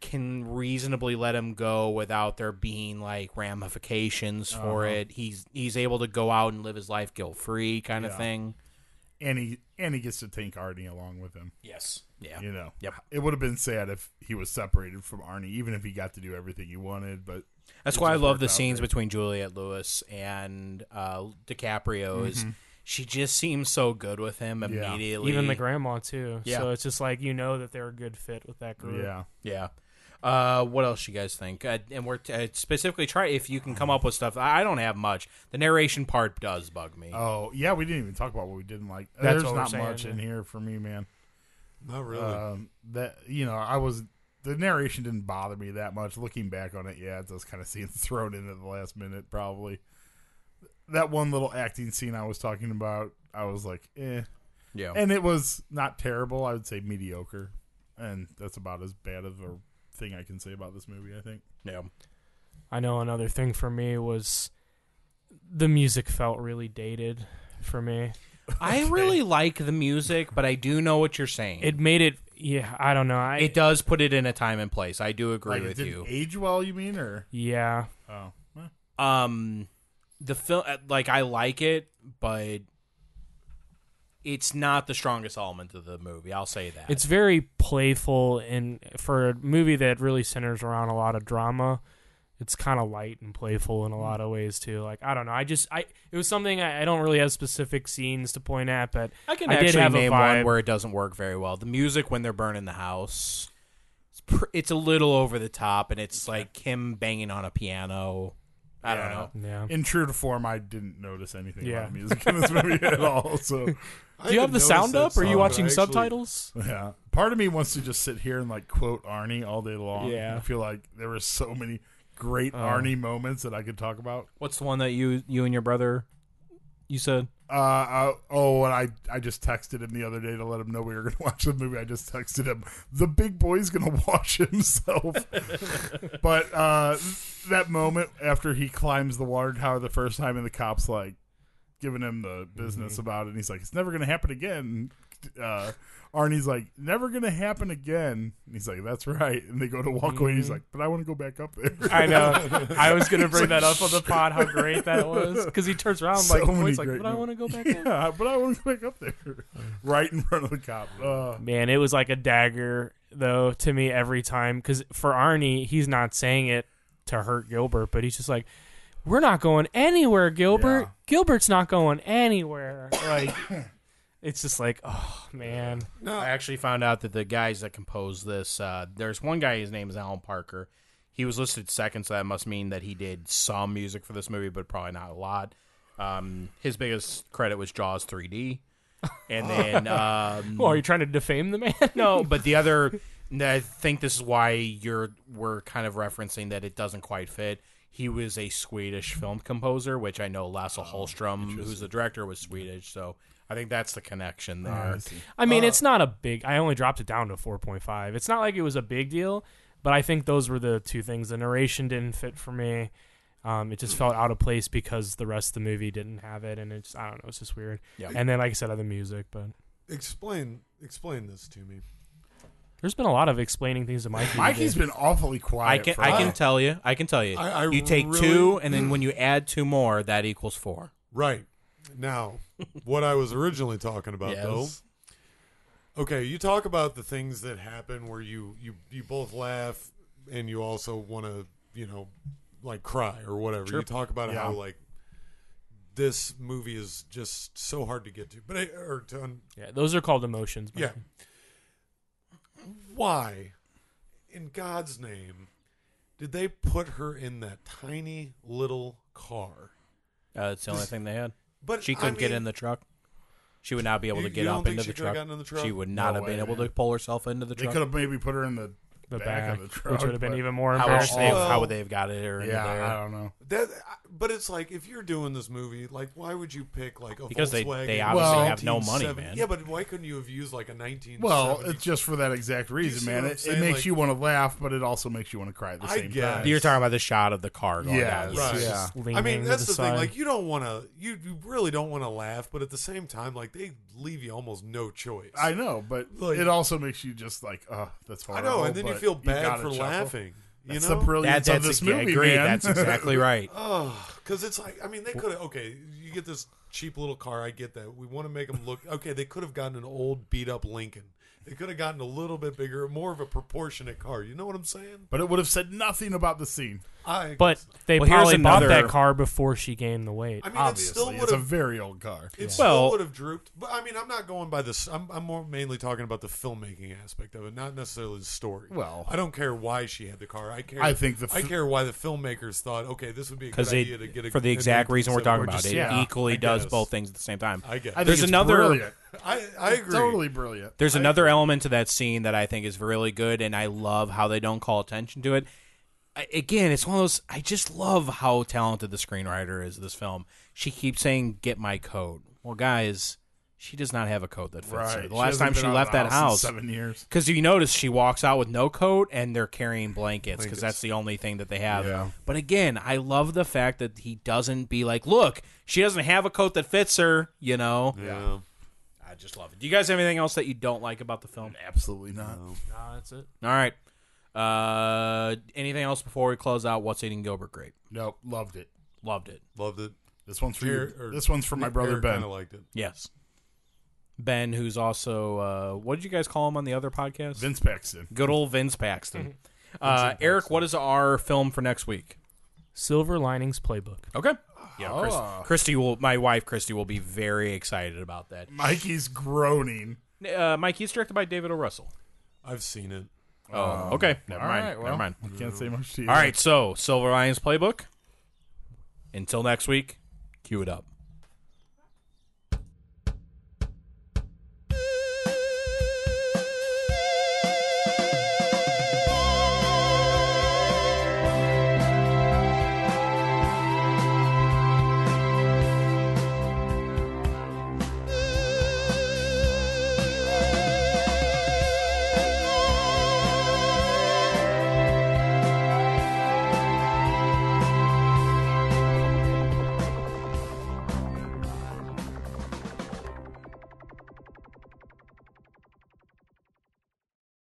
[SPEAKER 1] can reasonably let him go without there being like ramifications
[SPEAKER 4] Uh-huh.
[SPEAKER 1] for it. He's he's able to go out and live his life guilt free, kind of
[SPEAKER 4] Yeah.
[SPEAKER 1] thing.
[SPEAKER 4] and he and he gets to take Arnie along with him.
[SPEAKER 1] Yes. Yeah.
[SPEAKER 4] You know,
[SPEAKER 1] Yep.
[SPEAKER 4] It would have been sad if he was separated from Arnie, even if he got to do everything he wanted. But
[SPEAKER 1] That's
[SPEAKER 4] It
[SPEAKER 1] why I
[SPEAKER 4] just
[SPEAKER 1] love
[SPEAKER 4] worked
[SPEAKER 1] the
[SPEAKER 4] out
[SPEAKER 1] scenes
[SPEAKER 4] great.
[SPEAKER 1] between Juliet Lewis and uh, DiCaprio. Is she just seems so good with him
[SPEAKER 4] Mm-hmm. Yeah.
[SPEAKER 1] immediately?
[SPEAKER 3] even the grandma too
[SPEAKER 1] Yeah.
[SPEAKER 3] so it's just like you know that they're a good fit with that group
[SPEAKER 4] yeah,
[SPEAKER 1] yeah. Uh, what else you guys think? Uh, and we're uh, specifically try if you can come up with stuff. I, I don't have much. The narration part does bug me.
[SPEAKER 4] oh yeah, we didn't even talk about what we didn't like.
[SPEAKER 3] That's
[SPEAKER 4] There's
[SPEAKER 3] what we're
[SPEAKER 4] not
[SPEAKER 3] saying,
[SPEAKER 4] much
[SPEAKER 3] yeah.
[SPEAKER 4] in here for me, man.
[SPEAKER 2] Not really.
[SPEAKER 4] Um, that you know, I was the narration didn't bother me that much. Looking back on it, yeah, it does kind of seem thrown in at the last minute, probably. That one little acting scene I was talking about, I was like, eh.
[SPEAKER 1] yeah.
[SPEAKER 4] And it was not terrible. I would say mediocre. And that's about as bad of a thing I can say about this movie, I think.
[SPEAKER 1] yeah.
[SPEAKER 3] i know another thing for me was the music felt really dated for me
[SPEAKER 1] I really like the music, but I do know what you're saying. It,
[SPEAKER 3] it made it yeah i don't know i
[SPEAKER 1] does put it in a time and place. I do agree
[SPEAKER 4] Like, it
[SPEAKER 1] with
[SPEAKER 4] didn't
[SPEAKER 1] you.
[SPEAKER 4] age well, you mean? Or,
[SPEAKER 3] yeah
[SPEAKER 4] oh, eh.
[SPEAKER 1] um the film like i like it but it's not the strongest element of the movie i'll say that
[SPEAKER 3] It's very playful, and for a movie that really centers around a lot of drama, it's kind of light and playful in a lot of ways too. Like I don't know, I just I it was something I, I don't really have specific scenes to point at, but
[SPEAKER 1] i can
[SPEAKER 3] I did
[SPEAKER 1] actually
[SPEAKER 3] have a
[SPEAKER 1] name
[SPEAKER 3] vibe.
[SPEAKER 1] one where it doesn't work very well the music when they're burning the house it's, pr- it's a little over the top and it's like him banging on a piano i
[SPEAKER 4] Yeah.
[SPEAKER 1] don't know
[SPEAKER 3] yeah,
[SPEAKER 4] in true to form, I didn't notice anything
[SPEAKER 3] Yeah.
[SPEAKER 4] about music in this movie at all. So,
[SPEAKER 2] I didn't notice that song, but I actually-
[SPEAKER 4] yeah. Part of me wants to just sit here and, like, quote Arnie all day long.
[SPEAKER 3] Yeah.
[SPEAKER 4] I feel like there were so many great Arnie moments that I could talk about.
[SPEAKER 1] what's the one that you you and your brother you said
[SPEAKER 4] Uh, uh, oh, and I, I just texted him the other day to let him know we were going to watch the movie. I just texted him, the big boy's going to wash himself. but uh, that moment after he climbs the water tower the first time, and the cop's like giving him the business about it, and he's like, it's never going to happen again. Uh, Arnie's like, never going to happen again. And he's like, that's right. And they go to walk away, and he's like, but I want to go back up there.
[SPEAKER 3] I know. I was gonna bring that up on the pod how great that was because he turns around
[SPEAKER 4] So
[SPEAKER 3] like, the
[SPEAKER 4] many
[SPEAKER 3] boy's like,
[SPEAKER 4] great
[SPEAKER 3] but I want to go back. in.
[SPEAKER 4] Yeah, but I want to go back up there, right in front of the cop. Uh,
[SPEAKER 3] Man, it was like a dagger though to me every time because for Arnie, he's not saying it to hurt Gilbert, but he's just like, we're not going anywhere, Gilbert.
[SPEAKER 4] Yeah.
[SPEAKER 3] Gilbert's not going anywhere. Like, it's just like, oh man,
[SPEAKER 1] I actually found out that the guys that composed this, uh, there's one guy. His name is Alan Parker. He was listed second, so that must mean that he did some music for this movie, but probably not a lot. Um, his biggest credit was Jaws 3D, and then um,
[SPEAKER 3] oh, are you trying to defame the man?
[SPEAKER 1] no, but the other, and I think this is why you're we're kind of referencing that it doesn't quite fit. He was a Swedish film composer, which I know Lasse Hallström, who's the director, was Swedish. So I think that's the connection there.
[SPEAKER 3] I mean, it's not a big. I only dropped it down to four point five. It's not like it was a big deal, but I think those were the two things. The narration didn't fit for me. Um, it just felt out of place because the rest of the movie didn't have it, and it's I don't know, it's just weird.
[SPEAKER 1] Yeah.
[SPEAKER 3] And then, like I said, other music, but
[SPEAKER 2] Explain explain this to me.
[SPEAKER 3] there's been a lot of explaining things to Mikey.
[SPEAKER 4] Mikey's been awfully
[SPEAKER 1] I
[SPEAKER 4] quiet.
[SPEAKER 1] can
[SPEAKER 4] for
[SPEAKER 1] I
[SPEAKER 4] a
[SPEAKER 1] can
[SPEAKER 4] while.
[SPEAKER 1] tell you. I can tell you.
[SPEAKER 2] I- I
[SPEAKER 1] you take
[SPEAKER 2] really-
[SPEAKER 1] two, and then when you add two more, that equals four.
[SPEAKER 2] Right. Now, what I was originally talking about
[SPEAKER 1] Yes.
[SPEAKER 2] though. Okay, you talk about the things that happen where you you you both laugh and you also want to, you know, like cry or whatever. You talk about how
[SPEAKER 4] Yeah.
[SPEAKER 2] like this movie is just so hard to get to. But I, or to un-
[SPEAKER 3] Yeah, those are called emotions. Mikey.
[SPEAKER 2] yeah. Why in God's name did they put her in that tiny little car?
[SPEAKER 1] Uh, that's the only thing they had.
[SPEAKER 2] But
[SPEAKER 1] She couldn't
[SPEAKER 2] I
[SPEAKER 1] get
[SPEAKER 2] mean,
[SPEAKER 1] in the truck. She would not be able
[SPEAKER 2] You-
[SPEAKER 1] to get
[SPEAKER 2] you don't
[SPEAKER 1] up
[SPEAKER 2] think
[SPEAKER 1] into
[SPEAKER 2] she
[SPEAKER 1] the
[SPEAKER 2] could've
[SPEAKER 1] truck.
[SPEAKER 2] gotten in the truck?
[SPEAKER 1] She would not
[SPEAKER 4] No
[SPEAKER 1] have been
[SPEAKER 4] way,
[SPEAKER 1] able
[SPEAKER 4] man.
[SPEAKER 1] to pull herself into the
[SPEAKER 4] They
[SPEAKER 1] truck.
[SPEAKER 4] could have maybe put her in the
[SPEAKER 3] the
[SPEAKER 4] back,
[SPEAKER 3] back,
[SPEAKER 4] of the truck,
[SPEAKER 3] which would have been
[SPEAKER 4] but-
[SPEAKER 3] even more
[SPEAKER 1] How would
[SPEAKER 3] embarrassing.
[SPEAKER 1] they?
[SPEAKER 2] Well-
[SPEAKER 1] How would they have got it? Or into
[SPEAKER 4] Yeah,
[SPEAKER 1] there?
[SPEAKER 4] I don't know.
[SPEAKER 2] That, but it's like if you're doing this movie, like why would you pick like a
[SPEAKER 1] Because they-
[SPEAKER 2] Volkswagen
[SPEAKER 1] they obviously
[SPEAKER 4] Well-
[SPEAKER 1] have no money,
[SPEAKER 2] 1970
[SPEAKER 1] man.
[SPEAKER 2] Yeah, but why couldn't you have used like a 1970?
[SPEAKER 4] Well, it's just for that exact reason,
[SPEAKER 2] see
[SPEAKER 4] man.
[SPEAKER 2] what I'm
[SPEAKER 4] It, it
[SPEAKER 2] saying?
[SPEAKER 4] makes
[SPEAKER 2] Like-
[SPEAKER 4] you want to laugh, but it also makes you want to cry at the
[SPEAKER 2] I
[SPEAKER 4] same
[SPEAKER 2] guess.
[SPEAKER 4] time.
[SPEAKER 1] You're talking about the shot of the car going
[SPEAKER 4] Yes.
[SPEAKER 1] down.
[SPEAKER 2] Right.
[SPEAKER 4] Yeah.
[SPEAKER 2] I
[SPEAKER 3] Leaning
[SPEAKER 2] mean,
[SPEAKER 3] to
[SPEAKER 2] that's
[SPEAKER 3] the
[SPEAKER 2] the, thing.
[SPEAKER 3] side.
[SPEAKER 2] Like, you don't want to, you, you really don't want to laugh, but at the same time, like, they leave you almost no choice.
[SPEAKER 4] I know, but
[SPEAKER 2] Like-
[SPEAKER 4] it also makes you just like, oh, that's
[SPEAKER 2] I
[SPEAKER 4] horrible.
[SPEAKER 2] know, and then you
[SPEAKER 4] but
[SPEAKER 2] feel
[SPEAKER 4] gotta
[SPEAKER 2] bad for
[SPEAKER 4] chuckle.
[SPEAKER 2] laughing. You
[SPEAKER 4] That's
[SPEAKER 2] know,
[SPEAKER 4] the brilliance
[SPEAKER 1] That,
[SPEAKER 4] of
[SPEAKER 1] that's
[SPEAKER 4] this
[SPEAKER 1] yeah,
[SPEAKER 4] movie,
[SPEAKER 1] agreed.
[SPEAKER 4] man.
[SPEAKER 1] That's exactly right.
[SPEAKER 2] Oh, because it's like I mean they could have okay. You get this cheap little car. I get that. We want to make them look okay. They could have gotten an old beat up Lincoln. They could have gotten a little bit bigger, more of a proportionate car. You know what I'm saying?
[SPEAKER 4] but it would have said nothing about the scene.
[SPEAKER 2] I
[SPEAKER 3] but they
[SPEAKER 1] Well, here's
[SPEAKER 3] probably bought
[SPEAKER 1] another-
[SPEAKER 3] that car before she gained the weight.
[SPEAKER 2] I mean it still
[SPEAKER 4] Obviously,
[SPEAKER 2] would
[SPEAKER 4] it's a
[SPEAKER 2] have.
[SPEAKER 4] very old car.
[SPEAKER 2] It
[SPEAKER 3] Well-
[SPEAKER 2] still would have drooped, but I mean, I'm not going by this. I'm, I'm more mainly talking about the filmmaking aspect of it, not necessarily the story.
[SPEAKER 4] Well-
[SPEAKER 2] I don't care why she had the car. I care.
[SPEAKER 4] I think the
[SPEAKER 2] I
[SPEAKER 4] f-
[SPEAKER 2] care why the filmmakers thought, okay, this would be a good
[SPEAKER 1] Because
[SPEAKER 2] idea to get a,
[SPEAKER 1] for the
[SPEAKER 2] an
[SPEAKER 1] exact reason we're talking about,
[SPEAKER 4] just-
[SPEAKER 1] it
[SPEAKER 4] yeah,
[SPEAKER 1] equally
[SPEAKER 4] I
[SPEAKER 1] does
[SPEAKER 4] guess.
[SPEAKER 1] both things at the same time.
[SPEAKER 2] I guess.
[SPEAKER 4] I think
[SPEAKER 1] There's
[SPEAKER 4] it's
[SPEAKER 1] another-
[SPEAKER 4] brilliant.
[SPEAKER 2] I, I agree.
[SPEAKER 4] Totally brilliant.
[SPEAKER 1] There's another element to that scene that I think is really good, and I love how they don't call attention to it. I, again, it's one of those. I just love how talented the screenwriter is. of This film, she keeps saying, "Get my code." Well, guys, she does not have a code that fits her. The last
[SPEAKER 4] hasn't
[SPEAKER 1] time
[SPEAKER 4] been
[SPEAKER 1] she
[SPEAKER 4] out of
[SPEAKER 1] left
[SPEAKER 4] the
[SPEAKER 1] that
[SPEAKER 4] in
[SPEAKER 1] house,
[SPEAKER 4] seven years.
[SPEAKER 1] because you notice she walks out with no coat and they're carrying blankets because that's the only thing that they have.
[SPEAKER 4] Yeah.
[SPEAKER 1] But again, I love the fact that he doesn't be like, "Look, she doesn't have a coat that fits her." You know,
[SPEAKER 2] Yeah.
[SPEAKER 1] I just love it. Do you guys have anything else that you don't like about the film?
[SPEAKER 4] Absolutely not.
[SPEAKER 3] Nah, that's it.
[SPEAKER 1] All right. Uh, anything else before we close out? What's eating Gilbert? Great,
[SPEAKER 4] Nope, loved it.
[SPEAKER 1] loved it.
[SPEAKER 2] Loved it.
[SPEAKER 4] This one's for
[SPEAKER 2] Jer-
[SPEAKER 4] your,
[SPEAKER 2] or-
[SPEAKER 4] this one's for my brother Ben.
[SPEAKER 2] Kind of liked it.
[SPEAKER 1] Yes. Ben, who's also uh, what did you guys call him on the other podcast?
[SPEAKER 4] Vince Paxton.
[SPEAKER 1] Good old Vince Paxton. Uh, Eric, what is our film for next week?
[SPEAKER 3] Silver Linings Playbook.
[SPEAKER 1] Okay. Yeah, Chris, Christy will. My wife, Christy, will be very excited about that.
[SPEAKER 4] Mikey's groaning.
[SPEAKER 1] Uh, Mike, he's directed by David O. Russell.
[SPEAKER 2] I've seen it.
[SPEAKER 1] Oh, okay. Never
[SPEAKER 4] All
[SPEAKER 1] mind.
[SPEAKER 4] right, well,
[SPEAKER 1] Never mind.
[SPEAKER 4] I can't say much to you.
[SPEAKER 1] All right. So, Silver Lions playbook. Until next week, cue it up.